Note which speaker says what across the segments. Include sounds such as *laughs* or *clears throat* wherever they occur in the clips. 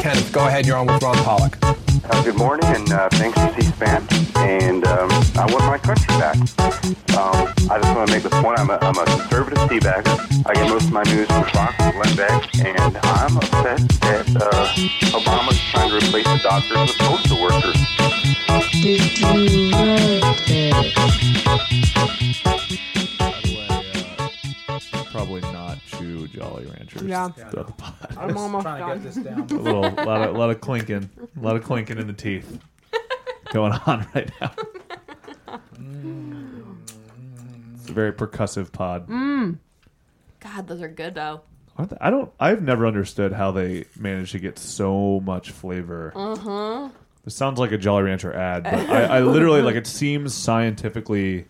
Speaker 1: Kenneth, go ahead. You're on with Ron Pollock.
Speaker 2: Uh, good morning, and uh, thanks to C-SPAN. And um, I want my country back. Um, I just want to make the point: I'm a, I'm a conservative teabagger. I get most of my news from Fox, Glenn Beck, and I'm upset that uh, Obama's trying to replace the doctors with postal workers.
Speaker 3: Did you write it?
Speaker 4: By the way, uh, probably not chew Jolly Ranchers.
Speaker 5: Yeah.
Speaker 4: throughout the pod.
Speaker 5: I'm almost done.
Speaker 1: this down.
Speaker 4: A little, lot of, lot of clinking, a lot of clinking in the
Speaker 6: *laughs*
Speaker 4: teeth going on right now. It's a very percussive pod.
Speaker 6: Mm. God, those are good though.
Speaker 4: Aren't they- I don't. I've never understood how they manage to get so much flavor. Uh huh.
Speaker 6: Uh-huh.
Speaker 4: This sounds like a Jolly Rancher ad, but I, I literally like
Speaker 6: *laughs*
Speaker 4: it seems scientifically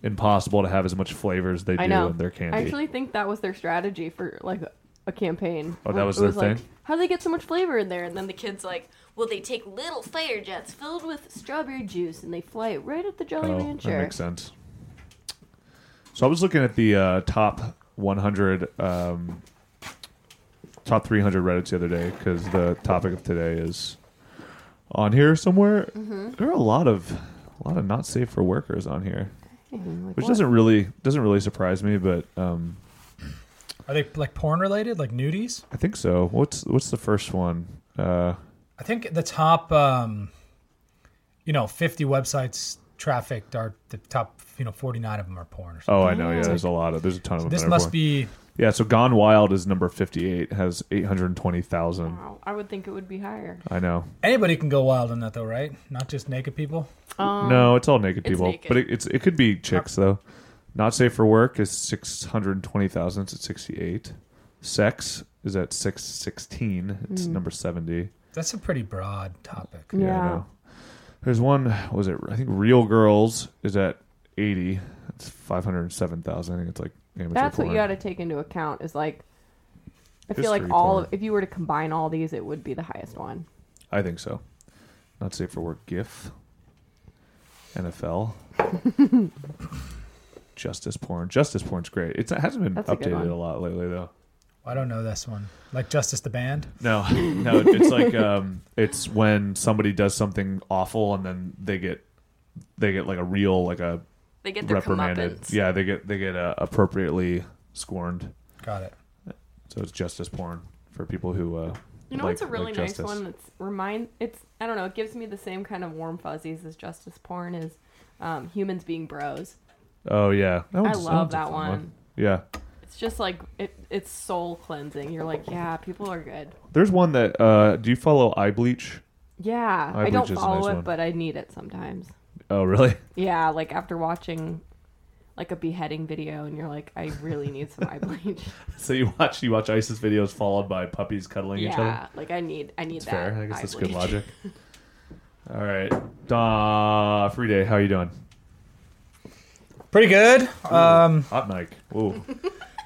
Speaker 4: impossible to have as much flavor as they do
Speaker 6: I know.
Speaker 4: in their candy.
Speaker 6: I actually think that was their strategy for like a campaign.
Speaker 4: Oh, that
Speaker 6: It
Speaker 4: was their
Speaker 6: like,
Speaker 4: thing?
Speaker 6: How do they get so much flavor in there? And then the kids like, well, they take little fire jets filled with strawberry juice and they fly it right at the Jolly
Speaker 4: Oh,
Speaker 6: Rancher.
Speaker 4: That makes sense. So I was looking at the uh, top 100, um, top 300 Reddits the other day because the topic of today is on here somewhere.
Speaker 6: Mm-hmm.
Speaker 4: There are a lot of a lot of not safe for workers on here,
Speaker 6: Mhm, like,
Speaker 4: which
Speaker 6: what?
Speaker 4: doesn't really doesn't really surprise me, but um,
Speaker 1: Are they like porn related, like nudies?
Speaker 4: I think so. What's what's the first one? Uh,
Speaker 7: I think the top, um, you know, 50 websites trafficked are the top, you know, 49 of them are porn. Or something.
Speaker 4: oh, I know. Yeah, there's a lot of there's a ton of them.
Speaker 7: This
Speaker 4: that are
Speaker 7: must
Speaker 4: porn.
Speaker 7: be,
Speaker 4: yeah. So Gone Wild is number 58, has 820,000.
Speaker 6: Wow, I would think it would be higher.
Speaker 4: I know.
Speaker 7: anybody can go wild on that though, right? Not just naked people.
Speaker 4: No, it's all naked
Speaker 6: Um, it's
Speaker 4: people.
Speaker 6: naked. Oh.
Speaker 4: But it, it's it could be chicks though. Not safe for work is six hundred twenty thousand. It's at sixty eight. Sex is at six sixteen. It's
Speaker 6: Mm.
Speaker 4: number seventy.
Speaker 7: That's a pretty broad topic.
Speaker 4: Yeah. I know. There's one. what Was it? I think real girls is at eighty. It's five hundred seven thousand. I think it's like amateur
Speaker 6: That's what
Speaker 4: porn.
Speaker 6: you got to take into account is like, I feel
Speaker 4: History
Speaker 6: like all
Speaker 4: porn.
Speaker 6: of, if you were to combine all these, it would be the highest one.
Speaker 4: I think so. Not safe for work. GIF.
Speaker 6: *laughs*
Speaker 4: NFL. Justice porn. Justice porn's great. It's, it hasn't been
Speaker 6: That's a good
Speaker 4: updated
Speaker 6: one.
Speaker 4: a lot lately though.
Speaker 7: I don't know this one. Like Justice the Band.
Speaker 4: No, *laughs* no, it's like um, it's when somebody does something awful and then they get they get like a real like a
Speaker 6: They get their
Speaker 4: reprimanded.
Speaker 6: comeuppance.
Speaker 4: Yeah, they get they get uh, appropriately scorned.
Speaker 7: Got it.
Speaker 4: So it's justice porn for people who. Uh,
Speaker 6: You know
Speaker 4: like,
Speaker 6: what's a really
Speaker 4: like
Speaker 6: nice
Speaker 4: justice.
Speaker 6: one that's remind it's I don't know, it gives me the same kind of warm fuzzies as justice porn is um, humans being bros.
Speaker 4: Oh yeah, that one's-
Speaker 6: love
Speaker 4: one's a
Speaker 6: that
Speaker 4: fun
Speaker 6: one.
Speaker 4: Yeah,
Speaker 6: It's just like it, it's soul cleansing. You're like, yeah, people are good.
Speaker 4: there's one that. Uh, do you follow eye bleach?
Speaker 6: Yeah,
Speaker 4: I
Speaker 6: I, don't
Speaker 4: believe it's a
Speaker 6: follow
Speaker 4: nice
Speaker 6: it,
Speaker 4: one.
Speaker 6: but I need it sometimes.
Speaker 4: Oh really? *laughs*
Speaker 6: Yeah, like after watching like a beheading video, and you're like, I really need some eye bleach.
Speaker 4: *laughs* So you watch you watch ISIS videos followed by puppies cuddling each other.
Speaker 6: yeah, like I need I need
Speaker 4: It's
Speaker 6: that.
Speaker 4: fair. I guess
Speaker 6: eye
Speaker 4: that's good
Speaker 6: *laughs*
Speaker 4: *laughs*
Speaker 6: bleach.
Speaker 4: logic. All right, da free day. How you doing?
Speaker 7: Pretty good. Um,
Speaker 4: Hot mic. *laughs* Ooh,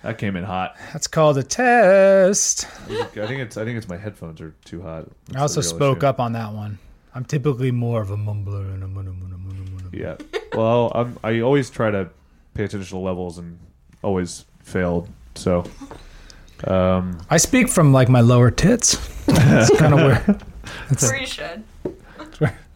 Speaker 4: that came in hot.
Speaker 7: that's called a test.
Speaker 4: I think it's. I think it's my headphones are too hot. That's
Speaker 7: I also
Speaker 4: the real
Speaker 7: spoke
Speaker 4: issue.
Speaker 7: up on that one. I'm typically more of a mumbler and a munna, munna, munna, munna.
Speaker 4: Yeah. Well, I'm, I always try to pay attention to levels and always failed. So, um,
Speaker 7: I speak from like my lower tits. *laughs* That's kind of weird.
Speaker 6: Where you should.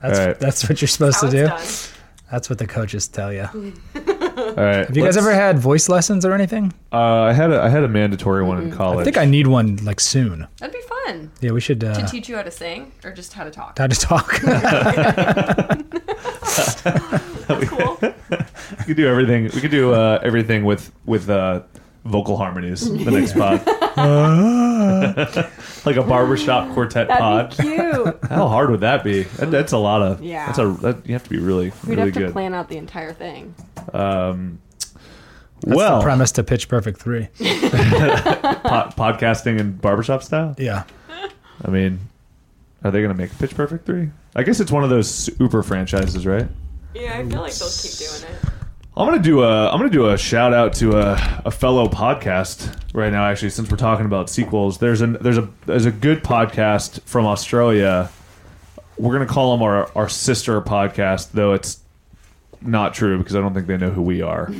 Speaker 7: That's,
Speaker 4: All right.
Speaker 7: that's what you're supposed
Speaker 6: How
Speaker 7: to do.
Speaker 6: it's
Speaker 7: That's what the coaches tell you.
Speaker 6: Mm-hmm.
Speaker 4: all right.
Speaker 7: Have you guys ever had voice lessons or anything?
Speaker 4: Uh, I had a I had a mandatory one in college.
Speaker 7: I think I need one like soon.
Speaker 6: That'd be fun
Speaker 7: Yeah, we should
Speaker 6: to
Speaker 7: uh,
Speaker 6: teach you how to sing or just how to talk.
Speaker 7: how to talk. *laughs*
Speaker 6: That's cool.
Speaker 4: we could do everything. We could do uh, everything with with uh, vocal harmonies. The *laughs* next
Speaker 7: *laughs*
Speaker 4: pod,
Speaker 7: Ah.
Speaker 4: *laughs* like a barbershop quartet pod.
Speaker 6: That'd be cute.
Speaker 4: How hard would that be? That, that's a lot of.
Speaker 6: Yeah.
Speaker 4: That's a. That, you have to be really
Speaker 6: We'd
Speaker 4: really
Speaker 6: have to
Speaker 4: good.
Speaker 6: plan out the entire thing.
Speaker 4: Um,
Speaker 7: That's
Speaker 4: well,
Speaker 7: the premise to Pitch Perfect three.
Speaker 4: po- podcasting and barbershop style.
Speaker 7: Yeah,
Speaker 4: I mean, are they going to make Pitch Perfect three? I guess it's one of those super franchises, right?
Speaker 6: Yeah, I feel like they'll keep doing it.
Speaker 4: I'm gonna do a I'm gonna do a shout out to a, a fellow podcast right now. Actually, since we're talking about sequels, there's an there's a there's a good podcast from Australia. We're gonna call them our our sister podcast, though it's not true because I don't think they know who we are.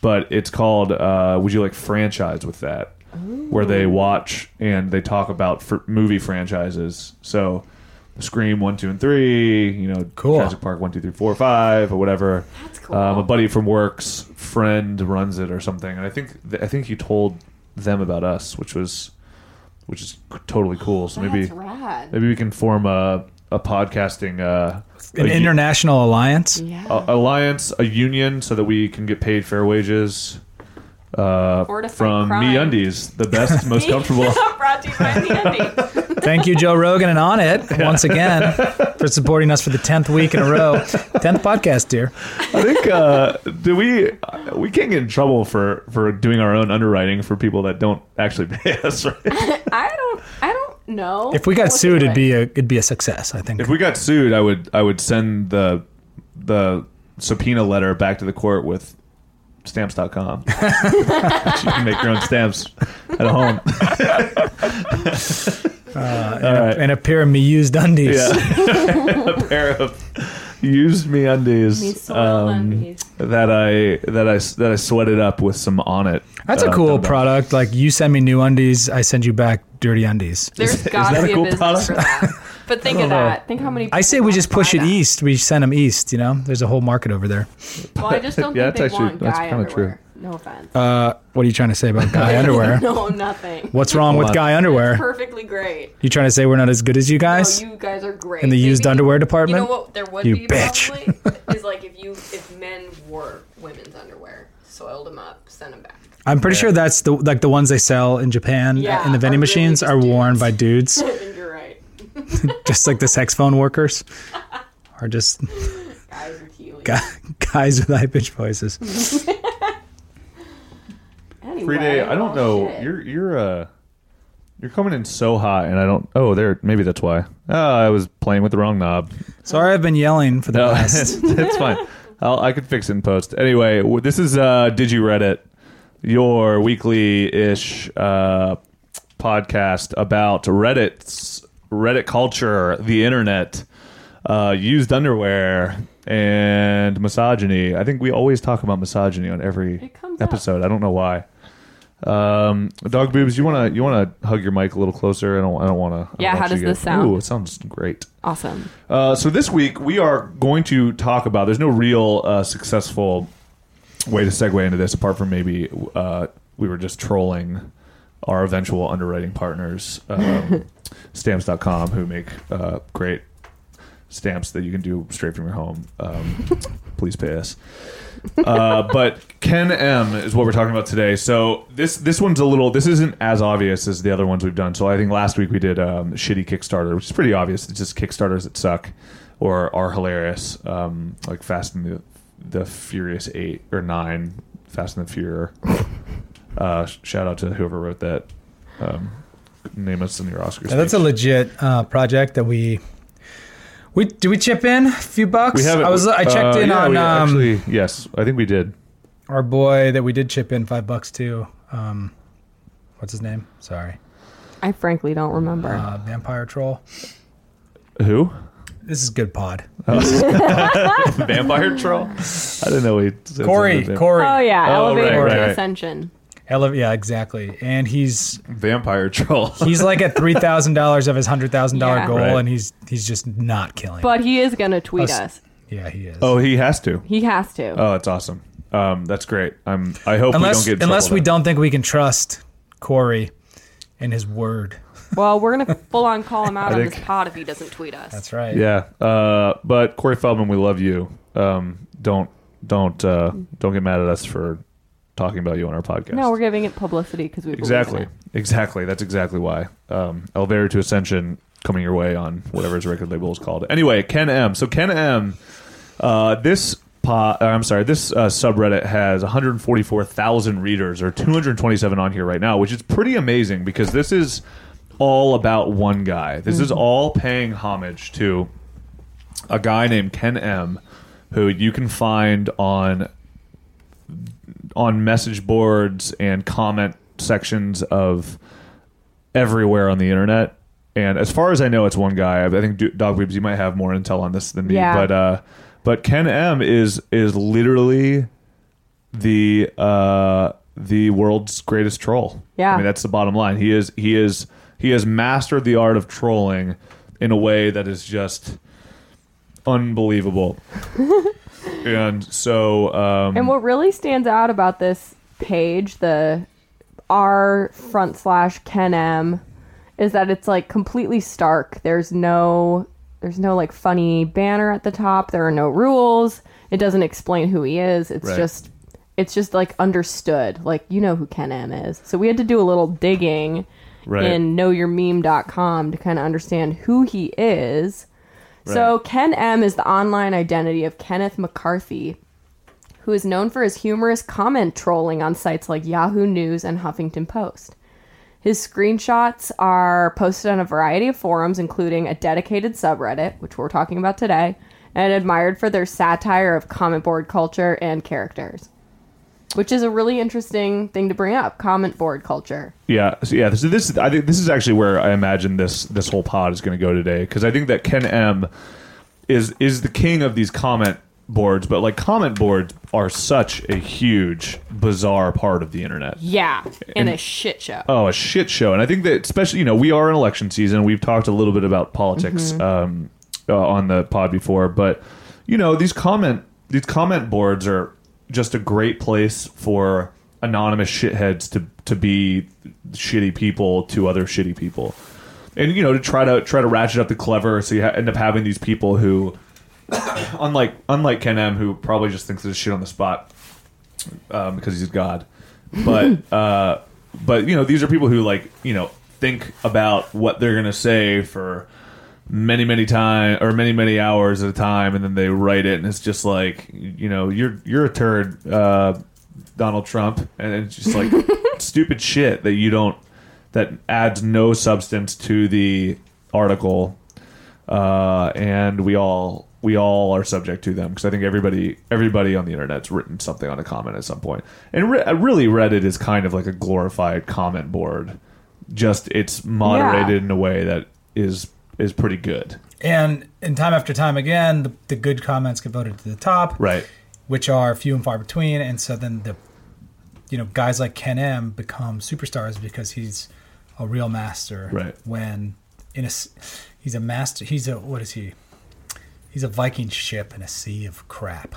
Speaker 4: but it's called uh, "Would You Like Franchise with That," where they watch and they talk about fr- movie franchises. So, Scream one, two, and three. You know,
Speaker 8: Cool.
Speaker 4: Jurassic Park one, two, three, four, five, or whatever.
Speaker 6: That's cool.
Speaker 4: Um, a buddy from work's friend runs it or something, and I think th- I think he told them about us, which was which is c- totally cool. So maybe
Speaker 6: That's rad.
Speaker 4: maybe we can form a a podcasting uh,
Speaker 7: An
Speaker 4: a-
Speaker 7: international alliance.
Speaker 6: Yeah.
Speaker 4: a- alliance, a union, so that we can get paid fair wages uh,
Speaker 6: Or to fight
Speaker 4: from
Speaker 6: crime.
Speaker 4: Me Undies, the
Speaker 6: *laughs*
Speaker 4: best, most comfortable.
Speaker 6: Brought to you
Speaker 4: *laughs*
Speaker 6: by MeUndies.
Speaker 7: *laughs* Thank you, Joe Rogan, and on it
Speaker 4: *laughs*
Speaker 7: once again for supporting us for the tenth week in a row, tenth podcast, dear.
Speaker 4: I think uh, do we we can't get in trouble for for doing our own underwriting for people that don't actually pay *laughs* us. Right?
Speaker 6: I don't. I don't know.
Speaker 7: If we got sued, it'd be a it'd be a success, I think.
Speaker 4: If we got sued, I would I would send the the subpoena letter back to the court with
Speaker 7: *laughs*
Speaker 4: stamps.com. you can make your own stamps at home. All right.
Speaker 7: And a pair of me used undies.
Speaker 4: Yeah. *laughs* a pair of used me undies.
Speaker 6: Me soiled
Speaker 7: um,
Speaker 6: undies.
Speaker 4: That I that I that I sweated up with some on it.
Speaker 7: That's a
Speaker 4: uh,
Speaker 7: cool
Speaker 4: dumbbells.
Speaker 7: product. Like you send me new undies, I send you back dirty undies.
Speaker 6: There's
Speaker 4: that
Speaker 6: got
Speaker 4: a
Speaker 6: to be a
Speaker 4: cool
Speaker 6: business
Speaker 4: product?
Speaker 6: for that. But think of that. Think how many.
Speaker 7: I say
Speaker 6: people
Speaker 7: we just
Speaker 6: buy
Speaker 7: push it
Speaker 6: that.
Speaker 7: east. We send them east. You know, there's a whole market over there.
Speaker 6: Well, I just don't
Speaker 4: Yeah,
Speaker 6: think they
Speaker 4: that's actually-
Speaker 6: want
Speaker 4: that's
Speaker 6: guy
Speaker 4: kinda true.
Speaker 6: underwear. No offense.
Speaker 7: Uh, what are you trying to say about guy underwear?
Speaker 6: *laughs* no, nothing.
Speaker 7: What's wrong with
Speaker 4: on.
Speaker 6: *laughs*
Speaker 7: guy underwear?
Speaker 6: Perfectly great.
Speaker 7: You trying to say we're not as good as you guys?
Speaker 6: Oh, you guys are great.
Speaker 7: In the used underwear
Speaker 6: You know
Speaker 7: department?
Speaker 6: what? There would
Speaker 7: You
Speaker 6: be
Speaker 7: bitch.
Speaker 6: probably *laughs* is like if you if men wore women's underwear, soiled them up, sent them back. *laughs*
Speaker 7: I'm pretty sure that's the like the ones they sell in Japan
Speaker 6: Yeah,
Speaker 7: in the vending
Speaker 6: are really
Speaker 7: machines
Speaker 6: just
Speaker 7: are worn
Speaker 6: dudes.
Speaker 7: by dudes,
Speaker 6: I think you're right.
Speaker 7: just like the sex phone workers, are just *laughs*
Speaker 6: Guys are healing.
Speaker 7: guy, guys with high pitched voices.
Speaker 6: Anyway,
Speaker 4: Free day. I don't
Speaker 6: oh,
Speaker 4: know.
Speaker 6: shit.
Speaker 4: You're you're uh you're coming in so high, and I don't. Oh, there. Maybe that's why. Oh, I was playing with the wrong knob.
Speaker 7: Sorry, I've been yelling for the
Speaker 4: No, *laughs*
Speaker 7: last.
Speaker 4: it's, it's fine. I'll, I could fix it in post. Anyway, w- this is uh, Did You Reddit, your weekly ish uh, podcast about Reddit's Reddit culture, the internet, uh, used underwear, and misogyny. I think we always talk about misogyny on every
Speaker 6: It comes up.
Speaker 4: episode. I don't know why. Um, dog boobs, you wanna you wanna hug your mic a little closer? I don't I don't wanna. I don't
Speaker 6: Yeah,
Speaker 4: want
Speaker 6: how
Speaker 4: you
Speaker 6: does
Speaker 4: to-
Speaker 6: this sound?
Speaker 4: Ooh, it sounds great.
Speaker 6: awesome.
Speaker 4: Uh, so this week we are going to talk about. There's no real uh, successful way to segue into this apart from maybe uh, we were just trolling our eventual underwriting partners, um, Stamps.com, who make uh, great stamps that you can do straight from your home. Um, *laughs* please pay us. Uh, but Ken M is what we're talking about today. So this this one's a little this isn't as obvious as the other ones we've done. So I think last week we did um, shitty Kickstarter, which is pretty obvious. It's just Kickstarters that suck or are hilarious, um, like Fast and the the Furious Eight or Nine, Fast and the Furious. Uh, sh- shout out to whoever wrote that. Um, name us in your Oscars.
Speaker 7: Yeah, that's a legit uh, project that we we do we chip in a few bucks.
Speaker 4: we haven't.
Speaker 7: I was I checked
Speaker 4: uh,
Speaker 7: in
Speaker 4: yeah,
Speaker 7: on
Speaker 4: we
Speaker 7: um,
Speaker 4: actually, yes, I think we did.
Speaker 7: our boy that we did chip in five bucks to. Um, what's his name? Sorry,
Speaker 6: I frankly don't remember.
Speaker 7: uh, Vampire Troll.
Speaker 4: Who?
Speaker 7: This is good pod.
Speaker 4: *laughs* Vampire troll? I didn't know he. said
Speaker 7: Corey,
Speaker 4: something.
Speaker 7: Corey.
Speaker 6: oh yeah,
Speaker 4: Oh,
Speaker 6: elevator
Speaker 4: right,
Speaker 6: to
Speaker 4: right, right.
Speaker 6: ascension.
Speaker 7: Ele- yeah, exactly. And he's
Speaker 4: Vampire troll.
Speaker 7: he's like at three thousand dollars of his hundred thousand thousand dollar
Speaker 6: Yeah.
Speaker 7: goal,
Speaker 4: Right.
Speaker 7: and he's he's just not killing.
Speaker 6: But he is gonna tweet
Speaker 7: Us- Uh,
Speaker 6: us.
Speaker 7: yeah, he is.
Speaker 4: *laughs* oh, he has to.
Speaker 6: He has to.
Speaker 4: Oh, that's awesome. Um, that's great. I'm. I hope
Speaker 7: unless
Speaker 4: we don't get in
Speaker 7: unless
Speaker 4: trouble
Speaker 7: we
Speaker 4: then.
Speaker 7: don't think we can trust Corey and his word.
Speaker 6: Well, we're gonna full on call
Speaker 7: *laughs*
Speaker 6: him out
Speaker 4: I
Speaker 6: on
Speaker 4: think-
Speaker 6: this pod if he doesn't tweet us.
Speaker 7: That's right.
Speaker 4: Yeah. Uh, but Corey Feldman, we love you. Um, don't don't uh, don't get mad at us for talking about you on our podcast.
Speaker 6: No, we're giving it publicity because we believe in
Speaker 4: exactly
Speaker 6: it.
Speaker 4: exactly. That's exactly why. Um, Elvira to Ascension coming your way on whatever his record label is called. Anyway, Ken M. So Ken M. Uh, this po- uh, I'm sorry, this uh, subreddit has 144,000 readers or 227 on here right now, which is pretty amazing because this is all about one guy. This is all paying homage to a guy named Ken M who you can find on on message boards and comment sections of everywhere on the internet. And as far as I know, it's one guy. I I think Do- Dog Weebs, you might have more intel on this than me,
Speaker 6: Yeah.
Speaker 4: but uh, But Ken M is is literally the uh, the world's greatest troll.
Speaker 9: Yeah.
Speaker 4: I mean that's the bottom line. He is he is he has mastered the art of trolling in a way that is just unbelievable. and so um,
Speaker 6: And what really stands out about this page, the R front slash Ken M, is that it's like completely stark. There's no there's no like funny banner at the top. There are no rules. It doesn't explain who he is. It's
Speaker 4: Right.
Speaker 6: just it's just like understood. Like you know who Ken M is. So we had to do a little digging
Speaker 4: Right.
Speaker 6: in knowyourmeme.com to kind of understand who he is. So Ken M is the online identity of Kenneth McCarthy, who is known for his humorous comment trolling on sites like Yahoo News and Huffington Post. His screenshots are posted on a variety of forums, including a dedicated subreddit, which we're talking about today, and admired for their satire of comment board culture and characters. Which is a really interesting thing to bring up comment board culture.
Speaker 4: Yeah, so yeah. So this, I think, this is actually where I imagine this this whole pod is going to go today because I think that Ken M is is the king of these comment boards, but like comment boards are such a huge, bizarre part of the internet.
Speaker 6: Yeah, in a shit show.
Speaker 4: Oh, a shit show. And I think that especially, you know, we are in election season. We've talked a little bit about politics um, uh, on the pod before, but you know, these comment these comment boards are just a great place for anonymous shitheads to to be shitty people to other shitty people. And you know, to try to try to ratchet up the clever so you ha- end up having these people who *coughs* unlike unlike Ken M who probably just thinks of shit on the spot um, because he's God. But uh, but you know these are people who like you know think about what they're gonna say for many many time or many many hours at a time, and then they write it, and it's just like you know you're you're a turd, uh, Donald Trump, and it's just
Speaker 6: *laughs*
Speaker 4: like stupid shit that you don't that adds no substance to the article uh, and we all we all are subject to them because I think everybody everybody on the internet's written something on a comment at some point. And re- really, Reddit is kind of like a glorified comment board. Just it's moderated in a way that is is pretty good,
Speaker 7: And and time after time again, the, the good comments get voted to the top,
Speaker 4: right?
Speaker 7: Which are few and far between. And so then the, you know, guys like Ken M become superstars because he's a real master.
Speaker 4: Right.
Speaker 7: When in a, s- he's a master. He's a what is he? He's a Viking ship in a sea of crap.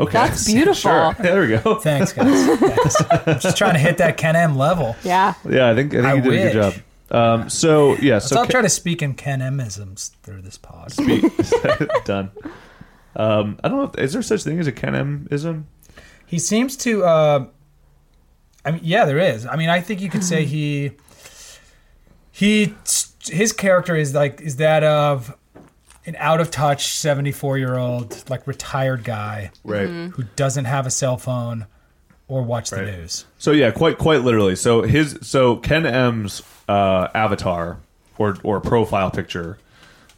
Speaker 4: Okay,
Speaker 6: That's beautiful.
Speaker 4: *laughs* Sure. There we go.
Speaker 7: Thanks, guys. Thanks. I'm just trying to hit that Ken M level.
Speaker 6: Yeah.
Speaker 4: Yeah, I think I think
Speaker 7: I
Speaker 4: you did a good
Speaker 7: wish.
Speaker 4: job. Um, so yeah, so
Speaker 7: So I'll
Speaker 4: Ke-
Speaker 7: try to speak in Ken Misms through this pod.
Speaker 4: be- *laughs* done. Um, I don't know. If, is there such thing as a Ken M-ism?
Speaker 7: He seems to. Uh, I mean, yeah, there is. I mean, I think you could say
Speaker 4: Mm-hmm.
Speaker 7: he. He his character is like is that of an out of touch seventy four year old like retired guy
Speaker 4: Right.
Speaker 7: who doesn't have a cell phone or watch the
Speaker 4: Right.
Speaker 7: news.
Speaker 4: So yeah, quite quite literally. So his so Ken M's uh, avatar or or profile picture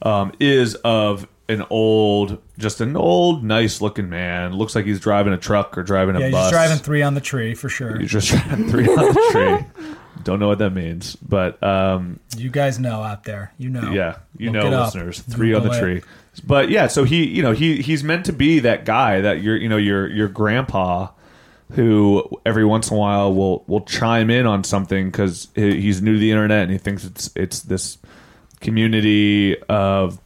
Speaker 4: um, is of an old, just an old, nice looking man. Looks like he's driving a truck or driving a
Speaker 7: Yeah, he's
Speaker 4: bus.
Speaker 7: just driving three on the tree for sure.
Speaker 4: He's just *laughs* driving three on
Speaker 7: *laughs*
Speaker 4: the tree. Don't know what that means, but um,
Speaker 7: You guys know out there, you know.
Speaker 4: yeah, you
Speaker 7: Look it
Speaker 4: know,
Speaker 7: up.
Speaker 4: listeners, three on the
Speaker 7: Google it.
Speaker 4: tree. But yeah, so he, you know, he he's meant to be that guy that your, you know, your your grandpa, who every once in a while will will chime in on something because he's new to the internet and he thinks it's it's this community of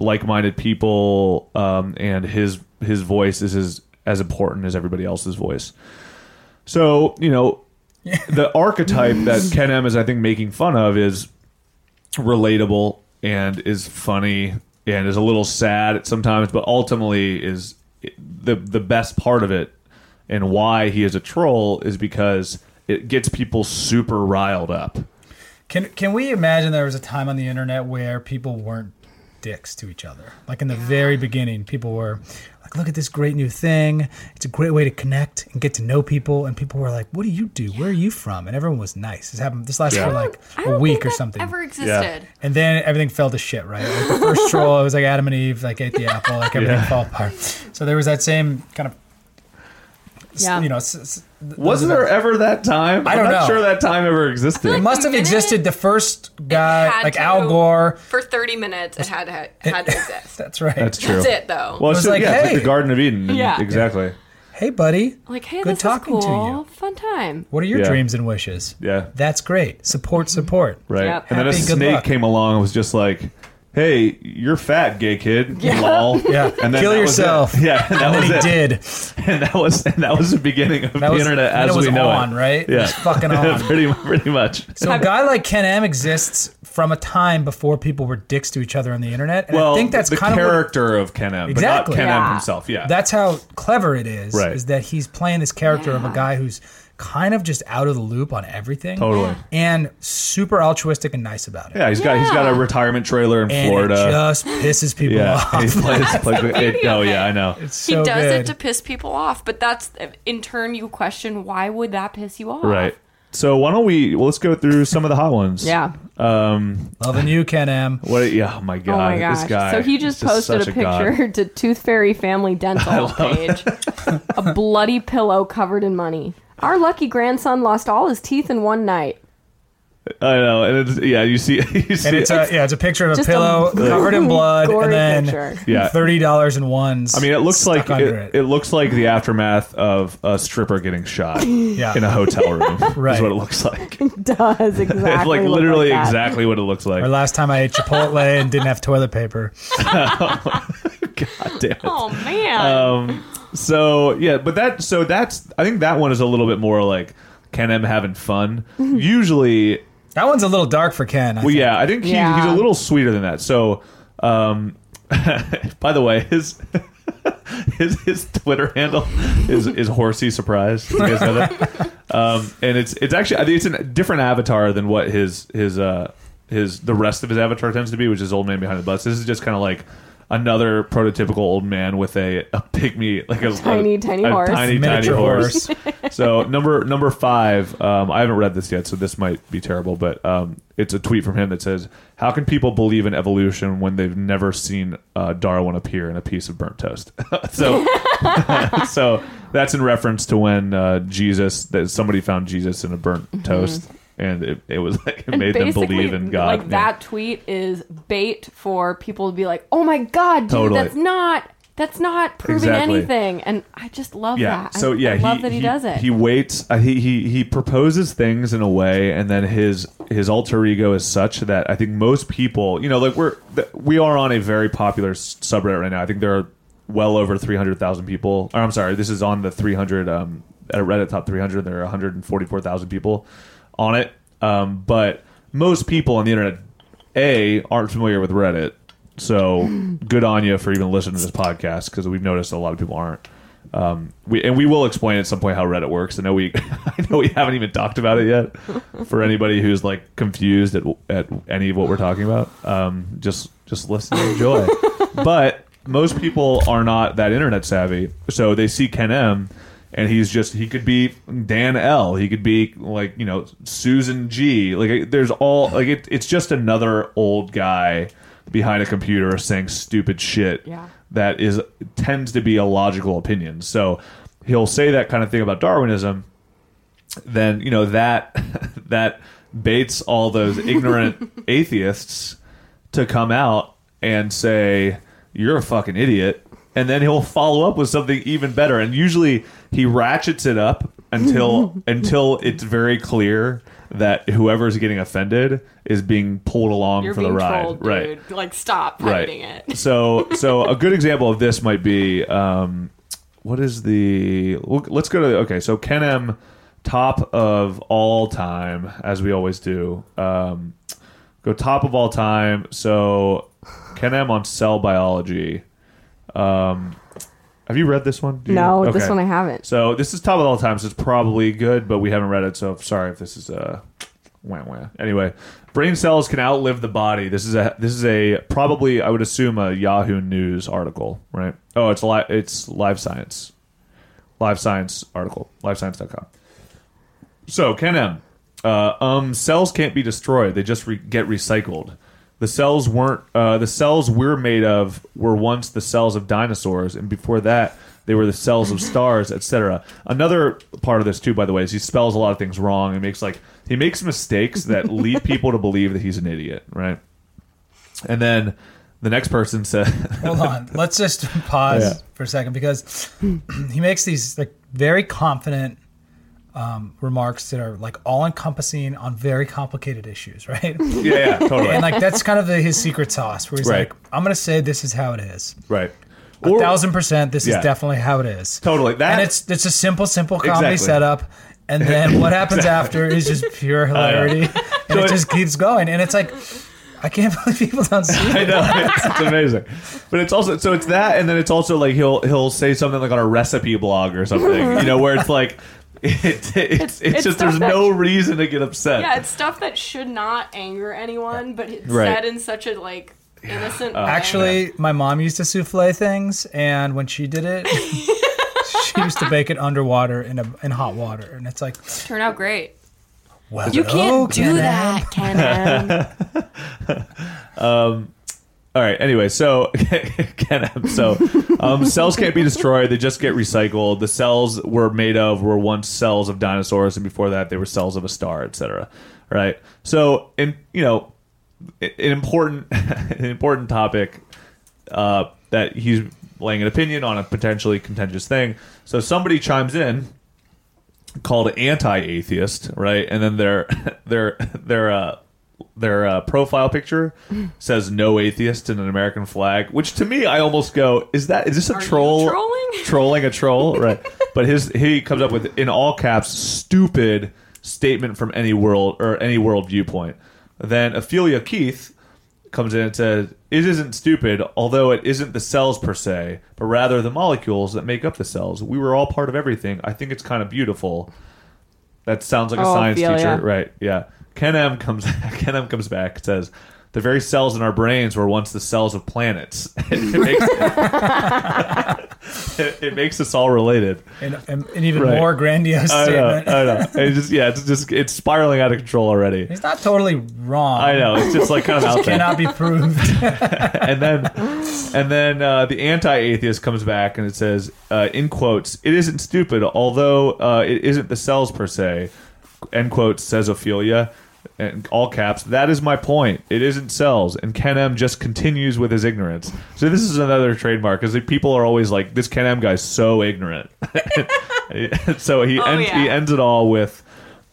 Speaker 4: like-minded people, um, and his his voice is as as important as everybody else's voice. So you know,
Speaker 7: *laughs*
Speaker 4: the archetype that Ken M is, I think, making fun of is relatable and is funny and is a little sad at sometimes, but ultimately is the the best part of it. And why he is a troll is because it gets people super riled up.
Speaker 7: Can can we imagine there was a time on the internet where people weren't dicks to each other? Like in the very beginning, people were like, "Look at this great new thing. It's a great way to connect and get to know people." And people were like, "What do you do? Where are you from?" And everyone was nice. This happened. This lasted
Speaker 4: Yeah.
Speaker 7: for like a week or something.
Speaker 9: Ever existed?
Speaker 7: And then everything fell to shit, right? Like the first troll, it was like Adam and Eve, like ate the apple, like everything
Speaker 4: Yeah.
Speaker 7: fell apart. So there was that same kind of s-
Speaker 5: Yeah.
Speaker 7: you know, s- s- th-
Speaker 4: Was
Speaker 7: those
Speaker 4: there
Speaker 7: events.
Speaker 4: ever that time?
Speaker 7: I don't
Speaker 4: am not
Speaker 7: know.
Speaker 4: sure that time ever existed.
Speaker 6: I
Speaker 7: It must have
Speaker 6: minute
Speaker 7: existed. The first
Speaker 6: had
Speaker 7: guy, like
Speaker 6: to.
Speaker 7: Al Gore.
Speaker 6: For 30 minutes, it had, had, had to
Speaker 7: *laughs*
Speaker 6: exist.
Speaker 7: That's right.
Speaker 4: That's true.
Speaker 6: That's it, though.
Speaker 4: Well, it's,
Speaker 7: It was
Speaker 4: just-
Speaker 7: like,
Speaker 4: yeah, it's like
Speaker 7: hey.
Speaker 4: the Garden of Eden.
Speaker 5: Yeah.
Speaker 4: exactly.
Speaker 7: hey, buddy.
Speaker 6: like, hey,
Speaker 7: Good
Speaker 6: this
Speaker 7: talking
Speaker 6: is
Speaker 7: to you.
Speaker 6: cool. Fun time.
Speaker 7: What are your
Speaker 4: Yeah.
Speaker 7: dreams and wishes?
Speaker 4: Yeah.
Speaker 7: That's great. Support, support.
Speaker 4: Right.
Speaker 5: Yep.
Speaker 4: And then a
Speaker 7: Happy, good
Speaker 4: snake
Speaker 7: luck.
Speaker 4: came along and was just like, "Hey, you're fat, gay kid. Lol.
Speaker 7: *laughs* Yeah.
Speaker 4: And then
Speaker 7: Kill
Speaker 4: that was it. *laughs*
Speaker 7: yourself.
Speaker 4: Yeah. And that
Speaker 7: And
Speaker 4: was
Speaker 7: he
Speaker 4: it.
Speaker 7: did.
Speaker 4: *laughs* And that was and that was the beginning of
Speaker 7: That
Speaker 4: the
Speaker 7: was,
Speaker 4: internet
Speaker 7: and
Speaker 4: as
Speaker 7: it was
Speaker 4: we know
Speaker 7: on,
Speaker 4: it.
Speaker 7: right? It
Speaker 4: Yeah.
Speaker 7: was fucking on.
Speaker 4: *laughs* pretty pretty much.
Speaker 7: So a guy like Ken M exists from a time before people were dicks to each other on the internet, and
Speaker 4: well,
Speaker 7: I think that's
Speaker 4: the
Speaker 7: kind of
Speaker 4: character of Ken M, but not
Speaker 7: Exactly.
Speaker 4: Ken
Speaker 5: Yeah.
Speaker 4: M himself. Yeah.
Speaker 7: what, that's how clever it is.
Speaker 4: Right.
Speaker 7: Is that he's playing this character of a guy who's kind of just out of the loop on everything,
Speaker 4: totally.
Speaker 7: and super altruistic and nice about it.
Speaker 4: Yeah, he's got he's got a retirement trailer in
Speaker 7: And
Speaker 4: Florida.
Speaker 7: it just pisses people
Speaker 4: yeah,
Speaker 7: *laughs* off.
Speaker 4: he's playing, like, it, no, yeah, I know.
Speaker 7: It's
Speaker 6: He
Speaker 7: so
Speaker 6: does it
Speaker 7: good.
Speaker 6: to piss people off, but that's in turn you question why would that piss you off?
Speaker 4: Right. So why don't we? Well, let's go through some of the hot ones.
Speaker 5: Yeah.
Speaker 4: Um.
Speaker 7: Loving you, Ken M.
Speaker 4: What? Yeah. Oh my god.
Speaker 5: Oh my gosh.
Speaker 4: This guy.
Speaker 5: so he just
Speaker 4: is
Speaker 5: posted
Speaker 4: such
Speaker 5: a
Speaker 4: god.
Speaker 6: *laughs*
Speaker 5: picture to Tooth Fairy Family Dental page. a bloody pillow covered in money. Our lucky grandson lost all his teeth in one
Speaker 6: *laughs*
Speaker 5: night.
Speaker 4: I know, and it's yeah. You see, *laughs* you see.
Speaker 7: And it's a yeah, it's a picture of a
Speaker 5: Just a *laughs*
Speaker 7: pillow covered in
Speaker 5: really
Speaker 7: blood,
Speaker 5: gory
Speaker 7: and then
Speaker 5: picture.
Speaker 4: Yeah.
Speaker 7: thirty dollars in ones.
Speaker 4: I mean, it looks like
Speaker 7: under
Speaker 4: it,
Speaker 7: it.
Speaker 4: it looks like the aftermath of a stripper getting
Speaker 7: *laughs*
Speaker 4: shot
Speaker 7: yeah,
Speaker 4: in a hotel room. Is
Speaker 7: *laughs* Right.
Speaker 4: what it looks like. *laughs*
Speaker 5: Does exactly
Speaker 4: It's like
Speaker 5: look
Speaker 4: literally
Speaker 5: like that.
Speaker 4: exactly what it looks like.
Speaker 7: Or last time I ate Chipotle and didn't have toilet paper.
Speaker 4: *laughs* God damn it.
Speaker 6: Oh man.
Speaker 4: Um, so yeah, but that so that's I think that one is a little bit more like Ken M having fun.
Speaker 5: Mm-hmm.
Speaker 4: Usually,
Speaker 7: That one's a little dark for Ken. I
Speaker 4: well,
Speaker 7: think.
Speaker 4: yeah, I think he,
Speaker 5: Yeah.
Speaker 4: he's a little sweeter than that. So, um, *laughs* by the way, his. *laughs* His, his Twitter handle is is horsey surprise. You guys
Speaker 5: *laughs*
Speaker 4: know that? Um, and it's it's actually I think it's a different avatar than what his his uh his the rest of his avatar tends to be, which is old man behind the bus. This is just kind of like another prototypical old man with a a pygmy like a
Speaker 5: Tiny,
Speaker 4: a-
Speaker 5: tiny
Speaker 4: a
Speaker 5: horse.
Speaker 4: tiny tiny
Speaker 7: Miniature
Speaker 4: horse. *laughs* so number number five, um, I haven't read this yet, so this might be terrible, but um, it's a tweet from him that says, "How can people believe in evolution when they've never seen uh, Darwin appear in a piece of burnt toast?" *laughs* so so that's in reference to when uh, Jesus that somebody found Jesus in a burnt toast, and it, it was like it made them
Speaker 5: Basically,
Speaker 4: believe in God.
Speaker 5: Like
Speaker 4: Yeah.
Speaker 5: that tweet is bait for people to be like, "Oh my god, dude,
Speaker 4: Totally.
Speaker 5: that's not that's not proving
Speaker 4: Exactly.
Speaker 5: anything." And I just love
Speaker 4: Yeah.
Speaker 5: that. I-
Speaker 4: So yeah,
Speaker 5: I
Speaker 4: he,
Speaker 5: love that he,
Speaker 4: he
Speaker 5: does it.
Speaker 4: He waits. Uh, he he he proposes things in a way, and then his his alter ego is such that I think most people, you know, like we're th- we are on a very popular s- subreddit right now. I think there are well over three hundred thousand people. Or I'm sorry, this is on the three hundred um at Reddit top three hundred. There are one hundred and forty four thousand people on it. Um, but most people on the internet a aren't familiar with Reddit. So good on you for even listening to this podcast because we've noticed a lot of people aren't. Um, we and we will explain at some point how Reddit works. I know we, *laughs* I know we haven't even talked about it yet. For anybody who's like confused at at any of what we're talking about, um, just just listen and enjoy. but most people are not that internet savvy, so they see Ken M, and he's just he could be Dan L, he could be like you know Susan G. Like there's all like it, it's just another old guy behind a computer saying stupid shit
Speaker 5: Yeah.
Speaker 4: that is tends to be a logical opinion. So he'll say that kind of thing about Darwinism, then you know that *laughs* that baits all those
Speaker 6: *laughs*
Speaker 4: ignorant atheists to come out and say you're a fucking idiot and then he'll follow up with something even better and usually he ratchets it up
Speaker 6: *laughs*
Speaker 4: until until it's very clear that whoever's getting offended is being pulled along
Speaker 6: You're
Speaker 4: for
Speaker 6: being
Speaker 4: the ride
Speaker 6: trolled,
Speaker 4: right
Speaker 6: dude. Like stop hiding it.
Speaker 4: *laughs*
Speaker 6: *laughs*
Speaker 4: so, so a good example of this might be um, what is the? look, Let's go to the, okay. So Ken M, top of all time, as we always do. Um, go top of all time. So Ken M on cell biology. Um, have you read this one? Do you-
Speaker 5: no, this
Speaker 4: okay.
Speaker 5: one I haven't.
Speaker 4: So this is top of all time, so it's probably good, but we haven't read it, so sorry if this is uh wah, wah. Anyway, brain cells can outlive the body. This is a this is a probably I would assume a Yahoo News article, right? Oh, it's li- it's Live Science. Live Science article, livescience.com. So, Ken M. Uh, um, cells can't be destroyed. They just re- get recycled. The cells weren't uh, the cells we're made of were once the cells of dinosaurs, and before that, they were the cells of stars, etc. Another part of this too, by the way, is he spells a lot of things wrong and makes like he makes mistakes that lead people to believe that he's an idiot, right? And then the next person *laughs* said,
Speaker 7: Hold on.
Speaker 4: *laughs*
Speaker 7: Let's just pause
Speaker 4: Yeah.
Speaker 7: for a second because *clears throat* he makes these like very confident um, remarks that are like all encompassing on very complicated issues, *laughs* right?
Speaker 4: "Yeah, yeah totally,
Speaker 7: and like that's kind of his secret sauce where he's
Speaker 4: Right.
Speaker 7: like, I'm gonna say this is how it is.
Speaker 4: right."
Speaker 7: A thousand percent, this
Speaker 4: Yeah.
Speaker 7: is definitely how it is.
Speaker 4: Totally. That
Speaker 7: and it's it's a simple, simple comedy
Speaker 4: Exactly.
Speaker 7: setup. And
Speaker 4: *laughs*
Speaker 7: then what happens after is just pure hilarity, and it
Speaker 4: Oh, it-
Speaker 7: just keeps going. And it's like, I can't *laughs* believe people don't see.
Speaker 4: I
Speaker 7: It.
Speaker 4: know *laughs* it's, it's amazing, but it's also so it's that, and then it's also like he'll he'll say something like on a recipe blog or something, you know, where it's like *laughs* it, it's, it's
Speaker 5: it's stuff
Speaker 4: just there's
Speaker 5: that-
Speaker 4: no reason to get upset.
Speaker 6: Yeah, it's stuff that should not anger anyone, but it's
Speaker 4: Right. Uh,
Speaker 6: said in such a like innocent way.
Speaker 7: Actually, my mom used to souffle things, and when she did
Speaker 4: *laughs*
Speaker 7: it, she used to bake it underwater in a, in hot water, and it's like,
Speaker 6: turned out great.
Speaker 7: well,
Speaker 6: You can't
Speaker 7: okay.
Speaker 6: do that, Kenan.
Speaker 4: All right. Anyway, so *laughs* Ken, so um, cells can't be destroyed; they just get recycled. The cells were made of were once cells of dinosaurs, and before that, they were cells of a star, etc. Right. So, and you know, an important *laughs* an important topic uh, that he's laying an opinion on a potentially contentious thing. So somebody chimes in called anti-atheist, right? And then their *laughs* their their uh, their uh, profile picture says no atheist and an American flag, which to me I almost go, is that is this a
Speaker 6: you
Speaker 4: troll
Speaker 6: trolling?
Speaker 4: *laughs* trolling a troll, right? but his he comes up with in all caps stupid statement from any world or any world viewpoint. Then Ophelia Keith comes in and says, It isn't stupid, although it isn't the cells per se, but rather the molecules that make up the cells. We were all part of everything. I think it's kind of beautiful. That sounds like a
Speaker 5: Oh,
Speaker 4: science
Speaker 5: Ophelia.
Speaker 4: teacher, right? Yeah. Ken M comes *laughs* Ken M comes back and says, The very cells in our brains were once the cells of planets. *laughs* it, makes, it, *laughs* it makes us all related.
Speaker 7: and, and an even
Speaker 4: Right.
Speaker 7: more grandiose
Speaker 4: I know, Uh,
Speaker 7: statement.
Speaker 4: I know. It's just yeah, it's just it's spiraling out of control already.
Speaker 7: He's not totally wrong.
Speaker 4: I know. It's just like kind of out there.
Speaker 7: Cannot
Speaker 4: *laughs*
Speaker 7: be proved.
Speaker 4: and then and then uh, the anti-atheist comes back and it says uh, in quotes it isn't stupid although uh, it isn't the cells per se end quotes says ophelia and all caps that is my point it isn't cells and ken m just continues with his ignorance so this is another trademark because people are always like this ken m guy's so ignorant *laughs* so he,
Speaker 6: Oh,
Speaker 4: ends,
Speaker 6: yeah.
Speaker 4: he ends it all with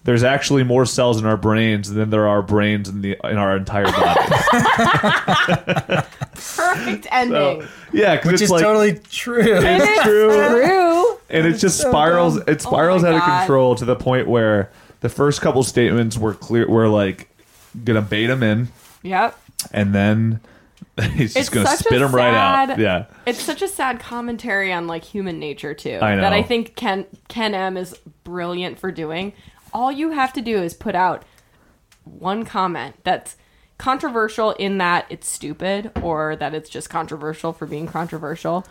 Speaker 4: there's actually more cells in our brains than there are brains in the in our entire body *laughs*
Speaker 6: Perfect ending.
Speaker 4: yeah 'cause
Speaker 7: Which
Speaker 4: it's
Speaker 7: is
Speaker 4: like
Speaker 7: totally true.
Speaker 4: it's true
Speaker 5: True.
Speaker 4: and it just spirals it spirals
Speaker 6: Oh my
Speaker 4: out of
Speaker 6: God.
Speaker 4: control to the point where the first couple statements were clear were like gonna bait him in
Speaker 5: Yep.
Speaker 4: and then *laughs* he's just
Speaker 6: It's
Speaker 4: gonna
Speaker 6: such a
Speaker 4: spit him right out
Speaker 6: sad-
Speaker 4: yeah
Speaker 6: It's such a sad commentary on like human nature too.
Speaker 4: I know.
Speaker 6: That I think Ken Ken M is brilliant for doing. All you have to do is put out one comment that's controversial in that it's stupid or that it's just controversial for being controversial.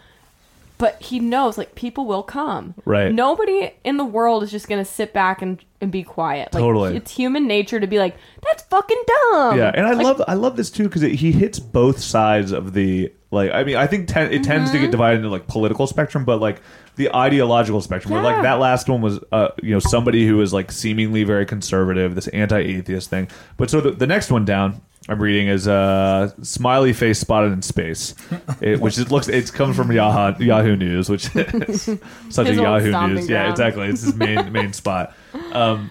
Speaker 6: But he knows like people will come.
Speaker 4: Right.
Speaker 6: Nobody in the world is just gonna sit back and, and be quiet. Like,
Speaker 4: Totally.
Speaker 6: It's human nature to be like, that's fucking dumb.
Speaker 4: yeah and i love i love this too because he hits both sides of the like i mean i think ten, it tends to get divided into like political spectrum but like the ideological spectrum where like
Speaker 6: Yeah.
Speaker 4: that last one was uh you know somebody who is like seemingly very conservative this anti-atheist thing but so the, the next one down i'm reading is uh smiley face spotted in space it, which it looks it's comes from yahoo yahoo news which *laughs* is such
Speaker 6: His
Speaker 4: a
Speaker 6: old
Speaker 4: yahoo
Speaker 6: stomping
Speaker 4: news yeah
Speaker 6: ground.
Speaker 4: exactly it's his main main spot Um,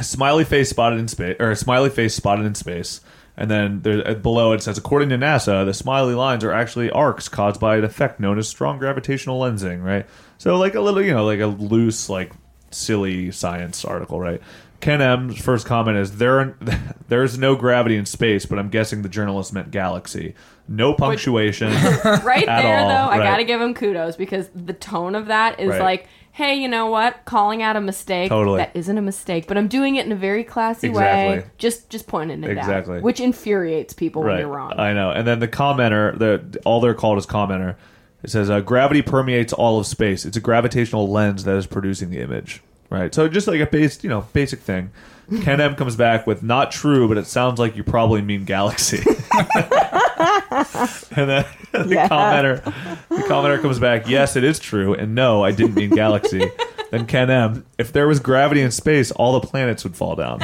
Speaker 4: smiley face spotted in space or smiley face spotted in space and then there, uh, below it says according to nasa the smiley lines are actually arcs caused by an effect known as strong gravitational lensing right so like a little you know like a loose like silly science article right ken m's first comment is there *laughs* there's no gravity in space but i'm guessing the journalist meant galaxy no punctuation
Speaker 6: right
Speaker 4: at
Speaker 6: there
Speaker 4: all,
Speaker 6: though i
Speaker 4: right.
Speaker 6: gotta give him kudos because the tone of that is
Speaker 4: Right.
Speaker 6: like hey you know what calling out a mistake
Speaker 4: Totally.
Speaker 6: that isn't a mistake but i'm doing it in a very classy way
Speaker 4: Exactly.
Speaker 6: just just pointing it
Speaker 4: Exactly.
Speaker 6: out which infuriates people when you're wrong
Speaker 4: I know. And then the commenter, the all they're called is commenter. It says uh, gravity permeates all of space. It's a gravitational lens that is producing the image. Right. So just like a base, you know, basic thing. Ken M comes back with not true, but it sounds like you probably mean galaxy. *laughs* and then *laughs* the
Speaker 5: Yeah.
Speaker 4: commenter the commenter comes back, yes, it is true, and no, I didn't mean galaxy. then Ken M, if there was gravity in space, all the planets would fall down.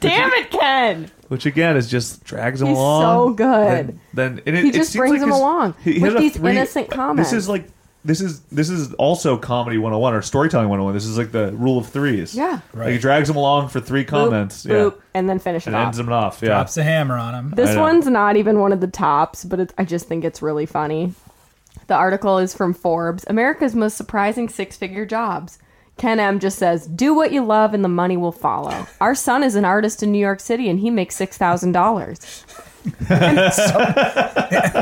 Speaker 6: Damn it, Ken!
Speaker 4: Which again is just drags him
Speaker 5: He's
Speaker 4: along.
Speaker 5: so good.
Speaker 4: Then, then and it,
Speaker 5: He
Speaker 4: it
Speaker 5: just
Speaker 4: seems
Speaker 5: brings
Speaker 4: like
Speaker 5: him
Speaker 4: his-
Speaker 5: along
Speaker 4: he- he
Speaker 5: with
Speaker 4: has a
Speaker 5: these innocent comments.
Speaker 4: This is like this is this is also comedy 101 or storytelling 101. This is like the rule of threes.
Speaker 5: Yeah.
Speaker 4: Like he drags him along for three
Speaker 5: Boop,
Speaker 4: comments. yeah.
Speaker 5: boop, and then finish it
Speaker 4: And
Speaker 5: off.
Speaker 4: ends him off. Yeah.
Speaker 7: Drops the hammer on him.
Speaker 4: I
Speaker 5: This
Speaker 4: know.
Speaker 5: one's not even one of the tops, but it, I just think it's really funny. The article is from Forbes America's most surprising six figure jobs. Ken M just says, Do what you love and the money will follow. Our son is an artist in New York City and he makes $6,000. *laughs*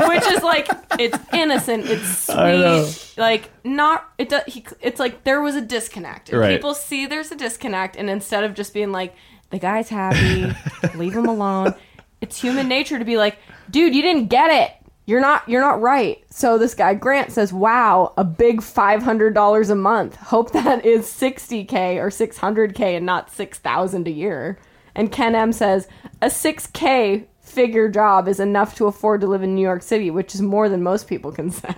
Speaker 6: Which is like it's innocent, it's
Speaker 4: know.
Speaker 6: sweet, like not it. Do, he, it's like there was a disconnect. And
Speaker 4: Right.
Speaker 6: People see there's a disconnect, and instead of just being like the guy's happy, leave him alone. It's human nature to be like, dude, you didn't get it.
Speaker 5: You're not you're not right. So this guy Grant says, "Wow, a big $500 a month. Hope that is 60k or 600k and not 6,000 a year." And Ken M says, "A 6k figure job is enough to afford to live in New York City, which is more than most people can *laughs* say."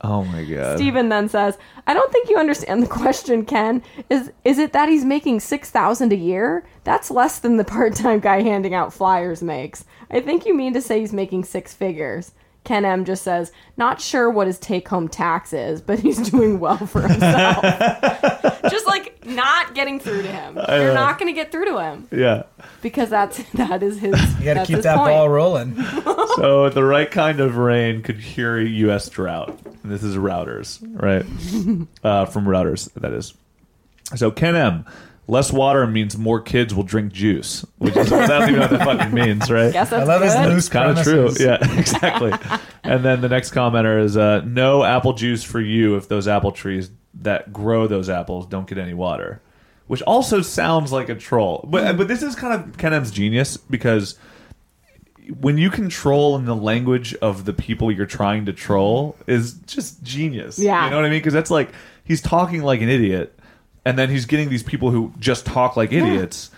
Speaker 4: Oh my god.
Speaker 5: Steven then says, "I don't think you understand the question, Ken. Is is it that he's making 6,000 a year? That's less than the part-time guy handing out flyers makes. I think you mean to say he's making six figures." Ken M just says, "Not sure what his take-home tax is, but he's doing well for
Speaker 7: *laughs*
Speaker 5: himself."
Speaker 6: Just like not getting through to him. You're not going to get through to him
Speaker 4: Yeah.
Speaker 5: because that's that is his
Speaker 7: You got to
Speaker 5: that's
Speaker 7: keep
Speaker 5: his
Speaker 7: that
Speaker 5: point.
Speaker 7: ball rolling.
Speaker 6: *laughs*
Speaker 4: So the right kind of rain could cure U.S. drought. And this is routers, right? uh, from routers, that is. So Ken M. Less water means more kids will drink juice, which is I don't even know what that fucking means, right?
Speaker 5: Guess
Speaker 7: I
Speaker 5: that's
Speaker 7: love his
Speaker 5: good.
Speaker 7: loose
Speaker 4: Kind of
Speaker 7: premises.
Speaker 4: true, yeah, *laughs* exactly. and then the next commenter is, uh, "No apple juice for you if those apple trees that grow those apples don't get any water," which also sounds like a troll. But but this is kind of Ken M's genius because when you control in the language of the people you're trying to troll is just genius.
Speaker 5: Yeah.
Speaker 4: You know what I mean? Because that's like he's talking like an idiot, and then he's getting these people who just talk like idiots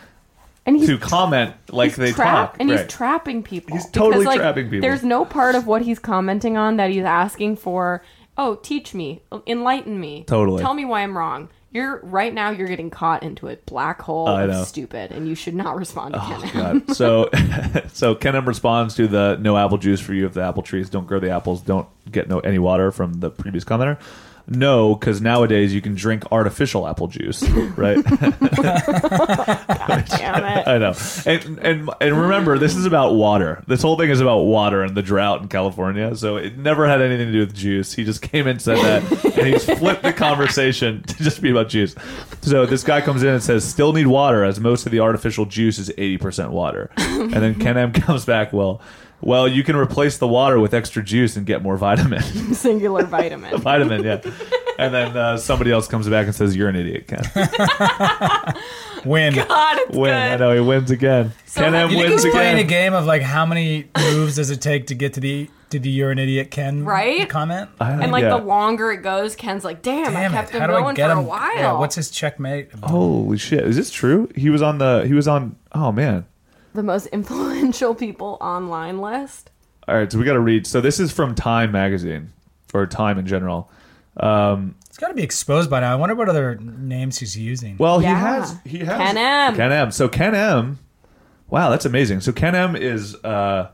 Speaker 5: And he's
Speaker 4: to comment like
Speaker 6: He's
Speaker 4: they
Speaker 6: trap-
Speaker 4: talk.
Speaker 6: and
Speaker 4: Right.
Speaker 6: he's trapping people.
Speaker 4: He's totally
Speaker 6: Because, like,
Speaker 4: trapping people.
Speaker 6: There's no part of what he's commenting on that he's asking for. Oh, teach me, enlighten me,
Speaker 4: Totally.
Speaker 6: Tell me why I'm wrong. You're right now. You're getting caught into a black hole
Speaker 4: I
Speaker 6: of
Speaker 4: know. Oh,
Speaker 6: stupid, and you should not respond to Ken. *laughs*
Speaker 4: God. So, *laughs* so Kenem responds to the no apple juice for you if the apple trees don't grow the apples, don't get no any water from the previous commenter. No, because nowadays you can drink artificial apple juice, *laughs* right?
Speaker 6: Damn it.
Speaker 4: I know. And and and remember, this is about water. This whole thing is about water and the drought in California. So it never had anything to do with juice. He just *laughs* came in, said that, and he's flipped the conversation *laughs* to just be about juice. So this guy comes in and says, "Still need water, as most of the artificial juice is eighty percent water." And then Ken M *laughs* comes back, "Well, well, you can replace the water with extra juice and get more vitamin, *laughs*
Speaker 5: singular vitamin.
Speaker 4: vitamin, yeah." And then uh, somebody else comes back and says, "You're an idiot,
Speaker 6: *laughs*
Speaker 4: Ken."
Speaker 7: Win.
Speaker 6: God, it's
Speaker 4: Win. I
Speaker 6: good.
Speaker 4: know he wins again. Ken M
Speaker 6: You
Speaker 7: You think
Speaker 4: wins
Speaker 7: he's playing
Speaker 4: again.
Speaker 7: a game of like how many moves does it take to get to the to the you're an idiot Ken
Speaker 6: Right?
Speaker 7: comment?
Speaker 6: And like
Speaker 4: Yeah.
Speaker 6: the longer it goes, Ken's like, "Damn,
Speaker 7: Damn
Speaker 6: I kept
Speaker 7: it! How
Speaker 6: him
Speaker 7: do I
Speaker 6: going for
Speaker 7: get
Speaker 6: a
Speaker 7: him?
Speaker 6: while."
Speaker 7: Yeah, what's his checkmate?
Speaker 4: Holy shit! Is this true? He was on the. He was on. Oh man!
Speaker 5: The
Speaker 6: *laughs*
Speaker 5: most influential people online list.
Speaker 4: All right, so we got to read. So this is from Time magazine or Time in general. Um,
Speaker 7: It's got to be exposed by now. I wonder what other names he's using.
Speaker 4: well,
Speaker 5: Yeah.
Speaker 4: Oh, he has. He has
Speaker 6: Ken M.
Speaker 4: Ken M. So Ken M. Wow, that's amazing. So Ken M. is uh,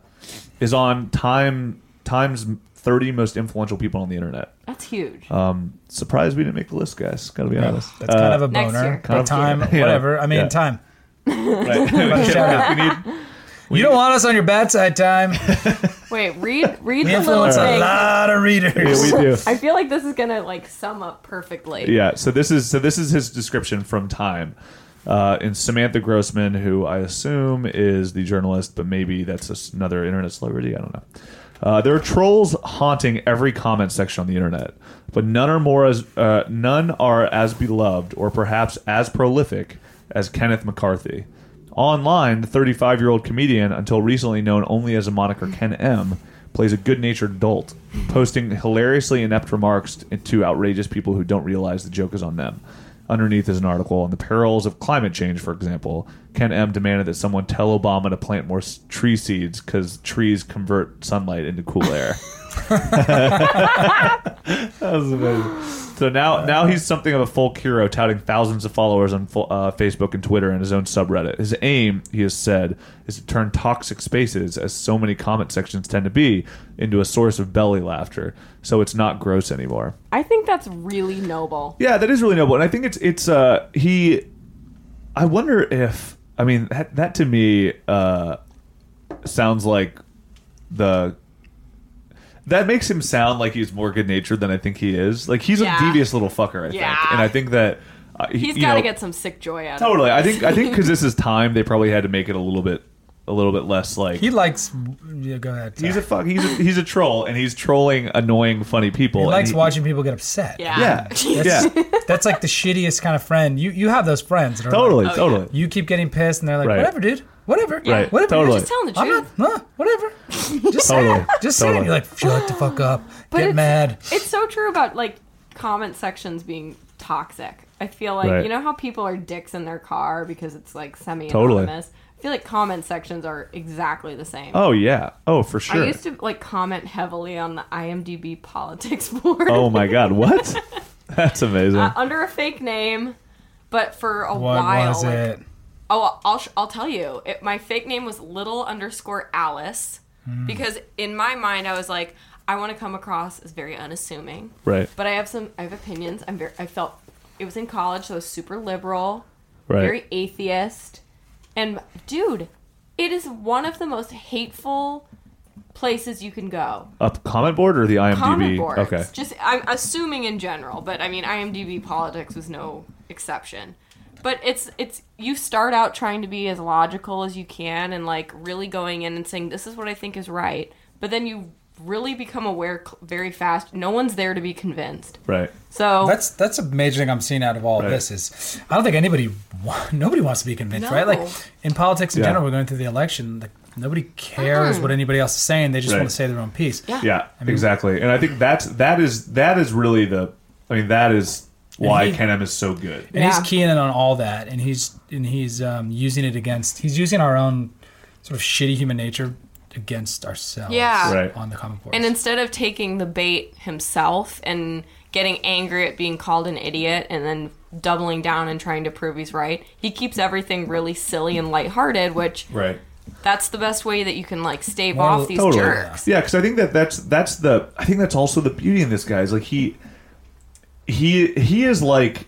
Speaker 4: is on Time Time's thirty most influential people on the internet.
Speaker 6: That's huge.
Speaker 4: Um, surprised we didn't make the list, guys. Got to be honest.
Speaker 7: That's kind of a
Speaker 6: next year.
Speaker 4: uh,
Speaker 7: boner.
Speaker 4: Kind
Speaker 7: But
Speaker 4: of-
Speaker 7: time,
Speaker 4: yeah.
Speaker 7: whatever. I mean,
Speaker 4: Yeah.
Speaker 7: time.
Speaker 4: right. we need
Speaker 7: You don't want us on your bad
Speaker 4: *laughs*
Speaker 7: side, time.
Speaker 6: Wait, read read
Speaker 7: We
Speaker 6: the little
Speaker 7: influence a
Speaker 6: thing.
Speaker 7: lot of readers.
Speaker 4: yeah, we do.
Speaker 6: I feel like this is gonna like sum up perfectly.
Speaker 4: Yeah. So this is so this is his description from Time. Uh, and Samantha Grossman, who I assume is the journalist, but maybe that's just another internet celebrity. I don't know. Uh, there are trolls haunting every comment section on the internet, but none are more as uh, none are as beloved or perhaps as prolific as Kenneth McCarthy. Online, the 35 year old comedian, until recently known only as a moniker Ken M, plays a good natured dolt, posting hilariously inept remarks to outrageous people who don't realize the joke is on them. Underneath is an article on the perils of climate change, for example. Ken M demanded that someone tell Obama to plant more s- tree seeds because trees convert sunlight into cool air. that was amazing. So now, now he's something of a folk hero, touting thousands of followers on fo- uh, Facebook and Twitter and his own subreddit. His aim, he has said, is to turn toxic spaces, as so many comment sections tend to be, into a source of belly laughter. So it's not gross anymore.
Speaker 6: I think that's really noble.
Speaker 4: Yeah, that is really noble, and I think it's it's uh he. I wonder if I mean that that to me uh sounds like the. That makes him sound like he's more good natured than I think he is. Like he's
Speaker 6: Yeah.
Speaker 4: a devious little fucker, I
Speaker 6: Yeah.
Speaker 4: think, and I think that uh, he-
Speaker 6: He's
Speaker 4: you
Speaker 6: got to
Speaker 4: know,
Speaker 6: get some sick joy out of it.
Speaker 4: totally. I think I
Speaker 6: *laughs*
Speaker 4: think because this is time, they probably had to make it a little bit a little bit less like
Speaker 7: He likes. Yeah, go ahead.
Speaker 4: he's a fuck he's a, he's a troll and he's trolling annoying funny people.
Speaker 7: he
Speaker 4: and
Speaker 7: likes
Speaker 4: he-
Speaker 7: watching people get upset.
Speaker 6: *laughs*
Speaker 7: *laughs*
Speaker 4: Yeah, yeah,
Speaker 7: That's like the shittiest kind of friend. You you have those friends. That are like-
Speaker 6: Oh,
Speaker 4: totally, totally.
Speaker 7: you keep getting pissed, and they're like,
Speaker 4: Right.
Speaker 7: "Whatever, dude. Whatever.
Speaker 4: Right.
Speaker 7: Whatever.
Speaker 4: Totally.
Speaker 6: Just telling the
Speaker 7: I'm
Speaker 6: truth.
Speaker 7: not. Huh, *laughs* whatever. Just say
Speaker 4: Totally.
Speaker 7: it. Just say it.
Speaker 4: Totally.
Speaker 7: You're like, shut the fuck up. Get
Speaker 6: it's-
Speaker 7: mad.
Speaker 6: It's so true about like comment sections being toxic. I feel like
Speaker 4: Right.
Speaker 6: you know how people are dicks in their car because it's like semi
Speaker 4: Totally.
Speaker 6: anonymous. I feel like comment sections are exactly the same.
Speaker 4: Oh yeah. Oh for sure.
Speaker 6: I used to like comment heavily on the IMDb politics *laughs* board
Speaker 4: oh my god. What? *laughs* That's amazing.
Speaker 6: uh, under a fake name, but for a
Speaker 7: What
Speaker 6: while,
Speaker 7: was
Speaker 6: like,
Speaker 7: it?
Speaker 6: Oh, I'll sh- I'll tell you. It, my fake name was Little underscore Alice
Speaker 4: Hmm.
Speaker 6: because in my mind I was like, I want to come across as very unassuming,
Speaker 4: right.
Speaker 6: but I have some I have opinions. I'm very I felt it was in college, so I was super liberal,
Speaker 4: Right.
Speaker 6: very atheist, and dude, it is one of the most hateful places you can go.
Speaker 4: Up comment board or the IMDb?
Speaker 6: Comment boards,
Speaker 4: Okay.
Speaker 6: just I'm assuming in general, but I mean IMDb politics was no exception. But it's it's you start out trying to be as logical as you can and like really going in and saying this is what I think is right, but then you really become aware cl- very fast. No one's there to be convinced.
Speaker 4: Right.
Speaker 6: So
Speaker 7: That's that's a major thing I'm seeing out of all of
Speaker 4: Right.
Speaker 7: this is I don't think anybody *laughs* wa- nobody wants to be convinced, right? Like
Speaker 6: No.
Speaker 7: in politics in
Speaker 4: Yeah.
Speaker 7: general, we're going through the election. Like nobody cares what anybody else is saying. They just
Speaker 4: Right.
Speaker 7: want to say their own piece.
Speaker 6: Yeah.
Speaker 4: Yeah. exactly. And I think that's that is that is really the. I mean that is why
Speaker 7: he-
Speaker 4: Ken M is so good.
Speaker 7: and
Speaker 6: Yeah.
Speaker 7: he's keying in on all that, and he's and he's um, using it against he's using our own sort of shitty human nature against ourselves.
Speaker 6: Yeah.
Speaker 4: Right.
Speaker 7: on the comment boards.
Speaker 6: and instead of taking the bait himself and getting angry at being called an idiot and then doubling down and trying to prove he's right, he keeps everything really silly and lighthearted, which
Speaker 4: Right.
Speaker 6: that's the best way that you can like stave
Speaker 7: Moral-
Speaker 6: off these
Speaker 4: Totally.
Speaker 6: jerks.
Speaker 4: Yeah, because I think that that's that's the I think that's also the beauty in this guy is like he he he is like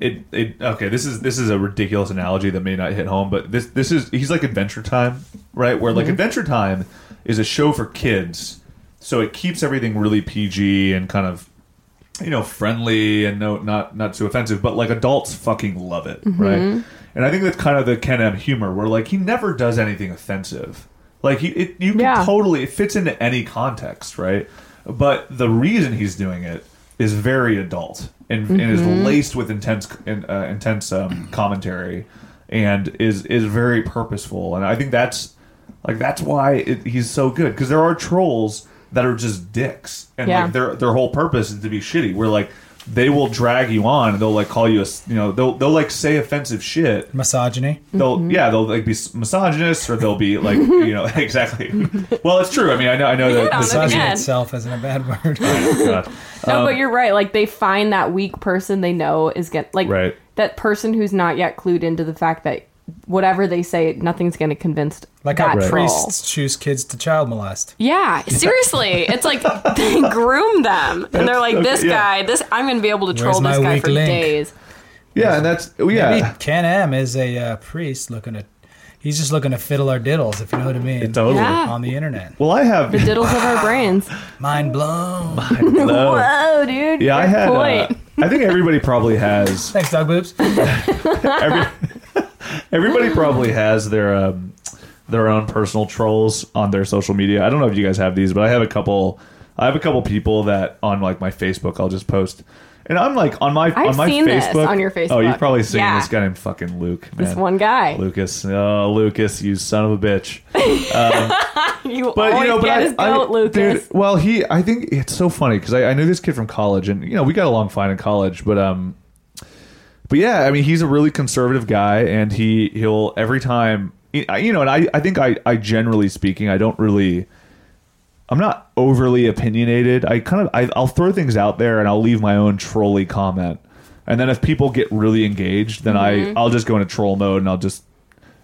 Speaker 4: it, it okay this is this is a ridiculous analogy that may not hit home but this this is he's like adventure time right where like adventure time is a show for kids so it keeps everything really pg and kind of you know friendly and no not not too offensive but like adults fucking love it right and i think that's kind of the ken m humor where like he never does anything offensive like he it, you can
Speaker 5: Yeah.
Speaker 4: totally it fits into any context right but the reason he's doing it is very adult and, and is laced with intense in- uh, intense um, commentary and is is very purposeful and i think that's like that's why it, he's so good because there are trolls that are just dicks, and
Speaker 5: Yeah.
Speaker 4: like their their whole purpose is to be shitty. Where like they will drag you on, and they'll like call you a s- you know they'll they'll like say offensive shit.
Speaker 7: misogyny.
Speaker 4: They'll
Speaker 5: Mm-hmm.
Speaker 4: yeah they'll like be s- misogynists or they'll
Speaker 5: *laughs*
Speaker 4: be like you know *laughs* exactly. Well, it's true. I mean, I know I know that.
Speaker 6: Yeah,
Speaker 4: this-
Speaker 6: that's-
Speaker 7: Misogyny
Speaker 6: Again.
Speaker 7: itself isn't a bad
Speaker 4: *laughs*
Speaker 7: word.
Speaker 4: God.
Speaker 5: No,
Speaker 4: Um,
Speaker 5: but you're right. Like they find that weak person they know is get like
Speaker 4: Right.
Speaker 5: that person who's not yet clued into the fact that whatever they say, nothing's going to convince
Speaker 7: Like
Speaker 5: that
Speaker 7: how
Speaker 5: troll.
Speaker 7: priests choose kids to child molest.
Speaker 6: Yeah, seriously. it's like *laughs* they groom them. And they're like, this
Speaker 4: Okay, yeah.
Speaker 6: guy, this I'm gonna be able to troll
Speaker 7: my
Speaker 6: this guy
Speaker 7: weak
Speaker 6: for
Speaker 7: link?
Speaker 6: days.
Speaker 4: yeah, and that's oh,
Speaker 7: Maybe
Speaker 4: yeah.
Speaker 7: Ken M is a uh, priest looking to. He's just looking to fiddle our diddles, if you know what I mean.
Speaker 4: Totally.
Speaker 6: Yeah.
Speaker 7: On the internet,
Speaker 4: Well,
Speaker 5: *laughs*
Speaker 4: I
Speaker 5: *laughs*
Speaker 4: have
Speaker 5: The diddles of our
Speaker 4: *laughs*
Speaker 5: brains.
Speaker 7: mind blown.
Speaker 4: no.
Speaker 5: Whoa, dude.
Speaker 4: Oh. Yeah, I
Speaker 5: good
Speaker 4: had. uh,
Speaker 5: Point.
Speaker 4: I think everybody probably has
Speaker 7: Thanks, dog boobs.
Speaker 4: Every, everybody probably has their um, their own personal trolls on their social media. I don't know if you guys have these, but I have a couple. I have a couple people that on like my Facebook, I'll just post, and I'm like on my
Speaker 5: I've
Speaker 4: on my
Speaker 5: seen this
Speaker 4: Facebook
Speaker 5: on your
Speaker 4: Oh, you've
Speaker 5: Facebook.
Speaker 4: probably seen
Speaker 6: Yeah.
Speaker 4: this guy named fucking Luke. Man.
Speaker 5: This one guy.
Speaker 4: Lucas, oh Lucas, you son of a bitch!
Speaker 6: You
Speaker 4: But
Speaker 6: always
Speaker 4: you know, but
Speaker 6: get
Speaker 4: I,
Speaker 6: his
Speaker 4: I-
Speaker 6: goat, Lucas.
Speaker 4: dude, well, he, I think it's so funny because I, I knew this kid from college, and you know, we got along fine in college, but um, But yeah, I mean, he's a really conservative guy, and he he'll every time you know, and I I think I I generally speaking, I don't really. I'm not overly opinionated. I kind of I, I'll throw things out there and I'll leave my own trolley comment, and then if people get really engaged, then
Speaker 6: Mm-hmm.
Speaker 4: I I'll just go into troll mode and I'll just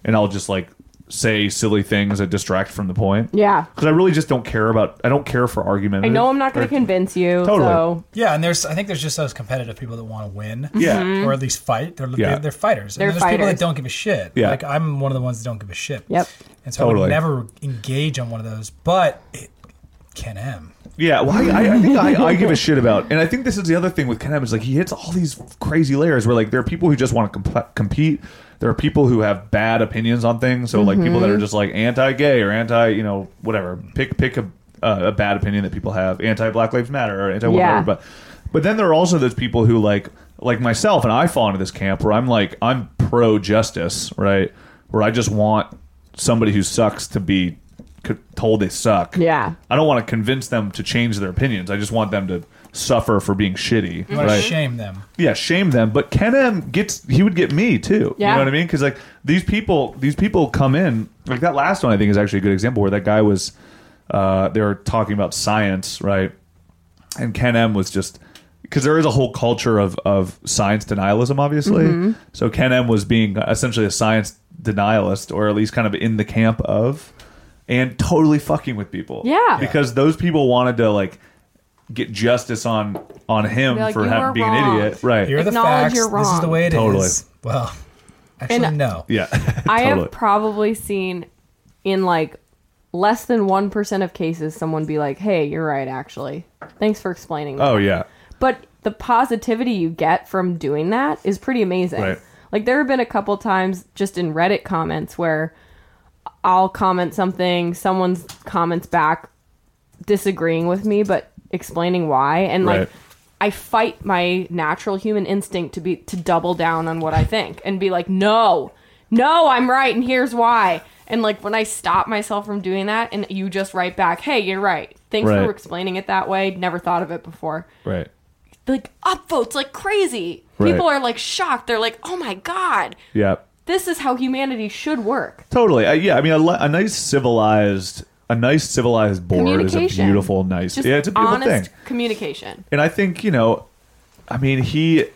Speaker 4: and I'll just like say silly things that distract from the point.
Speaker 5: Yeah.
Speaker 4: because I really just don't care about I don't care for argument.
Speaker 5: I know I'm not going to convince you.
Speaker 4: Totally.
Speaker 5: So
Speaker 7: Yeah, and there's I think there's just those competitive people that want to win.
Speaker 4: Yeah. Mhm.
Speaker 7: Or at least fight. They're
Speaker 4: Yeah.
Speaker 7: they're, they're fighters.
Speaker 5: They're
Speaker 7: and there's people
Speaker 5: fighters.
Speaker 7: that don't give a shit.
Speaker 4: Yeah.
Speaker 7: Like I'm one of the ones that don't give a shit.
Speaker 5: Yep.
Speaker 7: And so I
Speaker 4: Totally.
Speaker 7: would never engage on one of those. But it Ken M.
Speaker 4: Yeah, well, I, I, I think I, I give a shit about, and I think this is the other thing with Ken Ham is like he hits all these crazy layers where like there are people who just want to comp- compete, there are people who have bad opinions on things, so like people that
Speaker 5: Mm-hmm.
Speaker 4: are just like anti-gay or anti, you know, whatever. Pick pick a uh, a bad opinion that people have, anti-Black Lives Matter or anti-whatever.
Speaker 5: Yeah.
Speaker 4: But but then there are also those people who like like myself and I fall into this camp where I'm like I'm pro justice, right? Where I just want somebody who sucks to be c- told they suck.
Speaker 5: Yeah.
Speaker 4: I don't want to convince them to change their opinions. I just want them to suffer for being shitty.
Speaker 7: I want
Speaker 4: Right?
Speaker 7: to shame them.
Speaker 4: yeah, shame them. But Ken M gets he would get me too.
Speaker 5: Yeah.
Speaker 4: You know what I mean? Because like these people, these people come in like that last one. I think is actually a good example where that guy was. Uh, they were talking about science, right? And Ken M was just because there is a whole culture of of science denialism, obviously.
Speaker 6: Mm-hmm.
Speaker 4: So Ken M was being essentially a science denialist, or at least kind of in the camp of, and totally fucking with people.
Speaker 5: Yeah.
Speaker 4: because those people wanted to like get justice on on him
Speaker 6: Be like,
Speaker 4: for
Speaker 6: "You
Speaker 4: having
Speaker 6: were
Speaker 4: being
Speaker 6: wrong."
Speaker 4: an idiot, right?
Speaker 7: Here are the
Speaker 6: Acknowledge
Speaker 7: facts.
Speaker 6: you're
Speaker 7: This is the
Speaker 6: wrong.
Speaker 7: way it is.
Speaker 4: Totally.
Speaker 7: Well, actually
Speaker 6: And- uh,
Speaker 7: no.
Speaker 4: Yeah. *laughs*
Speaker 6: I
Speaker 4: Totally.
Speaker 6: have probably seen in like less than 1% of cases someone be like, hey, you're right, actually. Thanks for explaining that.
Speaker 4: oh yeah.
Speaker 6: But the positivity you get from doing that is pretty amazing.
Speaker 4: Right.
Speaker 6: Like, there have been a couple times just in Reddit comments where I'll comment something, someone's comments back disagreeing with me, but explaining why. And like,
Speaker 4: Right.
Speaker 6: I fight my natural human instinct to be to double down on what I think and be like, no, no, I'm right, and here's why. And like when I stop myself from doing that, and you just write back, hey, you're right. Thanks
Speaker 4: Right.
Speaker 6: for explaining it that way. Never thought of it before.
Speaker 4: Right.
Speaker 6: Like upvotes like crazy.
Speaker 4: Right.
Speaker 6: People are like shocked. They're like, oh my god,
Speaker 4: Yeah.
Speaker 6: this is how humanity should work.
Speaker 4: Totally. I, yeah. I mean, a, li- a nice civilized, a nice civilized board is a
Speaker 6: Communication.
Speaker 4: beautiful, nice.
Speaker 6: Just
Speaker 4: yeah, it's a beautiful
Speaker 6: honest
Speaker 4: thing.
Speaker 6: communication.
Speaker 4: And I think you know, I mean, he,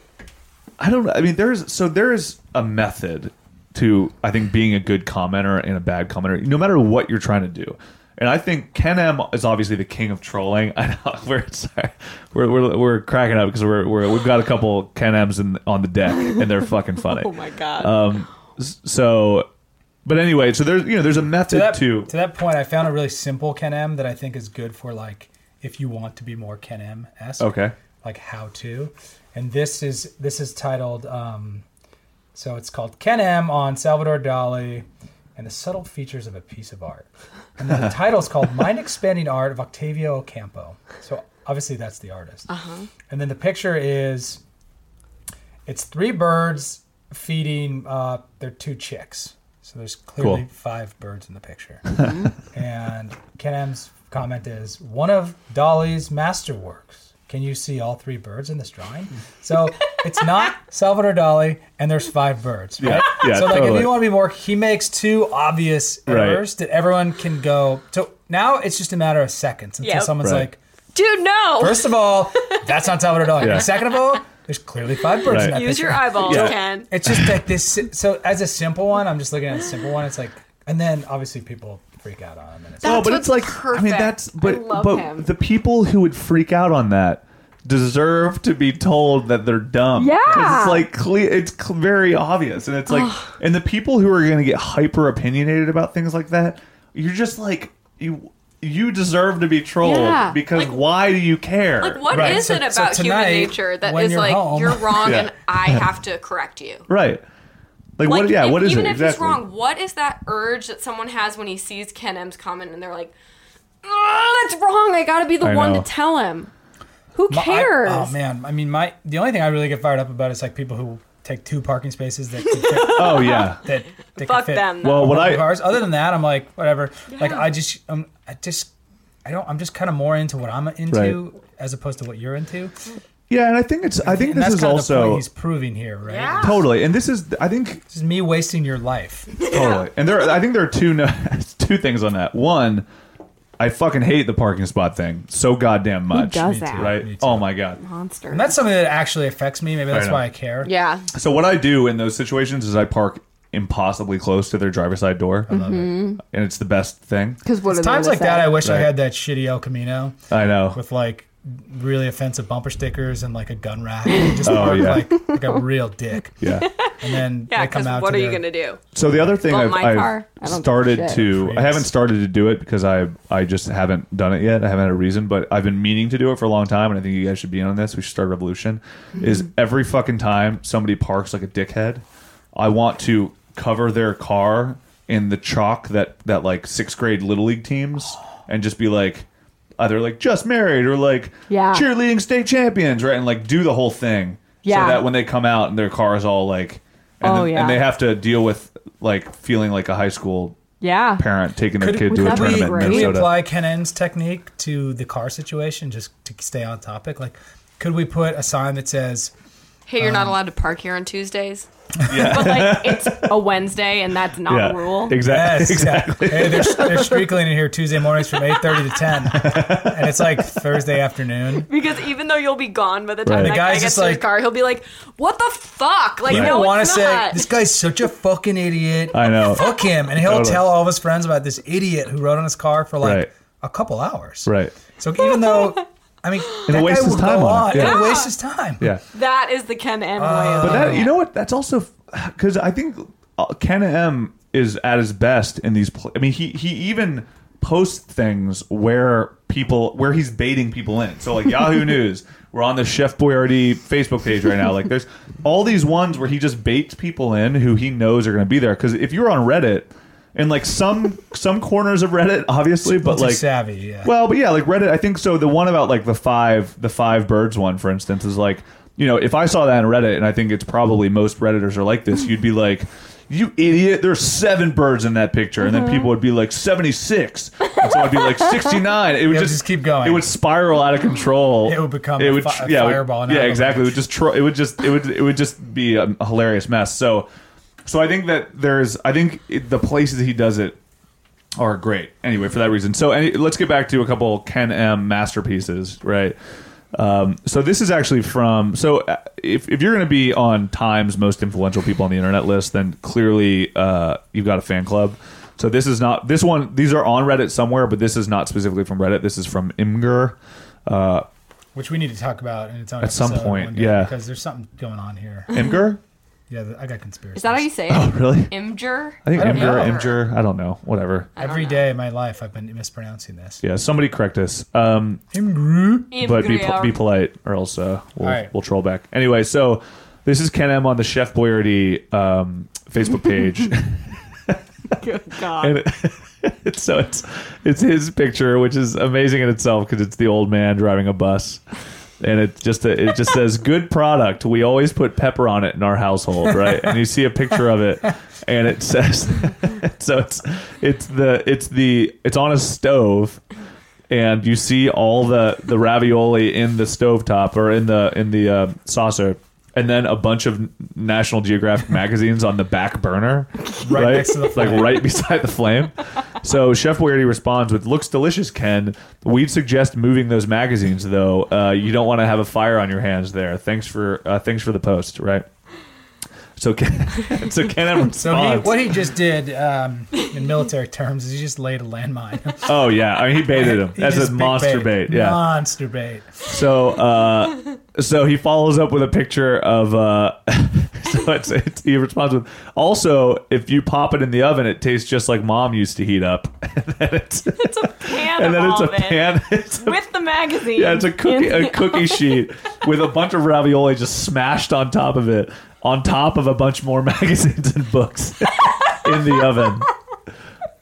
Speaker 4: I don't. I mean, there's so there is a method to I think being a good commenter and a bad commenter, no matter what you're trying to do. And I think Ken M is obviously the king of trolling. *laughs* I know we're sorry, we're, we're, we're cracking up because we're, we're we've got a couple Ken M's in, on the deck and they're fucking funny.
Speaker 6: *laughs* Oh my god.
Speaker 4: Um, s- so, but anyway, so there's you know there's a
Speaker 7: to
Speaker 4: method
Speaker 7: that,
Speaker 4: to,
Speaker 7: to that point, I found a really simple Ken M that I think is good for like if you want to be more Ken M esque.
Speaker 4: Okay.
Speaker 7: Like how to, and this is this is titled. Um, so it's called Ken M on Salvador Dali, and the subtle features of a piece of art. And the title is called Mind Expanding Art of Octavio Ocampo. So obviously that's the artist. And then the picture is it's three birds feeding uh, their two chicks. So there's clearly
Speaker 4: Cool.
Speaker 7: five birds in the picture. and Ken M's comment is one of Dolly's masterworks. Can you see all three birds in this drawing? So it's not Salvador Dali, and there's five birds. Right?
Speaker 4: yeah, yeah
Speaker 7: so like
Speaker 4: totally.
Speaker 7: if you want to be more he makes two obvious
Speaker 4: Right.
Speaker 7: errors that everyone can go so now it's just a matter of seconds until
Speaker 6: Yep.
Speaker 7: someone's
Speaker 4: Right.
Speaker 7: like
Speaker 6: Dude, no.
Speaker 7: first of all that's not Salvador Dali
Speaker 4: Yeah.
Speaker 7: second of all there's clearly five birds
Speaker 4: Right.
Speaker 7: in that
Speaker 6: Use
Speaker 7: picture.
Speaker 6: your
Speaker 4: *laughs*
Speaker 6: eyeballs,
Speaker 4: Yeah.
Speaker 6: Ken.
Speaker 7: it's just like this so as a simple one I'm just looking at a simple one it's like and then obviously people freak out on him and it's
Speaker 4: no, but it's
Speaker 6: what's
Speaker 4: like I mean
Speaker 6: perfect.
Speaker 4: that's but
Speaker 6: I love
Speaker 4: but
Speaker 6: him.
Speaker 4: the people who would freak out on that deserve to be told that they're dumb.
Speaker 5: Yeah.
Speaker 4: 'Cause it's like clear, it's cl- very obvious, and it's like, and the people who are going to get hyper opinionated about things like that, you're just like you. You deserve to be trolled
Speaker 6: Yeah.
Speaker 4: because why do you care?
Speaker 6: Like, what is
Speaker 7: Right, so-
Speaker 6: it
Speaker 7: so
Speaker 6: about
Speaker 7: tonight,
Speaker 6: human nature that
Speaker 7: when
Speaker 6: is
Speaker 7: you're
Speaker 6: like
Speaker 7: home-
Speaker 6: you're wrong
Speaker 4: Yeah.
Speaker 6: and I have to correct you?
Speaker 4: right? Like,
Speaker 6: Like,
Speaker 4: what? Yeah,
Speaker 6: if-
Speaker 4: what is
Speaker 6: even
Speaker 4: it
Speaker 6: if
Speaker 4: exactly?
Speaker 6: he's wrong, what is that urge that someone has when he sees Ken M's comment and they're like, "Ah, "That's wrong. I got to be the
Speaker 4: I
Speaker 6: one
Speaker 4: know.
Speaker 6: to tell him." Who
Speaker 7: My- I-
Speaker 6: cares?
Speaker 7: oh man I mean my the only thing I really get fired up about is like people who take two parking spaces that could fit
Speaker 4: Oh yeah.
Speaker 7: that,
Speaker 6: *laughs*
Speaker 7: that
Speaker 6: Fuck
Speaker 7: could fit
Speaker 6: them. though.
Speaker 4: Well, what
Speaker 7: couple
Speaker 4: I
Speaker 7: cars. Other than that, I'm like whatever. Like I just, um, I just, I don't. I'm just kind of more into what I'm into
Speaker 4: Right.
Speaker 7: as opposed to what you're into.
Speaker 4: Yeah, and I think it's. I think
Speaker 7: And
Speaker 4: this
Speaker 7: that's
Speaker 4: is
Speaker 7: kind of the
Speaker 4: also
Speaker 7: point he's proving here, right?
Speaker 10: Yeah.
Speaker 4: totally. And this is. I think
Speaker 7: This is me wasting your life.
Speaker 4: totally. And there, I think there are two no- *laughs* two things on that. One, I fucking hate the parking spot thing so goddamn much.
Speaker 5: does Me that? too,
Speaker 4: Right?
Speaker 7: me too.
Speaker 4: Oh my god.
Speaker 6: monster.
Speaker 7: And that's something that actually affects me. Maybe that's
Speaker 4: know.
Speaker 7: why I care.
Speaker 6: yeah,
Speaker 4: So what I do in those situations is I park impossibly close to their driver's side door,
Speaker 5: Mm-hmm.
Speaker 4: and it's the best thing.
Speaker 5: Because what are they
Speaker 7: Times
Speaker 5: gonna
Speaker 7: like that,
Speaker 5: say?
Speaker 7: I wish I
Speaker 4: Right.
Speaker 7: had that shitty El Camino
Speaker 4: I know.
Speaker 7: with like really offensive bumper stickers and like a gun rack. And
Speaker 4: *laughs*
Speaker 7: just
Speaker 4: Oh,
Speaker 7: look
Speaker 4: yeah.
Speaker 7: like, like a real dick. *laughs*
Speaker 4: yeah.
Speaker 7: And then
Speaker 6: *laughs* yeah.
Speaker 7: they come
Speaker 6: Because
Speaker 7: out
Speaker 6: what
Speaker 7: to
Speaker 6: are you
Speaker 7: their-
Speaker 6: gonna do?
Speaker 4: So the other thing
Speaker 6: Well,
Speaker 4: I've,
Speaker 6: my
Speaker 4: I've
Speaker 6: car, I don't give a
Speaker 4: started
Speaker 6: shit.
Speaker 4: to, I haven't started to do it because I I just haven't done it yet. I haven't had a reason, but I've been meaning to do it for a long time, and I think you guys should be in on this. We should start a revolution.
Speaker 6: Mm-hmm.
Speaker 4: Is every fucking time somebody parks like a dickhead, I want to cover their car in the chalk that that like sixth grade little league teams, and just be like. Either like just married or like
Speaker 5: Yeah.
Speaker 4: cheerleading state champions, right? And like do the whole thing,
Speaker 5: Yeah.
Speaker 4: so that when they come out and their car is all like, and,
Speaker 5: Oh,
Speaker 4: then-
Speaker 5: yeah.
Speaker 4: and they have to deal with like feeling like a high school *laughs*
Speaker 5: Yeah.
Speaker 4: parent taking their
Speaker 7: Could-
Speaker 4: kid
Speaker 7: would
Speaker 4: to a
Speaker 7: that be
Speaker 4: tournament
Speaker 5: great?
Speaker 4: in
Speaker 7: Can we
Speaker 4: Minnesota.
Speaker 7: apply Ken N's technique to the car situation just to stay on topic? Like, could we put a sign that says,
Speaker 6: Hey, you're
Speaker 7: um,
Speaker 6: not allowed to park here on Tuesdays. but like, it's
Speaker 5: *laughs*
Speaker 6: a Wednesday, and that's not a
Speaker 4: *laughs*
Speaker 6: rule.
Speaker 4: exactly.
Speaker 7: yes, exactly. hey, there's, there's street cleaning here Tuesday mornings from 8.30 to 10. And it's like
Speaker 4: *laughs*
Speaker 7: Thursday afternoon.
Speaker 6: Because even though you'll be gone by the time
Speaker 4: Right.
Speaker 6: that
Speaker 4: The
Speaker 6: guy
Speaker 7: guy's
Speaker 6: gets
Speaker 7: just
Speaker 6: to his
Speaker 7: like-
Speaker 6: car, he'll be like, "What the fuck?" Like,
Speaker 7: I
Speaker 6: no,
Speaker 7: want to
Speaker 6: it's
Speaker 7: say,
Speaker 6: not.
Speaker 7: this guy's such a fucking idiot.
Speaker 4: I know.
Speaker 7: Fuck him. And he'll
Speaker 4: Totally.
Speaker 7: tell all of his friends about this idiot who rode on his car for like
Speaker 4: Right.
Speaker 7: a couple hours.
Speaker 4: Right.
Speaker 7: So even though, I mean, that
Speaker 4: wastes
Speaker 7: guy will
Speaker 4: time
Speaker 7: go
Speaker 4: on it. Yeah.
Speaker 7: and It wastes his time.
Speaker 4: Yeah.
Speaker 6: that is the Ken M way. of
Speaker 7: Uh,
Speaker 4: But that
Speaker 6: doing
Speaker 4: you
Speaker 6: it.
Speaker 4: know what? That's also because I think uh, Ken M is at his best in these. Pl- I mean, he he even posts things where people where he's baiting people in. So like Yahoo News, we're on the Chef Boyardee Facebook page right now. Like there's all these ones where he just baits people in who he knows are going to be there. Because if you're on Reddit. And like some some corners of Reddit, obviously, but
Speaker 7: Too
Speaker 4: like
Speaker 7: savvy, yeah.
Speaker 4: well, but yeah, like Reddit. I think so. The one about like the five, the five birds one, for instance, is like you know if I saw that in Reddit, and I think it's probably most redditors are like this. You'd be like, you idiot! There's seven birds in that picture, and then people would be like seventy six, and so I'd be like sixty nine. It would
Speaker 7: It would
Speaker 4: just,
Speaker 7: just keep going.
Speaker 4: It would spiral out of control.
Speaker 7: It would become a fi- a
Speaker 4: it would-
Speaker 7: fireball and
Speaker 4: Yeah,
Speaker 7: avalanche.
Speaker 4: exactly. It would just tro- it would just it would it would just be a hilarious mess. So, so I think that there's I think it, the places he does it are great. Anyway, for that reason. So any, let's get back to a couple Ken M masterpieces, right? Um, so this is actually from. So uh, if, if you're going to be on Time's most influential people on the internet list, then clearly uh, you've got a fan club. So this is not this one. These are on Reddit somewhere, but this is not specifically from Reddit. This is from Imgur. Uh,
Speaker 7: Which we need to talk about in its own
Speaker 4: At some
Speaker 7: episode
Speaker 4: point,
Speaker 7: one day,
Speaker 4: yeah.
Speaker 7: Because there's something going on here.
Speaker 4: Imgur?
Speaker 7: Yeah, th- I got conspiracy.
Speaker 6: Is that how you say
Speaker 4: *laughs*
Speaker 6: it?
Speaker 4: Oh, really?
Speaker 6: Imgur.
Speaker 4: I think
Speaker 7: I don't
Speaker 4: Imgur,
Speaker 7: know.
Speaker 4: Imgur. I don't know. Whatever.
Speaker 7: Every day of my life, I've been mispronouncing this.
Speaker 4: Yeah, somebody correct us. Um,
Speaker 7: Imgru.
Speaker 4: but be,
Speaker 6: Imgur.
Speaker 4: be polite or else uh, we'll,
Speaker 7: All right.
Speaker 4: we'll troll back. Anyway, so this is Ken M on the Chef Boyardee um, Facebook page.
Speaker 6: God.
Speaker 4: and it, so it's it's his picture, which is amazing in itself because it's the old man driving a bus, and it just uh, it just says "good product." We always put pepper on it in our household, right? and you see a picture of it, and it says, *laughs* so it's it's the it's the it's on a stove. And you see all the, the ravioli in the stovetop or in the in the uh, saucer, and then a bunch of National Geographic magazines on the back burner,
Speaker 7: *laughs* Right next to the
Speaker 4: like right beside the flame. So Chef Weirdy responds with, "Looks delicious, Ken. We'd suggest moving those magazines, though. Uh, you don't want to have a fire on your hands there. Thanks for uh, thanks for the post, right?" So Ken, *laughs* so Ken M responds.
Speaker 7: So he, what he just did um, in military terms is he just laid a landmine. *laughs*
Speaker 4: oh yeah, I mean, he baited him.
Speaker 7: He
Speaker 4: That's
Speaker 7: just
Speaker 4: a
Speaker 7: big
Speaker 4: monster bait. Yeah.
Speaker 7: Monster bait.
Speaker 4: So uh, so he follows up with a picture of. Uh, *laughs* so it's, it's, he responds with, "Also, if you pop it in the oven, it tastes just like Mom used to heat up." *laughs* and then it's, *laughs*
Speaker 6: Pan
Speaker 4: and then
Speaker 6: of
Speaker 4: it's
Speaker 6: all
Speaker 5: Oh,
Speaker 4: a
Speaker 6: of it.
Speaker 4: pan. *laughs* It's a
Speaker 6: with the magazine.
Speaker 4: Yeah, it's a cookie
Speaker 6: *laughs*
Speaker 4: a cookie sheet with a bunch of ravioli just smashed on top of it, on top of a bunch more *laughs* magazines and books *laughs* in the oven.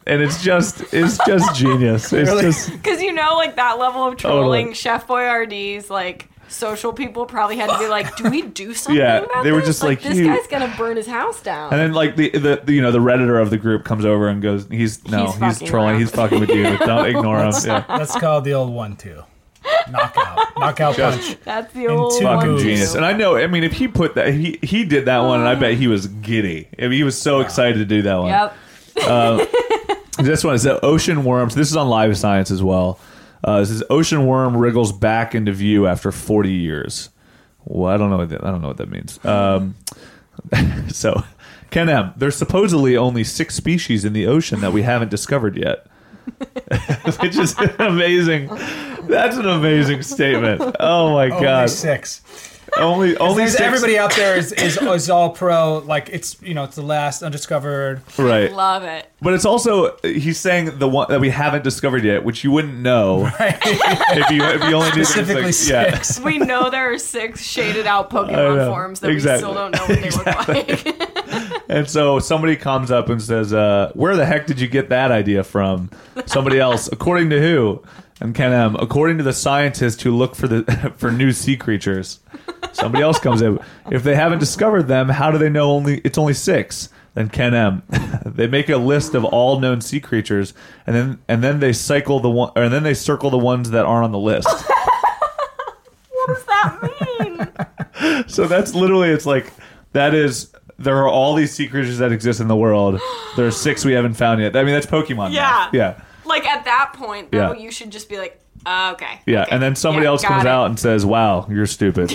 Speaker 4: And it's just it's just genius. It's just
Speaker 6: Because you know, like that level of trolling,
Speaker 4: Totally.
Speaker 6: Chef Boyardee's like social people probably had to be like, "Do we do
Speaker 4: *laughs*
Speaker 6: something?"
Speaker 4: Yeah,
Speaker 6: about
Speaker 4: they were
Speaker 6: this?
Speaker 4: just like,
Speaker 6: "This
Speaker 4: you-
Speaker 6: guy's gonna burn his house
Speaker 4: *laughs*
Speaker 6: down."
Speaker 4: and then like the, the the, you know the redditor of the group comes over and goes he's no
Speaker 6: He's
Speaker 4: he's,
Speaker 6: fucking
Speaker 4: trolling
Speaker 6: around. *laughs*
Speaker 4: he's fucking with you don't ignore him yeah
Speaker 7: That's called the old one-two. knockout, knockout punch.
Speaker 6: That's the old
Speaker 7: two
Speaker 6: one.
Speaker 4: fucking
Speaker 7: moves.
Speaker 4: genius. And I know. I mean, if he put that, he he did that one, and I bet he was giddy. I mean, he was so excited to do that one. Uh,
Speaker 6: Yep.
Speaker 4: *laughs* This one is the ocean worms. This is on Live Science as well. Uh, this is ocean worm wriggles back into view after 40 years. Well, I don't know. What that, I don't know what that means. Um, *laughs* so, Ken M. There's supposedly only six species in the ocean that we haven't discovered yet, *laughs* which is *laughs* an amazing. That's an amazing statement. Oh my
Speaker 7: Only
Speaker 4: god!
Speaker 7: six.
Speaker 4: Only only
Speaker 7: There's
Speaker 4: six.
Speaker 7: everybody out there is, is is all pro. Like it's you know it's the last undiscovered.
Speaker 4: right?
Speaker 6: Love it.
Speaker 4: But it's also he's saying the one that we haven't discovered yet, which you wouldn't know *laughs* if you if you only knew there was,
Speaker 7: Specifically
Speaker 4: like, yeah.
Speaker 7: six.
Speaker 6: *laughs* We know there are six shaded
Speaker 4: *laughs*
Speaker 6: out
Speaker 4: know.
Speaker 6: Pokemon forms that
Speaker 4: Exactly.
Speaker 6: we still don't know what they
Speaker 4: *laughs*
Speaker 6: look like. *laughs*
Speaker 4: And so somebody comes up and says, uh, "Where the heck did you get that idea from?" Somebody else, according to who? And Ken M, according to the scientists who look for the *laughs* for new sea creatures. Somebody else comes in. If they haven't discovered them, how do they know only it's only six? Then Ken M, *laughs* they make a list of all known sea creatures, and then and then they cycle the one, or then they circle the ones that aren't on the list.
Speaker 6: What's that mean?
Speaker 4: So that's literally it's like that is there are all these sea creatures that exist in the world. There are six we haven't found yet. I mean that's Pokemon.
Speaker 6: Yeah.
Speaker 4: math. Yeah.
Speaker 6: Like at that point, though,
Speaker 4: Yeah.
Speaker 6: you should just be like, uh, okay.
Speaker 4: Yeah.
Speaker 6: okay.
Speaker 4: And then somebody
Speaker 6: Yeah,
Speaker 4: else
Speaker 6: got
Speaker 4: comes
Speaker 6: it.
Speaker 4: out and says, Wow, you're
Speaker 6: *laughs*
Speaker 4: stupid.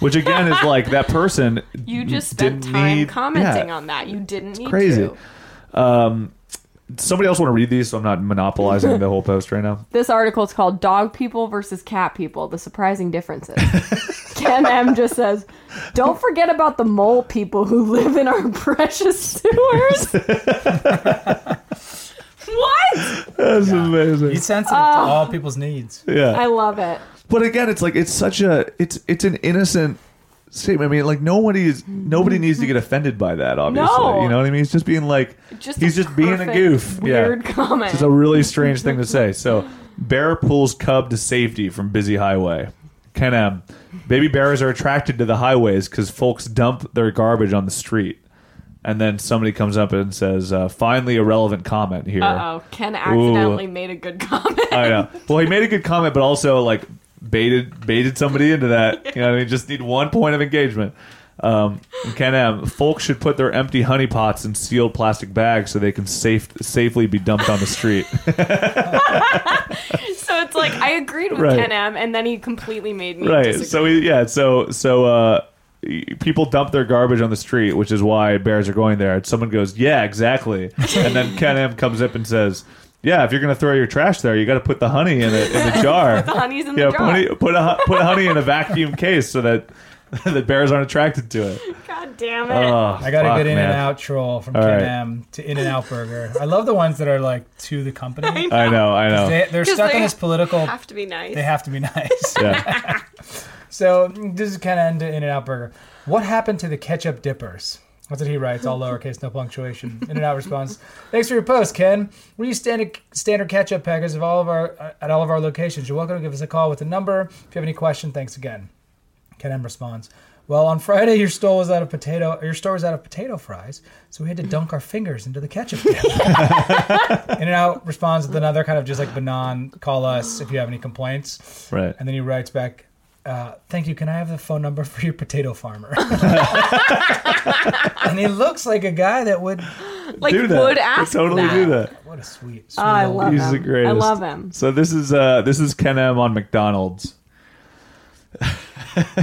Speaker 4: Which again is like that person
Speaker 6: You just spent
Speaker 4: didn't
Speaker 6: time
Speaker 4: need-
Speaker 6: commenting
Speaker 4: yeah.
Speaker 6: on that. You didn't need
Speaker 4: crazy.
Speaker 6: to.
Speaker 4: Um somebody else want to read these so I'm not monopolizing the whole post right
Speaker 6: *laughs*
Speaker 4: now.
Speaker 5: This article is called Dog People versus Cat People The Surprising Differences. *laughs* Ken M just says, Don't forget about the mole people who live in our *laughs* precious
Speaker 4: *laughs*
Speaker 5: sewers.
Speaker 6: What?
Speaker 4: That's
Speaker 7: He's
Speaker 4: amazing.
Speaker 7: sensitive to all people's needs.
Speaker 4: Yeah.
Speaker 5: I love it.
Speaker 4: But again, it's like it's such a it's it's an innocent statement. I mean, like nobody is nobody needs to get offended by that. Obviously,
Speaker 6: Mm-hmm. No.
Speaker 4: you know what I mean. It's just being like
Speaker 6: Just
Speaker 4: he's
Speaker 6: a
Speaker 4: just being a
Speaker 6: perfect,
Speaker 4: goof.
Speaker 6: Weird
Speaker 4: yeah,
Speaker 6: comment.
Speaker 4: it's a really strange thing to say. So, bear pulls cub to safety from busy highway. Ken M. Baby bears are attracted to the highways because folks dump their garbage on the street. And then somebody comes up and says, uh, "Finally, a relevant comment here."
Speaker 6: Uh oh, Ken accidentally made a good comment. *laughs*
Speaker 4: *laughs* I know. Well, he made a good comment, but also like baited baited somebody into that. You know, what I mean, just need one point of engagement. Um, and Ken M. Folks should put their empty honey pots in sealed plastic bags so they can safe safely be dumped on the street.
Speaker 6: so it's like I agreed with
Speaker 4: Right.
Speaker 6: Ken M, and then he completely made me
Speaker 4: right.
Speaker 6: disagree. *laughs*
Speaker 4: So we, yeah. So so uh, y- people dump their garbage on the street, which is why bears are going there. And someone goes, "Yeah, exactly." And then Ken M. comes up and says. Yeah, if you're gonna throw your trash there, you got to put the honey in the, in the jar.
Speaker 6: the honey's in
Speaker 4: yeah,
Speaker 6: the jar.
Speaker 4: Put, honey- put a hu- put honey in a vacuum case so that *laughs* the bears aren't attracted to it.
Speaker 6: God damn it.
Speaker 4: Oh,
Speaker 7: *laughs* I got
Speaker 4: fuck,
Speaker 7: a good In
Speaker 4: man.
Speaker 7: and Out troll from
Speaker 4: All
Speaker 7: Ken
Speaker 4: right.
Speaker 7: M to In and Out Burger. I love the ones that are like to
Speaker 6: *laughs*
Speaker 7: the company.
Speaker 4: I know, I
Speaker 7: *laughs*
Speaker 4: know.
Speaker 7: They, they're
Speaker 6: 'Cause
Speaker 7: stuck
Speaker 6: they
Speaker 7: in this political.
Speaker 6: have to be nice.
Speaker 7: They have to be *laughs* nice.
Speaker 4: yeah.
Speaker 7: So this is kind of end to In and Out Burger. What happened to the ketchup dippers? That's what he writes, all lowercase, no punctuation. In and Out responds, "Thanks for your post, Ken. We use standard standard ketchup packets of all of our uh, at all of our locations. You're welcome to give us a call with the number if you have any question. Thanks again." Ken M responds, "Well, on Friday your store was out of potato. Your store was out of potato fries, so we had to dunk our fingers into the ketchup." dip." In and Out responds with another kind of just like banan. Call us if you have any complaints.
Speaker 4: Right.
Speaker 7: *laughs* And then he writes back, uh, "Thank you. Can I have the phone number for your
Speaker 4: *laughs*
Speaker 7: potato farmer?" and he looks like a guy that would.
Speaker 6: like
Speaker 4: do that.
Speaker 6: would
Speaker 4: They
Speaker 6: ask
Speaker 4: totally
Speaker 6: that.
Speaker 4: do that.
Speaker 7: What a sweet. sweet
Speaker 5: Oh, I
Speaker 7: old-
Speaker 5: love
Speaker 4: He's
Speaker 5: him.
Speaker 4: the greatest.
Speaker 5: I love him.
Speaker 4: So this is uh this is Ken M on McDonald's. *laughs*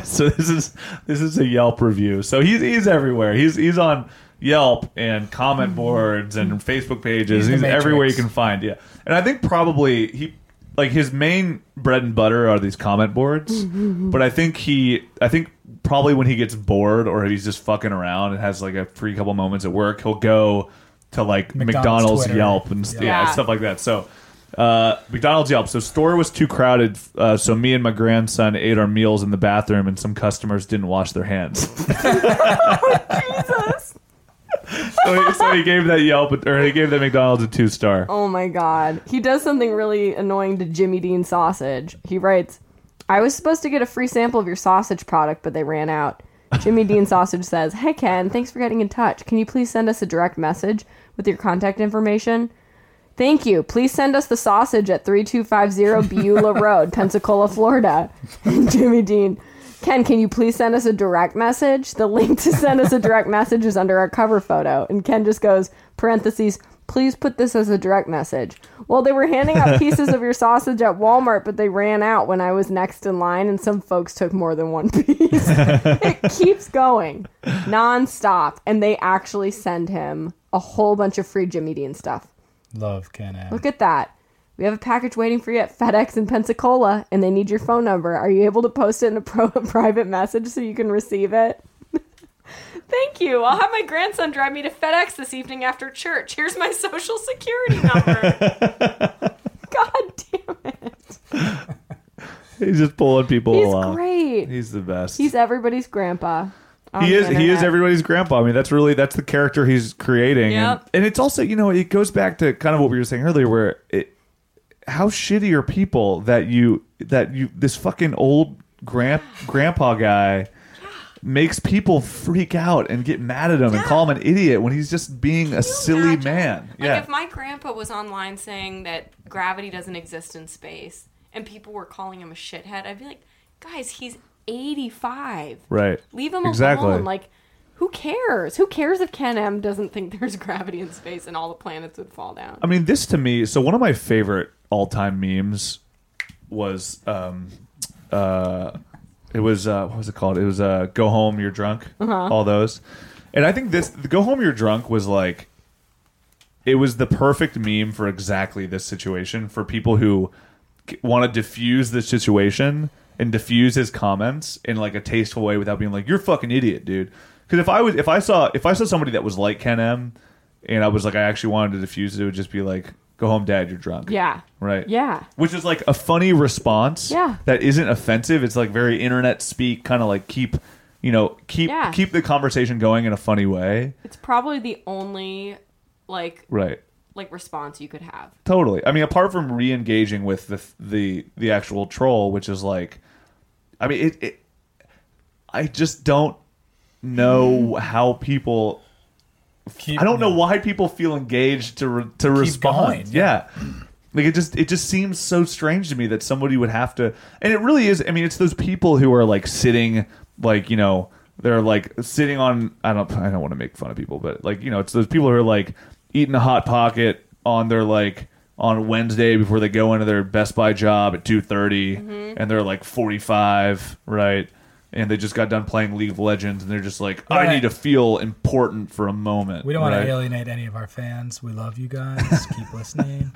Speaker 4: so this is this is a Yelp review. So he's he's everywhere. He's he's on Yelp and
Speaker 5: Mm-hmm.
Speaker 4: comment boards and Facebook pages.
Speaker 7: He's
Speaker 4: He's,
Speaker 7: the
Speaker 4: everywhere you
Speaker 7: Matrix.
Speaker 4: can find. Yeah, and I think probably he like his main bread and butter are these comment boards.
Speaker 5: Mm-hmm.
Speaker 4: but I think he I think probably when he gets bored or he's just fucking around and has like a free couple moments at work, he'll go to like McDonald's,
Speaker 7: McDonald's Twitter.
Speaker 4: Yelp and yeah.
Speaker 6: Yeah.
Speaker 4: stuff like that. So uh, McDonald's Yelp. So store was too crowded, uh, so me and my grandson ate our meals in the bathroom, and some customers didn't wash
Speaker 5: *laughs*
Speaker 4: their hands. *laughs* so, he, so he gave that Yelp or he gave that McDonald's a two star.
Speaker 5: Oh my god. He does something really annoying to Jimmy Dean sausage. He writes, I was supposed to get a free sample of your sausage product, but they ran out. Jimmy
Speaker 4: *laughs*
Speaker 5: Dean Sausage says, Hey Ken, thanks for getting in touch. Can you please send us a direct message with your contact information? Thank you. Please send us the sausage at 3250 Beulah Road, Pensacola, Florida. Jimmy Dean. Ken, can you please send us a direct message? The link to send us a direct message is under our cover photo. And Ken just goes, parentheses, please put this as a direct message. Well, they were handing out pieces of your sausage at Walmart, but they ran out when I was next in line, and some folks took more than one piece. *laughs* it keeps going nonstop. And they actually send him a whole bunch of free Jimmy Dean stuff.
Speaker 7: Love Ken M.
Speaker 5: Look at that. We have a package waiting for you at FedEx in Pensacola, and they need your phone number. Are you able to post it in a pro- *laughs* private message so you can receive it? *laughs*
Speaker 6: Thank you. I'll have my grandson drive me to FedEx this evening after church.
Speaker 5: *laughs*
Speaker 6: Here's my social security number.
Speaker 4: *laughs*
Speaker 5: God damn it.
Speaker 4: He's just pulling people
Speaker 5: He's
Speaker 4: along.
Speaker 5: great.
Speaker 4: He's the best.
Speaker 5: He's everybody's grandpa. on
Speaker 4: he
Speaker 5: the
Speaker 4: is he is
Speaker 5: internet.
Speaker 4: everybody's grandpa. I mean, that's really that's the character he's creating. And,
Speaker 6: Yep.
Speaker 4: and it's also, you know, it goes back to kind of what we were saying earlier where it how shitty are people that you that you this fucking old grand grandpa guy makes people freak out and get mad at him and call him an idiot when he's just being a silly
Speaker 6: imagine?
Speaker 4: man.
Speaker 6: Like
Speaker 4: yeah.
Speaker 6: if my grandpa was online saying that gravity doesn't exist in space and people were calling him a shithead, I'd be like, guys, he's 85.
Speaker 4: right.
Speaker 6: Leave him
Speaker 4: exactly.
Speaker 6: alone. Like, who cares? Who cares if Ken M doesn't think there's gravity in space and all the planets would fall down?
Speaker 4: I mean, this to me. So one of my favorite all-time memes was, um, uh, it was uh, what was it called? It was uh, "Go home, you're drunk."
Speaker 5: Uh-huh.
Speaker 4: All those, and I think this the "Go home, you're drunk" was like, it was the perfect meme for exactly this situation for people who want to diffuse the situation and diffuse his comments in like a tasteful way without being like you're a fucking idiot dude because if i was if i saw if i saw somebody that was like ken m and i was like i actually wanted to diffuse it it would just be like go home dad you're drunk
Speaker 5: Yeah.
Speaker 4: right
Speaker 5: Yeah.
Speaker 4: which is like a funny response
Speaker 5: Yeah.
Speaker 4: that isn't offensive it's like very internet speak kind of like keep you know keep
Speaker 6: Yeah.
Speaker 4: keep the conversation going in a funny way
Speaker 6: It's probably the only like
Speaker 4: right
Speaker 6: like response you could have.
Speaker 4: totally i mean apart from re-engaging with the the the actual troll which is like i mean it, it i just don't know how people
Speaker 7: Keep-
Speaker 4: i don't know why people feel engaged to re, to respond
Speaker 7: going,
Speaker 4: yeah like it just it just seems so strange to me that somebody would have to and it really is i mean it's those people who are like sitting like you know they're like sitting on i don't i don't want to make fun of people but like you know it's those people who are like eating a hot pocket on their like on wednesday before they go into their best buy job at 2.30 and they're like 45 right and they just got done playing league of legends and they're just like i
Speaker 7: Right.
Speaker 4: need to feel important for a moment
Speaker 7: We don't want
Speaker 4: right?
Speaker 7: to alienate any of our fans. We love you guys. Keep listening.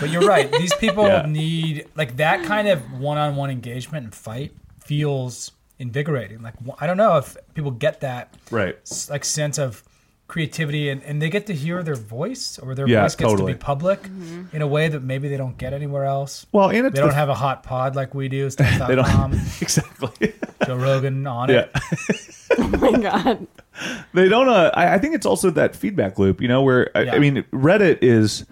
Speaker 7: But you're right. These people
Speaker 4: Yeah.
Speaker 7: need like that kind of one-on-one engagement and fight feels invigorating. Like wh- I don't know if people get that
Speaker 4: right
Speaker 7: s- like sense of creativity and, and they get to hear their voice or their
Speaker 4: Yeah,
Speaker 7: voice gets
Speaker 4: totally.
Speaker 7: to be public in a way that maybe they don't get anywhere else.
Speaker 4: well and it's
Speaker 7: They don't
Speaker 4: the-
Speaker 7: have a hot pod like
Speaker 4: *laughs*
Speaker 7: we do.
Speaker 4: they don't
Speaker 7: Stamps.com,
Speaker 4: exactly *laughs*
Speaker 7: Joe Rogan on
Speaker 4: yeah *laughs*
Speaker 7: it.
Speaker 6: Oh my god.
Speaker 4: they don't uh, I, I think it's also that feedback loop you know where I, I
Speaker 7: Yeah.
Speaker 4: mean reddit is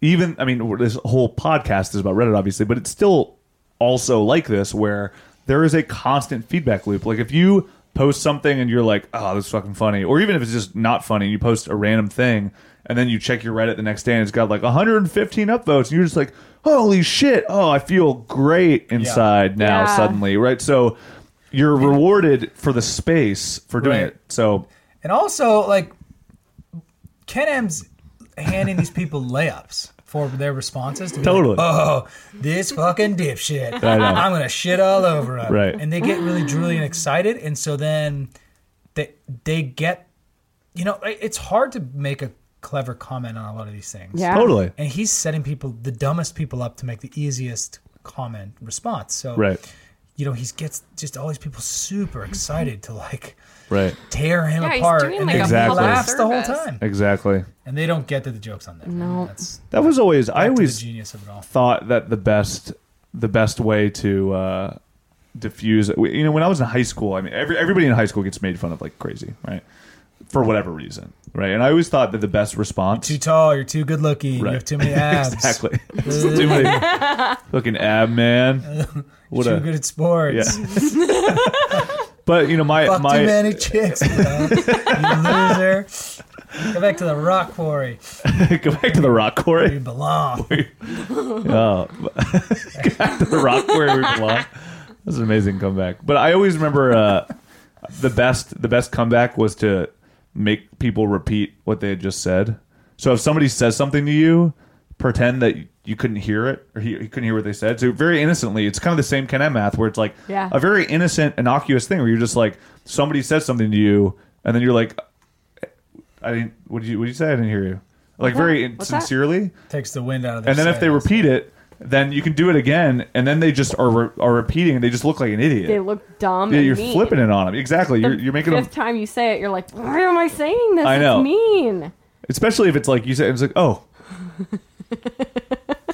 Speaker 4: even i mean this whole podcast is about reddit obviously but it's still also like this where there is a constant feedback loop like if you post something and you're like oh this is fucking funny or even if it's just not funny you post a random thing and then you check your reddit the next day and it's got like 115 upvotes and you're just like holy shit oh i feel great inside now
Speaker 5: Yeah.
Speaker 4: suddenly right so you're rewarded for the space for doing
Speaker 7: Right.
Speaker 4: it so
Speaker 7: And also, like, Ken M's handing these people layups for their responses. To be
Speaker 4: Totally.
Speaker 7: Like, oh, this fucking dipshit.
Speaker 4: I know.
Speaker 7: I'm going to shit all over him.
Speaker 4: Right.
Speaker 7: And they get really drooly and excited. And so then they, they get, you know, it- it's hard to make a clever comment on a lot of these things.
Speaker 5: Yeah.
Speaker 4: Totally.
Speaker 7: And he's setting people, the dumbest people up to make the easiest comment response. So,
Speaker 4: Right.
Speaker 7: you know, he gets just all these people super excited to like,
Speaker 4: Right.
Speaker 7: tear him
Speaker 6: Yeah, he's
Speaker 7: apart
Speaker 6: doing
Speaker 7: and
Speaker 6: like
Speaker 7: then
Speaker 4: a
Speaker 7: he
Speaker 4: public
Speaker 7: laughs the whole
Speaker 6: service.
Speaker 7: time
Speaker 4: Exactly.
Speaker 7: and they don't get that the joke's on them no that's
Speaker 4: That was always I
Speaker 7: back to the
Speaker 4: always
Speaker 7: genius of it all
Speaker 4: thought that the best the best way to uh diffuse you know when I was in high school, I mean every, everybody in high school gets made fun of like crazy, right? For whatever reason, right? And I always thought that the best response *laughs*
Speaker 7: too tall you're too good looking
Speaker 4: Right.
Speaker 7: you have *laughs*
Speaker 4: *laughs*
Speaker 7: too many abs
Speaker 4: Exactly. It's too many fucking ab
Speaker 7: *laughs*
Speaker 4: man. What
Speaker 7: too
Speaker 4: a
Speaker 7: good at sports
Speaker 4: yeah. *laughs* But you know my
Speaker 7: fuck
Speaker 4: my
Speaker 7: too many chicks bro. you loser Go back to the rock quarry.
Speaker 4: *laughs* Go back to the rock quarry.
Speaker 7: You belong.
Speaker 4: *laughs* the rock where we belong. That's an amazing comeback. But I always remember uh, the best the best comeback was to make people repeat what they had just said. So if somebody says something to you, pretend that you couldn't hear it or he, he couldn't hear what they said. So very innocently, it's kind of the same Ken M math where it's like
Speaker 5: Yeah.
Speaker 4: a very innocent, innocuous thing where you're just like somebody says something to you and then you're like, I didn't. What did you? What did you say? I didn't hear you. Like very
Speaker 5: What's that?
Speaker 4: sincerely
Speaker 7: Takes the wind out of their
Speaker 4: and then if they
Speaker 7: sails.
Speaker 4: repeat it then you can do it again and then they just are re- are repeating and they just look like an idiot
Speaker 5: They look dumb.
Speaker 4: yeah,
Speaker 5: and
Speaker 4: you're
Speaker 5: mean.
Speaker 4: flipping it on them exactly you're,
Speaker 5: *laughs*
Speaker 4: you're making them
Speaker 5: Fifth time you say it, you're like, why am I saying this?
Speaker 4: I know.
Speaker 5: It's mean.
Speaker 4: especially if it's like you said it's like oh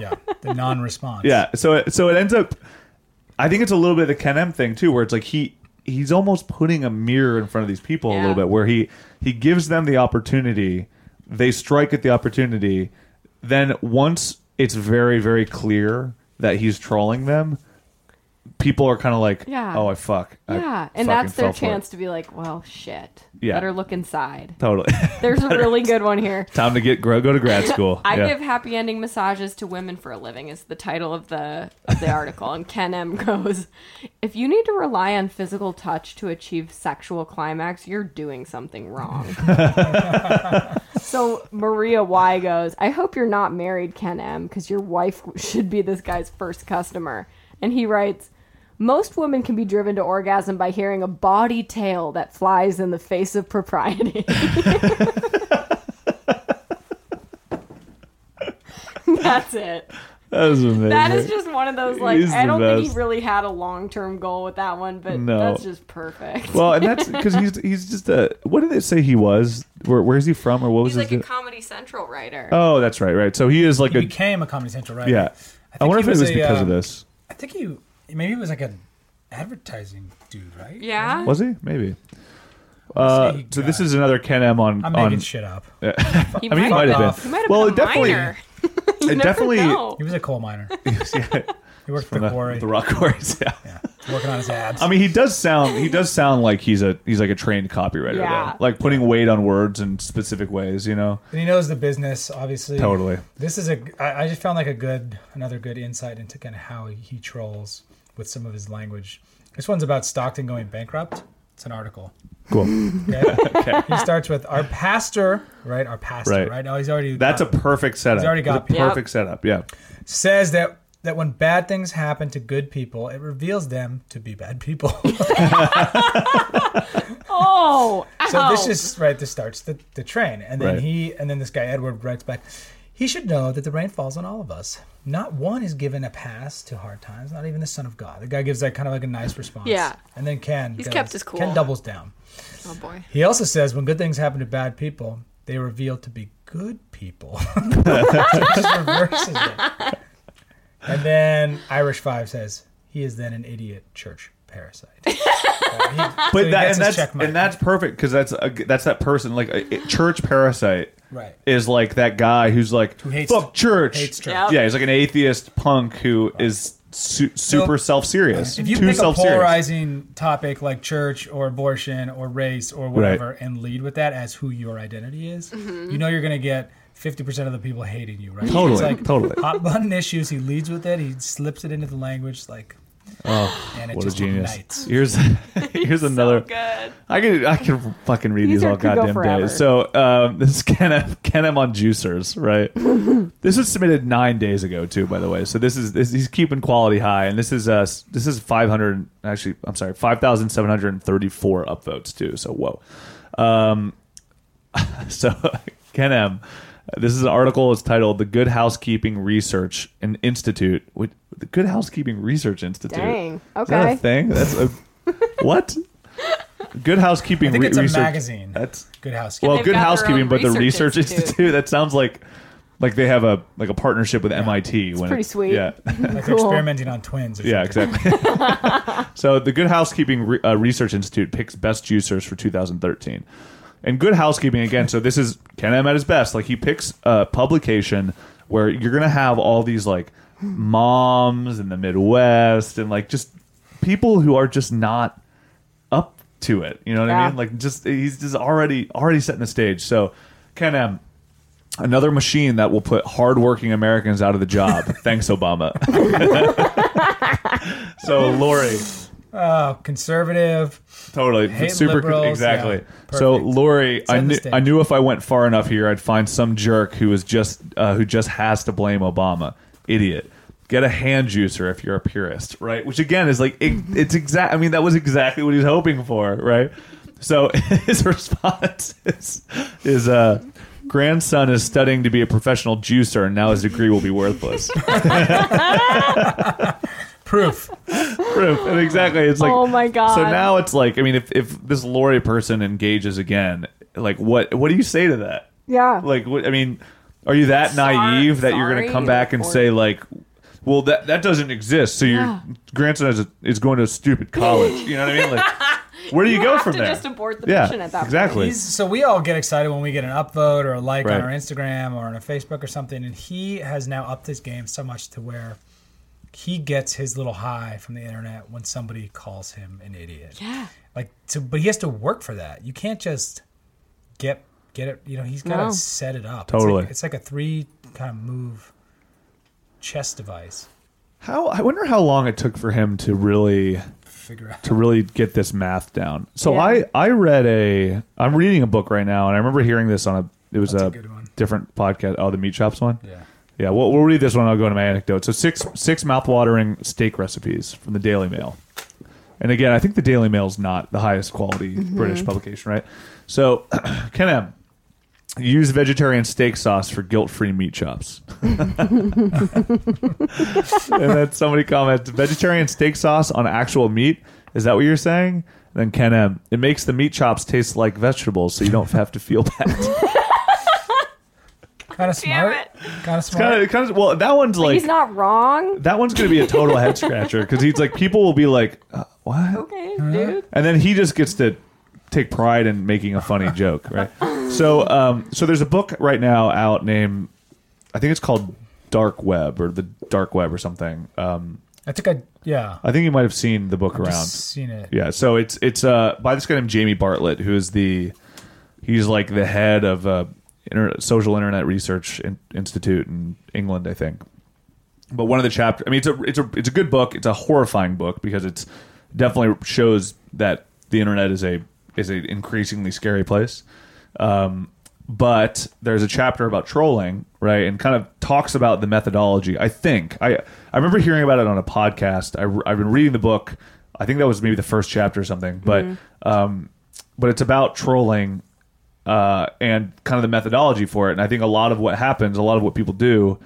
Speaker 7: yeah, the non-response.
Speaker 4: yeah so it, so it ends up i think it's a little bit of the ken m thing too where it's like he he's almost putting a mirror in front of these people a
Speaker 6: Yeah.
Speaker 4: little bit where he he gives them the opportunity they strike at the opportunity then once it's very very clear that he's trolling them people are kind of like
Speaker 6: Yeah.
Speaker 4: oh i fuck I
Speaker 6: Yeah,
Speaker 4: fucking
Speaker 6: and that's
Speaker 4: fell
Speaker 6: their
Speaker 4: for it."
Speaker 6: chance to be like, well, shit.
Speaker 4: Yeah.
Speaker 6: Better look inside.
Speaker 4: Totally.
Speaker 6: There's a really good one here.
Speaker 4: *laughs* Time to get gro- go to
Speaker 6: *laughs*
Speaker 4: grad
Speaker 5: *laughs*
Speaker 4: school.
Speaker 6: I
Speaker 4: Yeah.
Speaker 6: give happy ending massages to women for a living is the title of the of the article and Ken M goes, if you need to rely on physical touch to achieve sexual climax, you're doing something wrong.
Speaker 5: So Maria Y goes, I hope you're not married, Ken M, because your wife should be this guy's first customer. And he writes, most women can be driven to orgasm by hearing a bawdy tale that flies in the face of propriety. *laughs*
Speaker 6: That's it.
Speaker 4: That is amazing.
Speaker 6: That is just one of those like
Speaker 4: He's
Speaker 6: I
Speaker 4: the
Speaker 6: don't think he
Speaker 4: best.
Speaker 6: really had a long term goal with that one, but
Speaker 4: No.
Speaker 6: that's just perfect.
Speaker 5: *laughs*
Speaker 4: well, and that's because he's he's just a. What did it say he was? Where where's he from? Or what was
Speaker 6: He's like
Speaker 4: his?
Speaker 6: a Comedy Central writer.
Speaker 4: oh, that's right, right. So he is like
Speaker 7: He
Speaker 4: a.
Speaker 7: became a Comedy Central writer.
Speaker 4: yeah. I, wonder if
Speaker 7: he
Speaker 4: it was
Speaker 7: a,
Speaker 4: because of
Speaker 7: um,
Speaker 4: this.
Speaker 7: I think he maybe he was like an advertising dude, right?
Speaker 6: yeah.
Speaker 4: Was he? Maybe. Uh,
Speaker 7: he
Speaker 4: so this
Speaker 7: got-
Speaker 4: is another Ken M on.
Speaker 7: I'm
Speaker 4: on
Speaker 7: making shit up.
Speaker 6: He
Speaker 4: I mean, he
Speaker 6: might
Speaker 4: might
Speaker 7: Fuck
Speaker 4: have
Speaker 7: off.
Speaker 4: been.
Speaker 6: He might have
Speaker 4: well,
Speaker 6: been a
Speaker 4: it definitely. *laughs*
Speaker 6: miner.
Speaker 4: It
Speaker 6: Never
Speaker 4: definitely.
Speaker 6: know.
Speaker 7: He was a
Speaker 4: *laughs*
Speaker 7: coal miner.
Speaker 4: yeah,
Speaker 7: He worked for
Speaker 4: the,
Speaker 7: the quarry,
Speaker 4: the rock quarries. Yeah.
Speaker 7: working on his abs.
Speaker 4: I mean, he does sound he does sound like he's a he's like a trained copywriter.
Speaker 6: Yeah.
Speaker 4: though. Like putting weight on words in specific ways. You know.
Speaker 7: and he knows the business, obviously.
Speaker 4: Totally.
Speaker 7: This is a. I, I just found like a good, another good insight into kind of how he trolls with some of his language. This one's about Stockton going bankrupt. It's an article.
Speaker 4: Cool.
Speaker 6: *laughs*
Speaker 7: Okay.
Speaker 4: *laughs*
Speaker 7: He starts with our pastor, right? Our pastor,
Speaker 4: Right.
Speaker 7: right? Oh, he's already.
Speaker 4: That's a perfect setup.
Speaker 7: He's already
Speaker 4: That's
Speaker 7: got
Speaker 4: a
Speaker 7: people.
Speaker 4: perfect setup. Yeah,
Speaker 7: says that that when bad things happen to good people, it reveals them to be bad people. *laughs*
Speaker 6: Oh,
Speaker 7: so this
Speaker 6: ow.
Speaker 7: is right. This starts the, the train, and then
Speaker 4: Right.
Speaker 7: he and then this guy Edward writes back. He should know that the rain falls on all of us. Not one is given a pass to hard times. Not even the son of God. The guy gives that kind of like a nice response.
Speaker 6: Yeah.
Speaker 7: And then Ken.
Speaker 6: He's
Speaker 7: goes-
Speaker 6: kept his cool.
Speaker 7: Ken doubles down.
Speaker 6: oh boy.
Speaker 7: He also says when good things happen to bad people, they reveal to be good people. *laughs* Just reverses it. And then Irish Five says he is then an idiot church parasite. Uh, he- so *laughs*
Speaker 4: but that
Speaker 7: he gets
Speaker 4: and
Speaker 7: his
Speaker 4: that's
Speaker 7: check mark.
Speaker 4: and that's perfect because that's a, that's that person like a, a church parasite
Speaker 7: right.
Speaker 4: is like that guy who's like
Speaker 7: hates-
Speaker 4: fuck church.
Speaker 7: hates church.
Speaker 6: Yep.
Speaker 4: Yeah, he's like an atheist punk who is su- super self serious.
Speaker 7: If you
Speaker 4: Too
Speaker 7: pick a
Speaker 4: self serious.
Speaker 7: polarizing topic like church or abortion or race or whatever, and lead with that as who your identity is, you know you're going to get. 50% of the people hating you, right?
Speaker 4: Totally,
Speaker 7: It's like
Speaker 4: totally.
Speaker 7: Hot button issues. He leads with it. He slips it into the language. Like, and it
Speaker 4: Oh, What a
Speaker 7: just
Speaker 4: genius!
Speaker 7: ignites.
Speaker 4: Here's
Speaker 7: *laughs*
Speaker 4: *laughs* here's another.
Speaker 6: Good.
Speaker 4: I could I could fucking read these,
Speaker 5: These are-
Speaker 4: all
Speaker 5: could go
Speaker 4: goddamn
Speaker 5: forever.
Speaker 4: days. So um, *laughs* this is Kenem Kenem on juicers,
Speaker 5: *laughs*
Speaker 4: right? this was submitted nine days ago too, by the way. So this is this, he's keeping quality high, and this is uh s- this is five hundred actually I'm sorry five thousand seven hundred and thirty four upvotes too. So whoa. Um, *laughs* so Ken M. This is an article. It's titled "The Good Housekeeping Research and Institute." Which, the Good Housekeeping Research Institute.
Speaker 5: Dang.
Speaker 4: Is that a
Speaker 5: Okay.
Speaker 4: thing? That's a what? Good housekeeping.
Speaker 7: I think
Speaker 4: re-
Speaker 7: it's a
Speaker 4: research.
Speaker 7: magazine.
Speaker 4: That's
Speaker 7: Good housekeeping.
Speaker 4: well,
Speaker 6: they've
Speaker 4: good
Speaker 6: got their
Speaker 4: housekeeping,
Speaker 6: own
Speaker 4: but the
Speaker 6: research
Speaker 4: research institute.
Speaker 6: institute.
Speaker 4: That sounds like like they have a like a partnership with MIT. when
Speaker 5: pretty
Speaker 4: it-
Speaker 5: sweet.
Speaker 4: Yeah,
Speaker 7: like they're
Speaker 5: cool.
Speaker 7: experimenting on twins. Or
Speaker 4: yeah,
Speaker 7: something.
Speaker 4: exactly. so the Good Housekeeping Re- uh, Research Institute picks best juicers for 2013. And Good Housekeeping again. So this is Ken M at his best. Like he picks a publication where you're gonna have all these like moms in the Midwest and like just people who are just not up to it. You know what I
Speaker 5: Yeah.
Speaker 4: mean? Like just he's just already already setting the stage. So Ken M. Another machine that will put hardworking Americans out of the job. Thanks, Obama. *laughs* so, Lori,
Speaker 7: Oh, conservative.
Speaker 4: totally,
Speaker 7: Hate
Speaker 4: super
Speaker 7: liberals,
Speaker 4: exactly.
Speaker 7: yeah, perfect.
Speaker 4: so, Lori, I
Speaker 7: the
Speaker 4: knew,
Speaker 7: stage.
Speaker 4: I knew if I went far enough here, I'd find some jerk who is just uh, who just has to blame Obama. Idiot. Get a hand juicer if you're a purist, right? Which again is like it, it's exact. I mean, that was exactly what he's hoping for, right? So *laughs* his response is, is uh, grandson is studying to be a professional juicer, and now his degree will be worthless.
Speaker 7: Proof.
Speaker 4: proof. And exactly. It's like
Speaker 5: Oh my God.
Speaker 4: So now it's like I mean, if if this Lori person engages again, like what what do you say to that?
Speaker 5: Yeah.
Speaker 4: Like what I mean, are you that
Speaker 6: Sorry-
Speaker 4: naive that you're going to
Speaker 6: sorry,
Speaker 4: come back and
Speaker 6: or-
Speaker 4: say like, well that that doesn't exist. So
Speaker 6: Yeah.
Speaker 4: your grandson is, is going to a stupid college. You know what I mean?
Speaker 6: *laughs*
Speaker 4: Like where do you, go
Speaker 6: have
Speaker 4: from
Speaker 6: to
Speaker 4: there?
Speaker 6: just abort the
Speaker 4: yeah,
Speaker 6: mission at that point.
Speaker 4: exactly.
Speaker 7: He's, so we all get excited when we get an upvote or a like
Speaker 4: Right.
Speaker 7: on our Instagram or on our Facebook or something. And he has now upped his game so much to where he gets his little high from the internet when somebody calls him an idiot.
Speaker 6: Yeah.
Speaker 7: Like, to, but he has to work for that. You can't just get get it. You know, he's got to
Speaker 5: No.
Speaker 7: set it up.
Speaker 4: Totally.
Speaker 7: It's like, it's like a three kind of move chess device.
Speaker 4: How I wonder how long it took for him to really
Speaker 7: Figure out.
Speaker 4: to really get this math down. So
Speaker 5: Yeah.
Speaker 4: I I read a I'm reading a book right now, and I remember hearing this on a it was
Speaker 7: That's
Speaker 4: a,
Speaker 7: a good one.
Speaker 4: different podcast. Oh, the meat shops one.
Speaker 7: Yeah.
Speaker 4: Yeah, we'll, we'll read this one. I'll go into my anecdote. So six six mouthwatering steak recipes from the Daily Mail, and again, I think the Daily Mail's not the highest quality British publication, right? So, *clears throat* Ken M, use vegetarian steak sauce for guilt-free meat chops. *laughs* and then somebody comments, vegetarian steak sauce on actual meat. Is that what you're saying? Then Ken M, it makes the meat chops taste like vegetables, so you don't have to feel bad.
Speaker 7: Kind of smart. Kind of smart.
Speaker 4: kind of, kind of, well, that one's like
Speaker 5: He's not wrong.
Speaker 4: that one's gonna be a total head scratcher because he's like people will be like uh, what
Speaker 5: Okay, dude.
Speaker 4: and then he just gets to take pride in making a funny joke right so um so there's a book right now out named i think it's called dark web or the dark web or something um
Speaker 7: I think I, yeah.
Speaker 4: i think you might have seen the book around
Speaker 7: Seen it.
Speaker 4: yeah, so it's it's uh by this guy named Jamie Bartlett, who is the he's like the head of a inter- social internet research in- institute in England, I think. But one of the chapters, I mean, it's a it's a it's a good book. It's a horrifying book because it's definitely shows that the internet is a is an increasingly scary place. Um, but there's a chapter about trolling, right, and kind of talks about the methodology. I think I I remember hearing about it on a podcast. I, have been reading the book. I think that was maybe the first chapter or something, but um, but it's about trolling uh, and kind of the methodology for it. And I think a lot of what happens, a lot of what people do,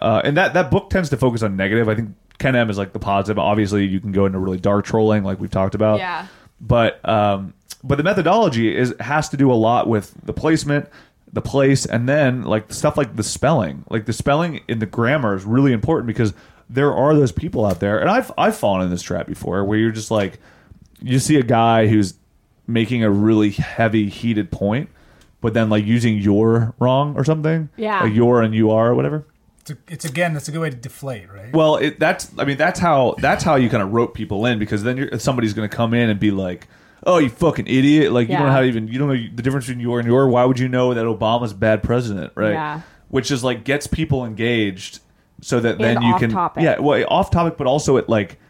Speaker 4: uh, and that that book tends to focus on negative. I think Ken M is like the positive. Obviously, you can go into really dark trolling, like we've talked about.
Speaker 6: Yeah.
Speaker 4: But um, but the methodology is has to do a lot with the placement, the place, and then like stuff like the spelling. Like the spelling and the grammar is really important because there are those people out there, and I've I've fallen in this trap before where you're just like you see a guy who's making a really heavy heated point, but then like using your wrong or something.
Speaker 6: Yeah.
Speaker 4: Like your and you are or whatever.
Speaker 7: It's, a, it's again, that's a good way to deflate, right?
Speaker 4: Well, it, that's I mean that's how that's how you kind of rope people in because then you're, somebody's going to come in and be like, "Oh, you fucking idiot! Like you don't know
Speaker 6: Yeah.
Speaker 4: how to even you don't know the difference between your and your. Why would you know that Obama's a bad president?" Right?
Speaker 6: Yeah.
Speaker 4: Which is like gets people engaged so that then
Speaker 5: And
Speaker 4: you
Speaker 5: off
Speaker 4: can
Speaker 5: topic.
Speaker 4: yeah well off topic, but also it like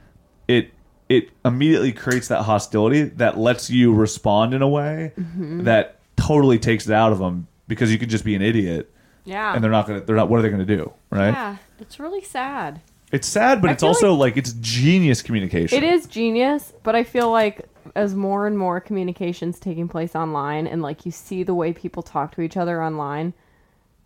Speaker 4: it it immediately creates that hostility that lets you respond in a way
Speaker 6: Mm-hmm.
Speaker 4: that totally takes it out of them because you can just be an idiot
Speaker 6: Yeah.
Speaker 4: and they're not gonna they're not what are they gonna do right
Speaker 6: yeah. It's really sad.
Speaker 4: it's sad, but
Speaker 6: I
Speaker 4: it's
Speaker 6: feel
Speaker 4: also like, it's genius communication.
Speaker 5: It is genius, but I feel like as more and more communications taking place online and like you see the way people talk to each other online,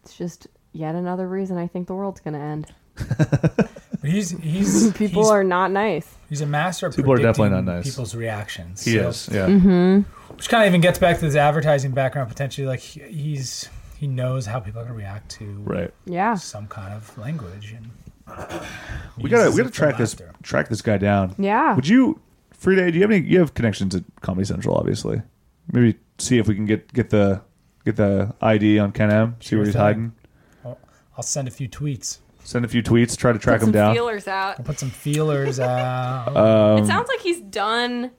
Speaker 5: it's just yet another reason I think the world's going to end.
Speaker 7: But he's he's
Speaker 5: *laughs* People
Speaker 7: he's,
Speaker 5: are not nice.
Speaker 7: he's a master of
Speaker 4: People are definitely
Speaker 7: predicting
Speaker 4: not nice.
Speaker 7: People's reactions.
Speaker 4: He
Speaker 7: So-
Speaker 4: is. Yeah.
Speaker 7: which kind of even gets back to his advertising background potentially. Like he- he's he knows how people are gonna react to
Speaker 4: Right.
Speaker 5: Yeah.
Speaker 7: some kind of language, and
Speaker 4: We gotta we
Speaker 7: uses
Speaker 4: gotta
Speaker 7: it for
Speaker 4: track this
Speaker 7: laughter.
Speaker 4: track this guy down.
Speaker 5: Yeah.
Speaker 4: Would you, Frida? Do you have any? You have connections at Comedy Central, obviously. Maybe see if we can get get the get the ID on Ken M. See where he's
Speaker 7: thing.
Speaker 4: hiding.
Speaker 7: I'll, I'll send a few tweets.
Speaker 4: Send a few tweets. Try to track
Speaker 6: Some
Speaker 4: him down. Um,
Speaker 6: feelers out.
Speaker 7: I'll put some feelers uh, out.
Speaker 6: it sounds like he's done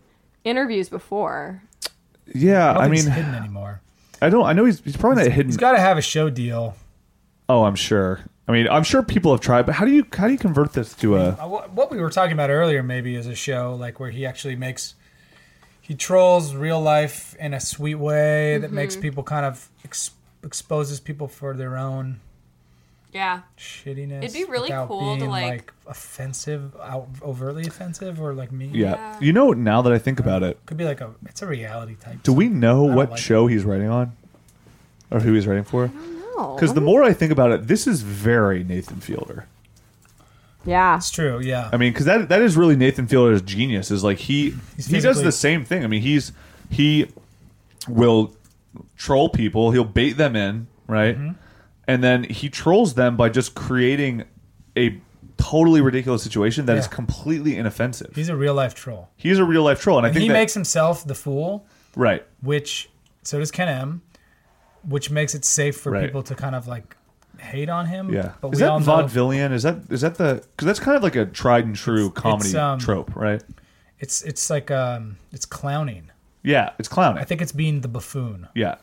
Speaker 6: interviews before.
Speaker 4: yeah.
Speaker 7: I don't
Speaker 4: I
Speaker 7: think it's
Speaker 4: mean,
Speaker 7: hidden anymore.
Speaker 4: I I don't. I know he's he's probably not hidden.
Speaker 7: He's got to have a show deal.
Speaker 4: oh, I'm sure. I mean, I'm sure people have tried, but how do you how do you convert this to
Speaker 7: Uh,
Speaker 4: a?
Speaker 7: wh- What we were talking about earlier, maybe, is a show like where he actually makes he trolls real life in a sweet way that
Speaker 6: Mm-hmm.
Speaker 7: makes people kind of ex- exposes people for their own
Speaker 6: Yeah.
Speaker 7: shittiness.
Speaker 6: It'd be really
Speaker 7: without
Speaker 6: cool to,
Speaker 7: being,
Speaker 6: like-
Speaker 7: offensive, out, overtly offensive, or like me.
Speaker 4: Yeah.
Speaker 6: Yeah.
Speaker 4: You know, now that I think about it,
Speaker 7: could be like a it's a reality type.
Speaker 4: do we know what
Speaker 7: like
Speaker 4: show he's writing on, or who he's writing for?
Speaker 6: Oh,
Speaker 4: Because the more I think about it, this is very Nathan Fielder.
Speaker 5: Yeah.
Speaker 7: It's true. Yeah,
Speaker 4: I mean, because that that is really Nathan Fielder's genius. Is like he
Speaker 7: He's
Speaker 4: he does
Speaker 7: physically-
Speaker 4: the same thing. I mean, he's he will troll people. He'll bait them in, right?
Speaker 7: Mm-hmm.
Speaker 4: And then he trolls them by just creating a totally ridiculous situation that is
Speaker 7: Yeah.
Speaker 4: completely inoffensive. He's,
Speaker 7: he's a real life troll.
Speaker 4: a real life troll, and I think
Speaker 7: He
Speaker 4: that,
Speaker 7: makes himself the fool,
Speaker 4: right.
Speaker 7: which so does Ken M, which makes it safe for
Speaker 4: Right.
Speaker 7: people to kind of like hate on him.
Speaker 4: Yeah,
Speaker 7: Hmm. but
Speaker 4: is
Speaker 7: we all
Speaker 4: that
Speaker 7: know
Speaker 4: vaudevillian? Is that is that the because that's kind of like a tried and true comedy
Speaker 7: it's, um,
Speaker 4: trope, right?
Speaker 7: it's it's like um it's clowning.
Speaker 4: Yeah, it's clowning.
Speaker 7: I think it's being the buffoon.
Speaker 4: yeah,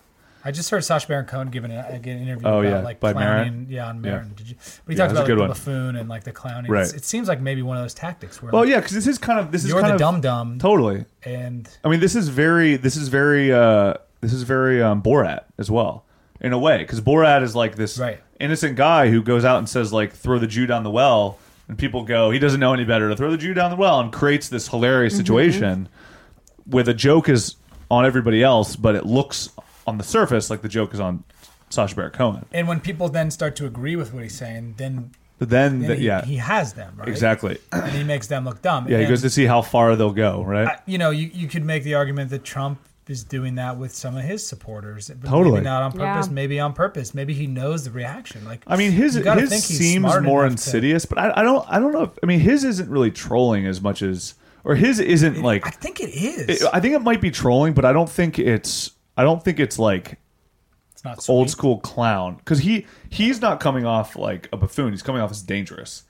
Speaker 7: I just heard Sacha Baron Cohen giving an, uh, get an interview
Speaker 4: Oh,
Speaker 7: about
Speaker 4: yeah,
Speaker 7: like
Speaker 4: by Marin?
Speaker 7: clowning. Yeah, on
Speaker 4: Yeah.
Speaker 7: Marin. Did you? But he
Speaker 4: Yeah, that's a
Speaker 7: talked about
Speaker 4: good
Speaker 7: like, the
Speaker 4: one.
Speaker 7: buffoon and like the clowning.
Speaker 4: Right.
Speaker 7: It's- It seems like maybe one of those tactics where
Speaker 4: well,
Speaker 7: like,
Speaker 4: yeah, because this is kind of this is
Speaker 7: you're
Speaker 4: kind
Speaker 7: the
Speaker 4: of
Speaker 7: dum dum
Speaker 4: totally.
Speaker 7: and
Speaker 4: I mean, this is very, this is very, uh, this is very um, Borat as well, in a way, because Borat is like this
Speaker 7: Right.
Speaker 4: innocent guy who goes out and says like, "Throw the Jew down the well," and people go, "He doesn't know any better to throw the Jew down the well," and creates this hilarious situation where the joke is on everybody else, but it looks on the surface like the joke is on Sacha Baron Cohen.
Speaker 7: and when people then start to agree with what he's saying, then,
Speaker 4: But then,
Speaker 7: then
Speaker 4: the-
Speaker 7: he,
Speaker 4: yeah,
Speaker 7: he has them right *clears throat*
Speaker 4: exactly, yeah,
Speaker 7: and he makes them look dumb.
Speaker 4: he
Speaker 7: And,
Speaker 4: goes to see how far they'll go, right?
Speaker 7: I- you know, you, you could make the argument that Trump is doing that with some of his supporters. But
Speaker 4: Totally.
Speaker 7: Maybe not on purpose.
Speaker 6: Yeah.
Speaker 7: Maybe on purpose. Maybe he knows the reaction. Like
Speaker 4: I mean, his
Speaker 7: you gotta
Speaker 4: his
Speaker 7: think he's
Speaker 4: seems
Speaker 7: smart
Speaker 4: more
Speaker 7: enough to-
Speaker 4: insidious, but I, I don't I don't know. If, I mean, his isn't really trolling as much as, or his isn't like.
Speaker 7: I think it is.
Speaker 4: I think it uh, might be trolling, but I don't think it's I don't think it's like
Speaker 7: it's not sweet.
Speaker 4: old school clown because he he's not coming off like a buffoon. He's coming off as dangerous,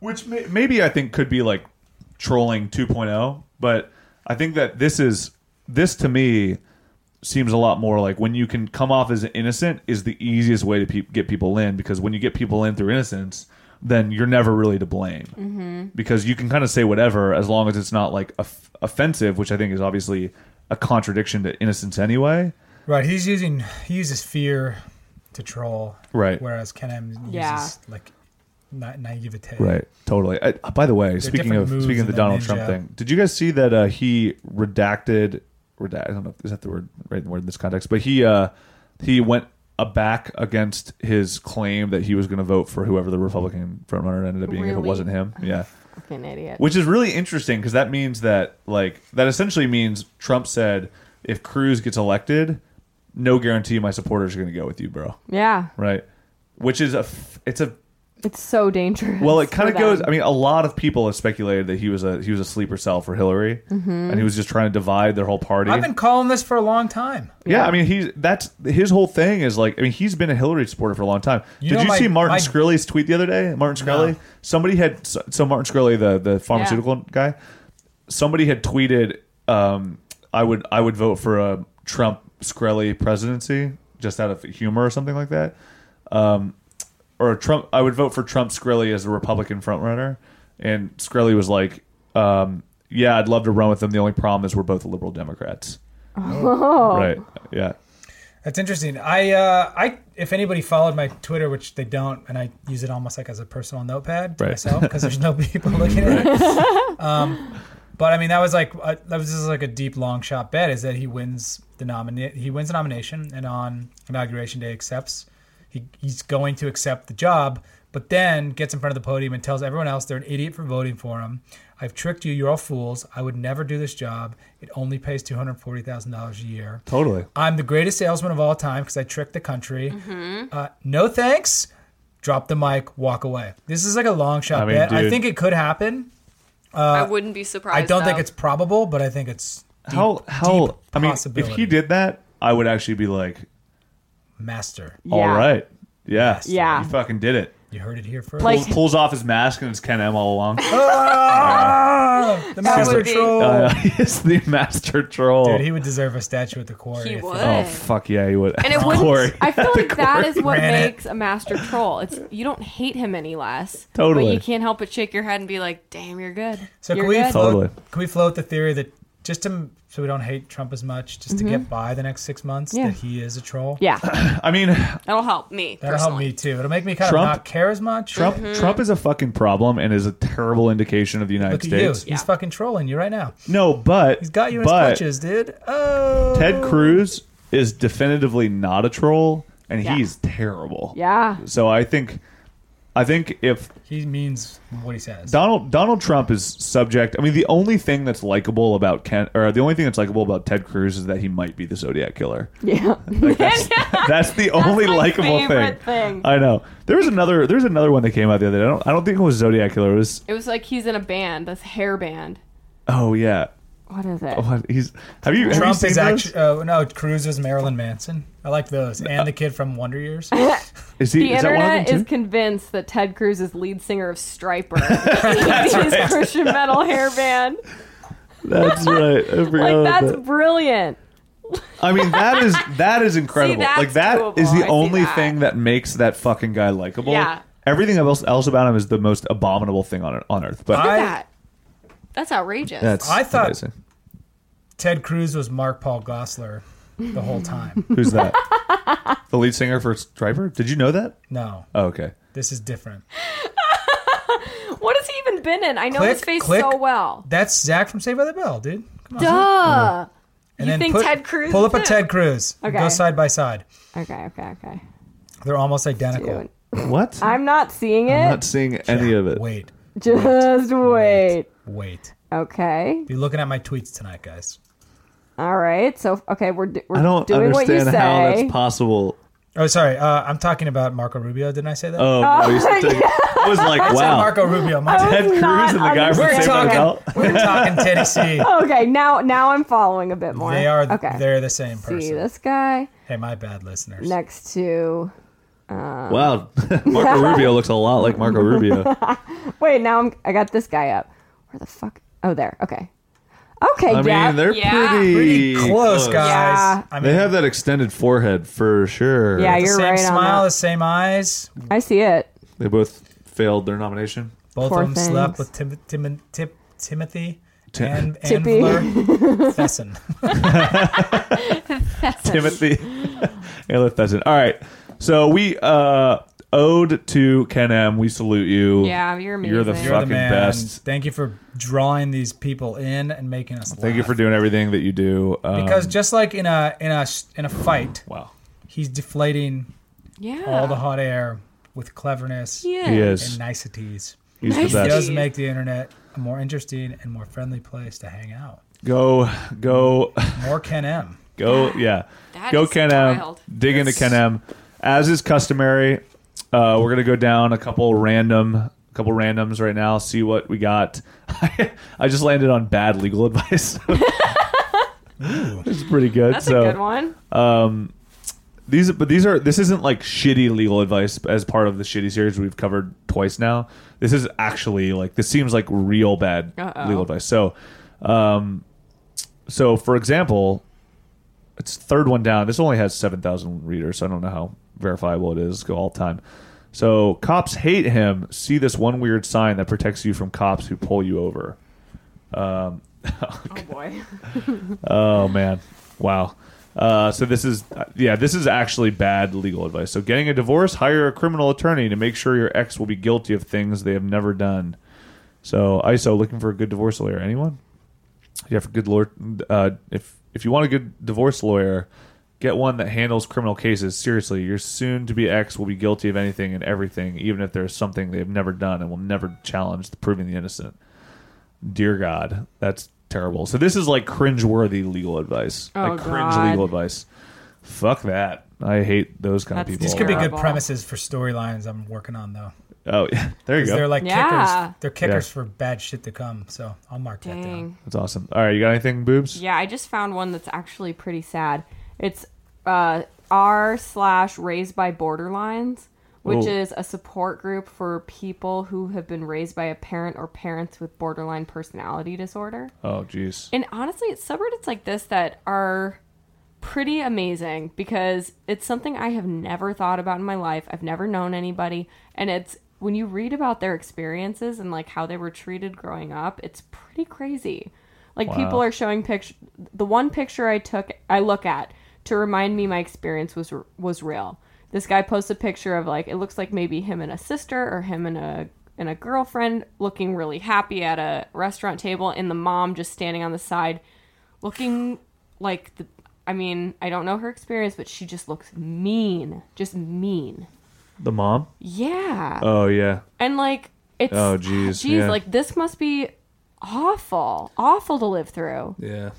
Speaker 4: which may, maybe I think could be like trolling 2.0. But I think that this is this to me seems a lot more like when you can come off as innocent is the easiest way to pe- get people in because when you get people in through innocence. Then you're never really to blame
Speaker 7: Mm-hmm.
Speaker 4: because you can kind of say whatever as long as it's not like off- offensive, which I think is obviously a contradiction to innocence anyway.
Speaker 7: Right. He's using he uses fear to troll.
Speaker 4: Right.
Speaker 7: Whereas Ken M uses
Speaker 6: Yeah.
Speaker 7: like na- naivete.
Speaker 4: Right. Totally. I, by the way, speaking
Speaker 7: different
Speaker 4: of
Speaker 7: moves
Speaker 4: speaking of the
Speaker 7: in that
Speaker 4: Donald
Speaker 7: ninja.
Speaker 4: Trump thing, did you guys see that uh, he redacted? Redact. I don't know. Is that the word? Right word in this context. But he uh, he went aback against his claim that he was going to vote for whoever the Republican frontrunner ended up being if it
Speaker 6: Really?
Speaker 4: wasn't him. Yeah.
Speaker 6: fucking idiot.
Speaker 4: Which is really interesting because that means that like that essentially means Trump said if Cruz gets elected, no guarantee my supporters are going to go with you, bro.
Speaker 5: Yeah.
Speaker 4: Right. Which is a f- it's a
Speaker 5: It's so dangerous.
Speaker 4: well, it kind of
Speaker 5: for
Speaker 4: goes.
Speaker 5: them.
Speaker 4: I mean, a lot of people have speculated that he was a he was a sleeper cell for Hillary, and he was just trying to divide their whole party.
Speaker 7: I've been calling this for a long time.
Speaker 4: yeah, I mean, he's that's his whole thing is like. I mean, he's been a Hillary supporter for a long time.
Speaker 7: You
Speaker 4: Did
Speaker 7: know
Speaker 4: you
Speaker 7: my-
Speaker 4: see Martin
Speaker 7: my-
Speaker 4: Scurlly's tweet the other day? Martin Scurlly. Somebody had so so Martin Scurlly, the the pharmaceutical guy. Somebody had tweeted, um, "I would I would vote for a Trump Scurlly presidency just out of humor or something like that." Um, or Trump. I would vote for Trump Scrilly as a Republican frontrunner, and Scrilly was like, um, "Yeah, I'd love to run with him. The only problem is we're both liberal Democrats." Oh, right. Yeah.
Speaker 7: That's interesting. I uh, I if anybody followed my Twitter, which they don't, and I use it almost like as a personal notepad to
Speaker 4: Right.
Speaker 7: myself because there's no *laughs* people looking at it. Um, but I mean, that was like uh, that was just like a deep long shot bet is that he wins the nomina- he wins the nomination, and on inauguration day accepts he, he's going to accept the job, but then gets in front of the podium and tells everyone else they're an idiot for voting for him. I've tricked you. You're all fools. I would never do this job. It only pays two hundred forty thousand dollars a year.
Speaker 4: Totally.
Speaker 7: I'm the greatest salesman of all time because I tricked the country. Uh, no thanks. Drop the mic. Walk away. This is like a long shot
Speaker 4: I mean,
Speaker 7: bet. I
Speaker 4: dude.
Speaker 7: think it could happen.
Speaker 6: I wouldn't be surprised.
Speaker 7: I don't think
Speaker 6: though.
Speaker 7: it's probable, but I think it's
Speaker 4: how how? I mean, if
Speaker 7: possibility.
Speaker 4: he did that, I would actually be like,
Speaker 7: master.
Speaker 4: "All right, yeah,
Speaker 5: Yeah.
Speaker 4: you fucking did it."
Speaker 7: You heard it here first.
Speaker 5: Like-
Speaker 4: Pulls, pulls off his mask and it's Ken M all along.
Speaker 6: Oh.
Speaker 7: the master
Speaker 5: would be-
Speaker 4: *laughs*
Speaker 7: troll.
Speaker 4: Uh, he's the master troll.
Speaker 7: Dude, he would deserve a statue at the quarry.
Speaker 6: He
Speaker 7: if
Speaker 6: would.
Speaker 4: oh fuck yeah, he would.
Speaker 6: And it wouldn't.
Speaker 4: Corey.
Speaker 6: I feel like that is what
Speaker 7: Ran it.
Speaker 6: makes a master troll. It's you don't hate him any less.
Speaker 4: Totally.
Speaker 6: But you can't help but shake your head and be like, "Damn, you're good."
Speaker 7: So
Speaker 6: you're
Speaker 7: can we
Speaker 6: good.
Speaker 7: float?
Speaker 4: Totally.
Speaker 7: Can we float the theory that just to so we don't hate Trump as much, just to get by the next six months,
Speaker 5: Yeah.
Speaker 7: that he is a troll?
Speaker 4: *coughs*
Speaker 5: Yeah.
Speaker 4: I mean,
Speaker 6: That'll help me.
Speaker 7: that'll help
Speaker 6: personally.
Speaker 7: me too. It'll make me kind
Speaker 4: Trump-
Speaker 7: of not care as much.
Speaker 4: Trump
Speaker 6: Mm-hmm.
Speaker 4: Trump is a fucking problem and is a terrible indication of the United
Speaker 7: Look at
Speaker 4: States.
Speaker 7: you. He's fucking trolling you right now.
Speaker 4: No, but
Speaker 7: He's got you in
Speaker 4: but
Speaker 7: his clutches, dude. Oh,
Speaker 4: Ted Cruz is definitively not a troll, and
Speaker 6: Yeah.
Speaker 4: he's terrible.
Speaker 5: Yeah.
Speaker 4: So I think, I think if
Speaker 7: He means what he says.
Speaker 4: Donald Donald Trump is subject, I mean, the only thing that's likable about Ken, or the only thing that's likable about Ted Cruz is that he might be the Zodiac killer.
Speaker 5: Yeah.
Speaker 4: Like,
Speaker 6: *laughs*
Speaker 4: that's, that's the only
Speaker 6: my
Speaker 4: likable thing.
Speaker 6: favorite thing.
Speaker 4: I know. There was another. There was another one that came out the other day. I don't. I don't think it was Zodiac killer. It was.
Speaker 6: It was like he's in a band, this hair band.
Speaker 4: Oh yeah.
Speaker 5: What is it?
Speaker 4: What he's? Have you? have you
Speaker 7: Trump
Speaker 4: seen
Speaker 7: is
Speaker 4: those?
Speaker 7: actually oh no, Cruz is Marilyn Manson. I like those, and the kid from
Speaker 6: *laughs*
Speaker 7: Wonder Years.
Speaker 4: Is he?
Speaker 6: The
Speaker 4: is that one of
Speaker 6: internet
Speaker 4: them
Speaker 6: is
Speaker 4: too?
Speaker 6: convinced that Ted Cruz is lead singer of
Speaker 4: *laughs*
Speaker 6: Striper, *laughs* his Christian metal hair band. *laughs*
Speaker 4: that's right. I forgot
Speaker 6: Like
Speaker 4: about
Speaker 6: that's
Speaker 4: that.
Speaker 6: brilliant.
Speaker 4: I mean, that is that is incredible.
Speaker 6: that's
Speaker 4: like that is
Speaker 6: doable. I
Speaker 4: the
Speaker 6: see
Speaker 4: only
Speaker 6: that.
Speaker 4: thing that makes that fucking guy likable.
Speaker 6: Yeah.
Speaker 4: Everything else else about him is the most abominable thing on on earth. But
Speaker 7: I-
Speaker 6: that. That's outrageous.
Speaker 4: that's
Speaker 7: I thought-
Speaker 4: amazing.
Speaker 7: Ted Cruz was Mark Paul Gossler the
Speaker 6: *laughs*
Speaker 7: whole time.
Speaker 4: who's that? the lead singer for Striper? Did you know that?
Speaker 7: No,
Speaker 4: Oh, okay.
Speaker 7: this is different.
Speaker 6: what has he even been in? I know his
Speaker 7: Click,
Speaker 6: face
Speaker 7: click. Uh-huh.
Speaker 6: so well. Uh-huh.
Speaker 7: That's Zach from Saved by the Bell, dude. Come on.
Speaker 6: Duh.
Speaker 7: And
Speaker 6: You
Speaker 7: then
Speaker 6: think
Speaker 7: put-
Speaker 6: Ted Cruz is
Speaker 7: Pull up a
Speaker 6: it?
Speaker 7: Ted Cruz. and Go
Speaker 5: Okay.
Speaker 7: side by side.
Speaker 5: Okay, okay, okay.
Speaker 7: They're almost identical.
Speaker 5: Dude,
Speaker 4: What?
Speaker 5: I'm not seeing
Speaker 4: I'm
Speaker 5: it.
Speaker 4: not seeing any of it.
Speaker 7: Wait,
Speaker 5: Just wait.
Speaker 7: wait.
Speaker 5: Okay.
Speaker 7: Be looking at my tweets tonight, guys.
Speaker 5: All right. So okay, we're d- we're
Speaker 4: I don't
Speaker 5: doing what you
Speaker 4: understand
Speaker 5: say.
Speaker 4: how that's possible.
Speaker 7: Oh, sorry. Uh, I'm talking about Marco Rubio. Didn't I say that?
Speaker 4: Oh, no, he's taking- I was like,
Speaker 7: I said
Speaker 4: wow.
Speaker 6: *laughs*
Speaker 7: Marco Rubio. My
Speaker 4: Ted Cruz
Speaker 5: not
Speaker 4: and the guy from
Speaker 7: we're
Speaker 4: Saved by the Bell.
Speaker 7: talking. We're
Speaker 4: *laughs*
Speaker 7: talking Tennessee.
Speaker 5: okay, now now I'm following a bit more.
Speaker 7: They are.
Speaker 5: okay.
Speaker 7: They're the same person.
Speaker 5: See this guy
Speaker 7: Hey, my bad, listeners.
Speaker 5: next to
Speaker 4: Wow, *laughs* Marco Rubio looks a lot like Marco Rubio.
Speaker 5: Wait, now I'm I got this guy up. Where the fuck? Oh, there. Okay. Okay,
Speaker 4: I
Speaker 5: yeah.
Speaker 4: mean, they're
Speaker 6: Yeah.
Speaker 4: pretty,
Speaker 7: Pretty close, guys.
Speaker 5: Yeah.
Speaker 7: I mean,
Speaker 4: They have that extended forehead for sure.
Speaker 5: yeah, you're
Speaker 7: same
Speaker 5: right
Speaker 7: smile,
Speaker 5: on
Speaker 7: the same eyes.
Speaker 5: that. I see it.
Speaker 4: They both failed their nomination.
Speaker 7: Both
Speaker 5: Poor
Speaker 7: of them
Speaker 5: things.
Speaker 7: slept with Tim, Tim, Tip, Timothy
Speaker 4: Ti-
Speaker 7: and
Speaker 5: *laughs*
Speaker 7: and
Speaker 5: Tippy. *laughs*
Speaker 7: Fleur Thesson.
Speaker 4: *laughs* Timothy Ayla Thesson. All right. So we uh owed to Ken M. We salute you.
Speaker 6: Yeah, you're amazing.
Speaker 4: You're the
Speaker 6: You're the
Speaker 7: You're the
Speaker 4: fucking
Speaker 7: man.
Speaker 4: best.
Speaker 7: Thank you for drawing these people in and making us.
Speaker 4: Thank you for doing everything that you do. Um,
Speaker 7: Because just like in a in a in a fight,
Speaker 4: wow,
Speaker 7: he's deflating
Speaker 6: yeah.
Speaker 7: all the hot air with cleverness
Speaker 6: He is.
Speaker 4: he
Speaker 7: and
Speaker 4: is.
Speaker 7: niceties.
Speaker 4: He's
Speaker 6: Nice.
Speaker 4: the
Speaker 7: It
Speaker 4: best.
Speaker 7: does make the internet a more interesting and more friendly place to hang out.
Speaker 4: Go, go,
Speaker 7: More Ken M.
Speaker 4: go. Yeah,
Speaker 6: That
Speaker 4: go
Speaker 6: is
Speaker 4: Ken
Speaker 6: wild.
Speaker 4: M. Dig into Ken M. As is customary, uh, we're gonna go down a couple random, couple randoms right now. See what we got. *laughs* I just landed on bad legal *laughs* advice. It's pretty good.
Speaker 6: That's
Speaker 4: so
Speaker 6: a good one.
Speaker 4: these but these are this isn't like shitty legal advice as part of the shitty series we've covered twice now this is actually like this seems like real bad
Speaker 6: Uh-oh.
Speaker 4: legal advice so um so for example it's third one down this only has 7000 readers so i don't know how verifiable it is go all time so cops hate him see this one weird sign that protects you from cops who pull you over
Speaker 6: Oh boy.
Speaker 4: Oh man, wow. Uh, so this is uh, yeah, this is actually bad legal advice. So getting a divorce, hire a criminal attorney to make sure your ex will be guilty of things they have never done. So ISO looking for a good divorce lawyer. Anyone? You have a good lawyer. Uh, if if you want a good divorce lawyer, get one that handles criminal cases seriously. Your soon to be ex will be guilty of anything and everything, even if there's something they have never done and will never challenge the proving the innocent. Dear God, that's terrible. So this is like cringeworthy legal advice.
Speaker 6: Oh,
Speaker 4: like cringe
Speaker 6: God.
Speaker 4: legal advice. Fuck that. I hate those kind
Speaker 6: That's
Speaker 4: of people.
Speaker 7: These could be good
Speaker 6: Terrible.
Speaker 7: premises for storylines I'm working on though.
Speaker 4: Oh *laughs* yeah, there you
Speaker 7: 'Cause
Speaker 4: go.
Speaker 7: They're like
Speaker 6: Yeah.
Speaker 7: kickers. They're kickers
Speaker 4: Yeah.
Speaker 7: for bad shit to come. So I'll mark that down.
Speaker 6: Dang.
Speaker 4: that's awesome. All right, you got anything, boobs?
Speaker 6: Yeah, I just found one that's actually pretty sad. It's uh, r slash raised by borderlines,
Speaker 5: which
Speaker 4: Oh.
Speaker 5: is a support group for people who have been raised by a parent or parents with borderline personality disorder.
Speaker 4: Oh, jeez.
Speaker 5: And honestly, it's subreddits like this that are pretty amazing because it's something I have never thought about in my life. I've never known anybody. And it's when you read about their experiences and like how they were treated growing up, it's pretty crazy. Like people are showing picture the one picture I took I look at to remind me my experience was was real. This guy posts a picture of like it looks like maybe him and a sister or him and a and a girlfriend looking really happy at a restaurant table and the mom just standing on the side looking like the I mean, I don't know her experience, but she just looks mean. Just mean.
Speaker 4: The mom?
Speaker 5: Yeah.
Speaker 4: Oh, yeah.
Speaker 5: and like it's
Speaker 4: Oh, geez,
Speaker 5: geez,
Speaker 4: yeah.
Speaker 5: like this must be awful. Awful to live through.
Speaker 4: Yeah.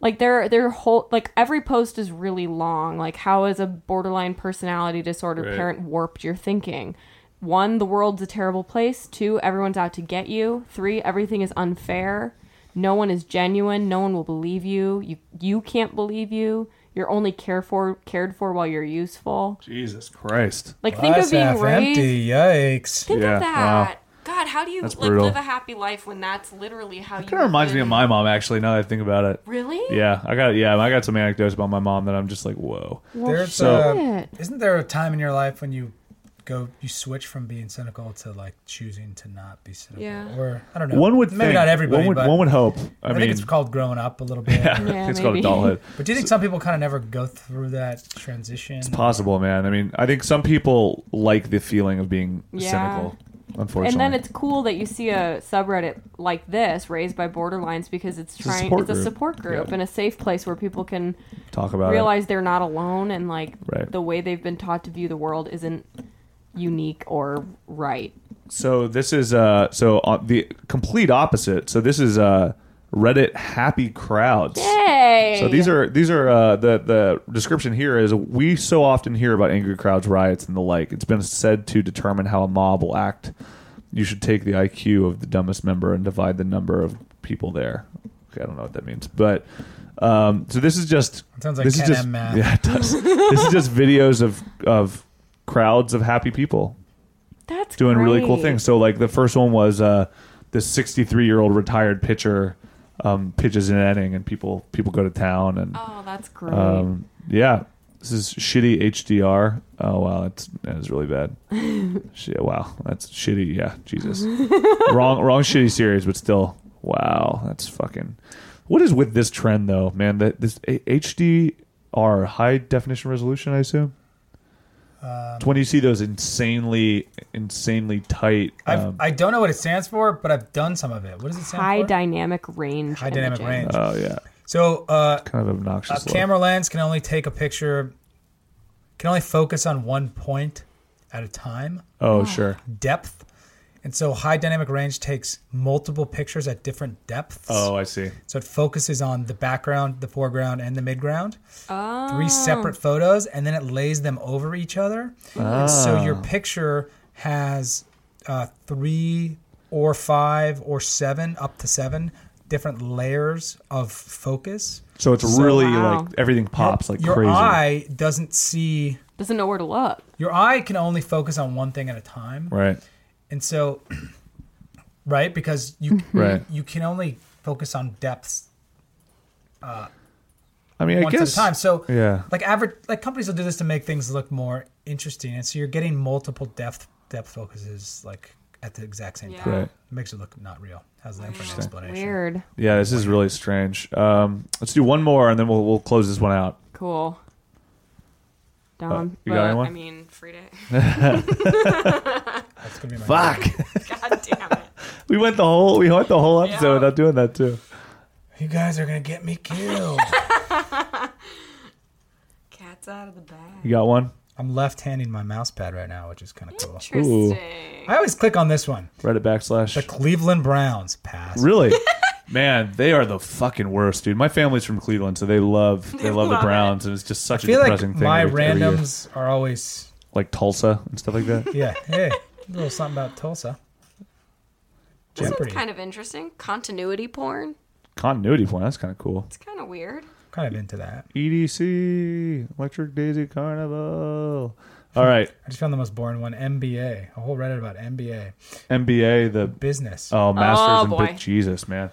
Speaker 5: Like their their whole like every post is really long. Like how is a borderline personality disorder
Speaker 4: Right.
Speaker 5: parent warped your thinking? One, the world's a terrible place. Two, everyone's out to get you. Three, everything is unfair. No one is genuine. No one will believe you. You you can't believe you. You're only cared for cared for while you're useful.
Speaker 4: Jesus Christ.
Speaker 5: Like think of being
Speaker 7: half
Speaker 5: raised.
Speaker 7: empty. Yikes.
Speaker 6: Think
Speaker 4: Yeah,
Speaker 6: of that. God, how do you
Speaker 4: That's
Speaker 6: like
Speaker 4: brutal.
Speaker 6: live a happy life when that's literally how you
Speaker 4: Kind of reminds me of
Speaker 6: live?
Speaker 4: my mom, actually, now that I think about it.
Speaker 6: Really?
Speaker 4: Yeah, I got yeah, I got some anecdotes about my mom that I'm just like, whoa.
Speaker 7: There's
Speaker 4: So-
Speaker 7: uh,
Speaker 5: shit.
Speaker 7: isn't there a time in your life when you go you switch from being cynical to like choosing to not be cynical?
Speaker 6: Yeah.
Speaker 7: Or I don't know.
Speaker 4: One would
Speaker 7: maybe
Speaker 4: think,
Speaker 7: not everybody,
Speaker 4: One would,
Speaker 7: but
Speaker 4: one would hope. I,
Speaker 7: I,
Speaker 4: mean,
Speaker 7: think it's called growing up a little bit.
Speaker 5: Yeah,
Speaker 4: *laughs* it's called
Speaker 5: maybe.
Speaker 4: adulthood.
Speaker 7: But do you think some people kind of never go through that transition?
Speaker 4: It's possible, man. I mean, I think some people like the feeling of being
Speaker 5: Yeah.
Speaker 4: cynical. Unfortunately,
Speaker 5: And then it's cool that you see a subreddit like this raised by borderlines because it's,
Speaker 4: a
Speaker 5: trying
Speaker 4: support
Speaker 5: it's a
Speaker 4: group.
Speaker 5: support group
Speaker 4: Yeah.
Speaker 5: and a safe place where people can
Speaker 4: talk about
Speaker 5: realize they're not alone and like
Speaker 4: Right.
Speaker 5: the way they've been taught to view the world isn't unique or right.
Speaker 4: it. So this is uh, so on the complete opposite. So this is uh, Reddit happy crowds.
Speaker 5: Hey.
Speaker 4: So these are these are uh, the the description here is we so often hear about angry crowds, riots, and the like. It's been said to determine how a mob will act. You should take the IQ of the dumbest member and divide the number of people there. Okay, I don't know what that means, but um, so this is just
Speaker 7: It sounds like
Speaker 4: this is
Speaker 7: 10M
Speaker 4: just
Speaker 7: math.
Speaker 4: yeah, it does. this is just videos of of crowds of happy people
Speaker 5: That's
Speaker 4: doing really cool
Speaker 5: great.
Speaker 4: things. So like the first one was uh, this 63 year old retired pitcher um, pitches an inning, and people people go to town and
Speaker 5: Oh, that's great.
Speaker 4: um, yeah, this is shitty HDR. Oh wow, that's that is really bad. Shit, wow, that's shitty. Yeah, Jesus, *laughs* wrong wrong shitty series, but still, wow, that's fucking. What is with this trend though, man? That this A- HDR high definition resolution, I assume.
Speaker 7: Um,
Speaker 4: It's when you see those insanely, insanely tight.
Speaker 7: I've,
Speaker 4: Um,
Speaker 7: I don't know what it stands for, but I've done some of it. What does it stand
Speaker 5: High Uh,
Speaker 7: for?
Speaker 5: dynamic range.
Speaker 7: High dynamic
Speaker 5: imaging.
Speaker 7: range.
Speaker 4: oh yeah,
Speaker 7: so uh,
Speaker 4: kind of
Speaker 7: a
Speaker 4: obnoxious. look.
Speaker 7: camera lens can only take a picture, can only focus on one point at a time,
Speaker 4: Oh sure.
Speaker 7: depth. And so high dynamic range takes multiple pictures at different depths.
Speaker 4: Oh, I see.
Speaker 7: So it focuses on the background, the foreground, and the midground. Three separate photos, and then it lays them over each other. And so
Speaker 4: Ah.
Speaker 7: your picture has uh, three or five or seven, up to seven different layers of focus.
Speaker 4: So it's really
Speaker 5: Wow.
Speaker 4: like everything pops like
Speaker 7: your
Speaker 4: crazy.
Speaker 7: eye doesn't see.
Speaker 5: Doesn't know where to look.
Speaker 7: Your eye can only focus on one thing at a time.
Speaker 4: Right.
Speaker 7: And so, *clears throat* right, because you
Speaker 4: Right.
Speaker 7: you can only focus on depths
Speaker 4: I mean, I
Speaker 7: once
Speaker 4: guess
Speaker 7: at a time. So
Speaker 4: yeah.
Speaker 7: like average like companies will do this to make things look more interesting, and so you're getting multiple depth depth focuses like at the exact same time.
Speaker 4: Right.
Speaker 7: It makes it look not real. How's that for an
Speaker 4: Interesting.
Speaker 7: explanation?
Speaker 5: Weird.
Speaker 4: Yeah, this is really strange. Um, let's do one more, and then we'll we'll close this one out.
Speaker 5: Cool. Dom.
Speaker 4: Uh, you got
Speaker 5: but,
Speaker 4: anyone?
Speaker 5: I mean, free it.
Speaker 7: That's gonna be my
Speaker 5: God damn it.
Speaker 4: *laughs* we went the whole we went the whole episode without doing that too.
Speaker 7: You guys are gonna get me killed. *laughs*
Speaker 6: Cat's out of the bag.
Speaker 4: You got one?
Speaker 7: I'm left-handing my mouse pad right now, which is kind of cool.
Speaker 4: Ooh,
Speaker 6: Interesting.
Speaker 7: I always click on this one.
Speaker 4: Reddit
Speaker 7: The
Speaker 4: backslash.
Speaker 7: Cleveland Browns pass.
Speaker 4: Really, man, they are the fucking worst, dude. My family's from Cleveland, so they love they love the
Speaker 6: love it.
Speaker 4: Browns, and it's just such a
Speaker 7: I feel like
Speaker 4: depressing thing.
Speaker 7: my
Speaker 4: every- every year.
Speaker 7: randoms are always
Speaker 4: like Tulsa and stuff like that.
Speaker 7: *laughs* yeah. Hey, a little something about Tulsa. Jeopardy.
Speaker 6: That's kind of interesting. Continuity porn.
Speaker 4: Continuity point. That's kind of cool. E
Speaker 6: It's kind of weird.
Speaker 7: kind of into that.
Speaker 4: EDC Electric Daisy Carnival. All right,
Speaker 7: I just found the most boring one. MBA. A whole Reddit about MBA
Speaker 4: MBA the
Speaker 7: business.
Speaker 4: oh
Speaker 5: Oh,
Speaker 4: masters in
Speaker 5: boy.
Speaker 4: big Jesus man.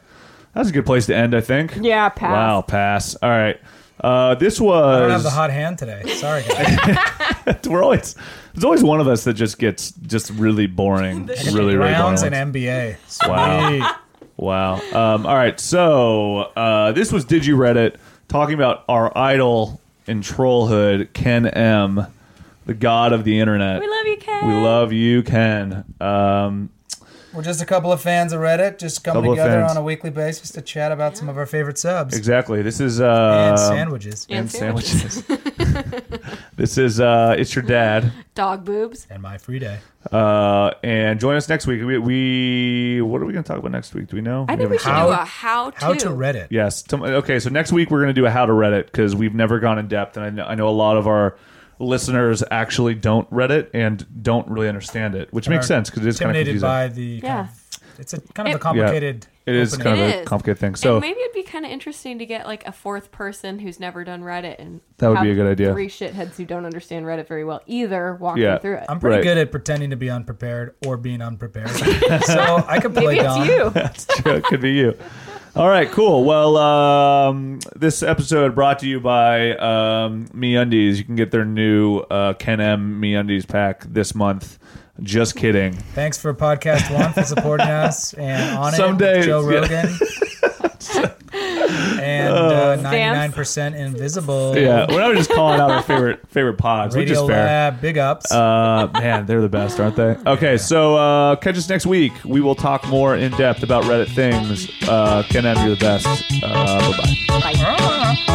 Speaker 4: That's a good place to end, I think.
Speaker 11: Yeah, pass.
Speaker 4: Wow, pass. All right. Uh, this was
Speaker 7: I don't have the hot hand today. Sorry,
Speaker 4: *laughs*
Speaker 7: guys.
Speaker 4: we're always there's always one of us that just gets just really
Speaker 7: *laughs*
Speaker 4: boring, really really boring.
Speaker 7: Browns and
Speaker 4: ones.
Speaker 7: MBA.
Speaker 4: Wow. wow. Um, all right. So uh, this was Did You Reddit talking about our idol in trollhood, Ken M, the god of the internet.
Speaker 5: We love you, Ken.
Speaker 4: We love you, Ken. Um,
Speaker 7: We're just a couple of fans of Reddit, just coming
Speaker 4: Couple of
Speaker 7: together
Speaker 4: fans.
Speaker 7: on a weekly basis to chat about some of our favorite subs
Speaker 4: exactly. This is
Speaker 7: and
Speaker 4: uh,
Speaker 7: sandwiches
Speaker 5: And *laughs*
Speaker 4: *laughs* this is uh, it's your dad.
Speaker 5: Dog boobs.
Speaker 7: and my free day.
Speaker 4: Uh, and join us next week. We, we what are we going to talk about next week? Do we know?
Speaker 5: I think we should
Speaker 7: How-
Speaker 5: do a how to.
Speaker 7: How to Reddit.
Speaker 4: Yes. Tom- Okay. So next week we're going to do a how to Reddit because we've never gone in depth, and I know, I know a lot of our listeners actually don't Reddit and don't really understand it, which makes
Speaker 7: are
Speaker 4: sense because it is kind of
Speaker 7: Intimidated
Speaker 4: confusing.
Speaker 7: by the
Speaker 5: Yeah.
Speaker 7: kind of, it's a kind of
Speaker 5: It-
Speaker 7: a complicated.
Speaker 4: it is
Speaker 7: opening.
Speaker 4: kind of
Speaker 5: It
Speaker 4: a
Speaker 5: is.
Speaker 4: complicated thing. So
Speaker 5: and maybe it'd be kind of interesting to get like a fourth person who's never done Reddit and
Speaker 4: That would
Speaker 5: have
Speaker 4: be a good idea.
Speaker 5: Three shitheads who don't understand Reddit very well either walking
Speaker 4: Yeah.
Speaker 5: through it.
Speaker 7: I'm pretty
Speaker 4: Right.
Speaker 7: good at pretending to be unprepared or
Speaker 4: *laughs*
Speaker 7: being unprepared, so I could play
Speaker 5: Maybe it's
Speaker 7: Don.
Speaker 5: you.
Speaker 4: that's true. It could be you. All right. Cool. Well, um, this episode brought to you by um, Me Undies. You can get their new uh, Ken M Me Undies pack this month. Just kidding.
Speaker 7: Thanks for podcast one
Speaker 4: *laughs*
Speaker 7: for supporting us and on
Speaker 4: Someday
Speaker 7: it with Joe
Speaker 4: it's-
Speaker 7: Rogan.
Speaker 4: *laughs*
Speaker 7: and ninety nine percent invisible.
Speaker 4: Oh. Yeah, we're not just calling out our favorite favorite pods, which is
Speaker 7: Oh. Radio
Speaker 4: fair.
Speaker 7: Lab, big ups.
Speaker 4: Uh, man, they're the best, aren't
Speaker 7: *laughs*
Speaker 4: they? Okay, so uh, catch us next week. We will talk more in depth about Reddit things. Uh, Ken M, you're the best. Uh, bye bye.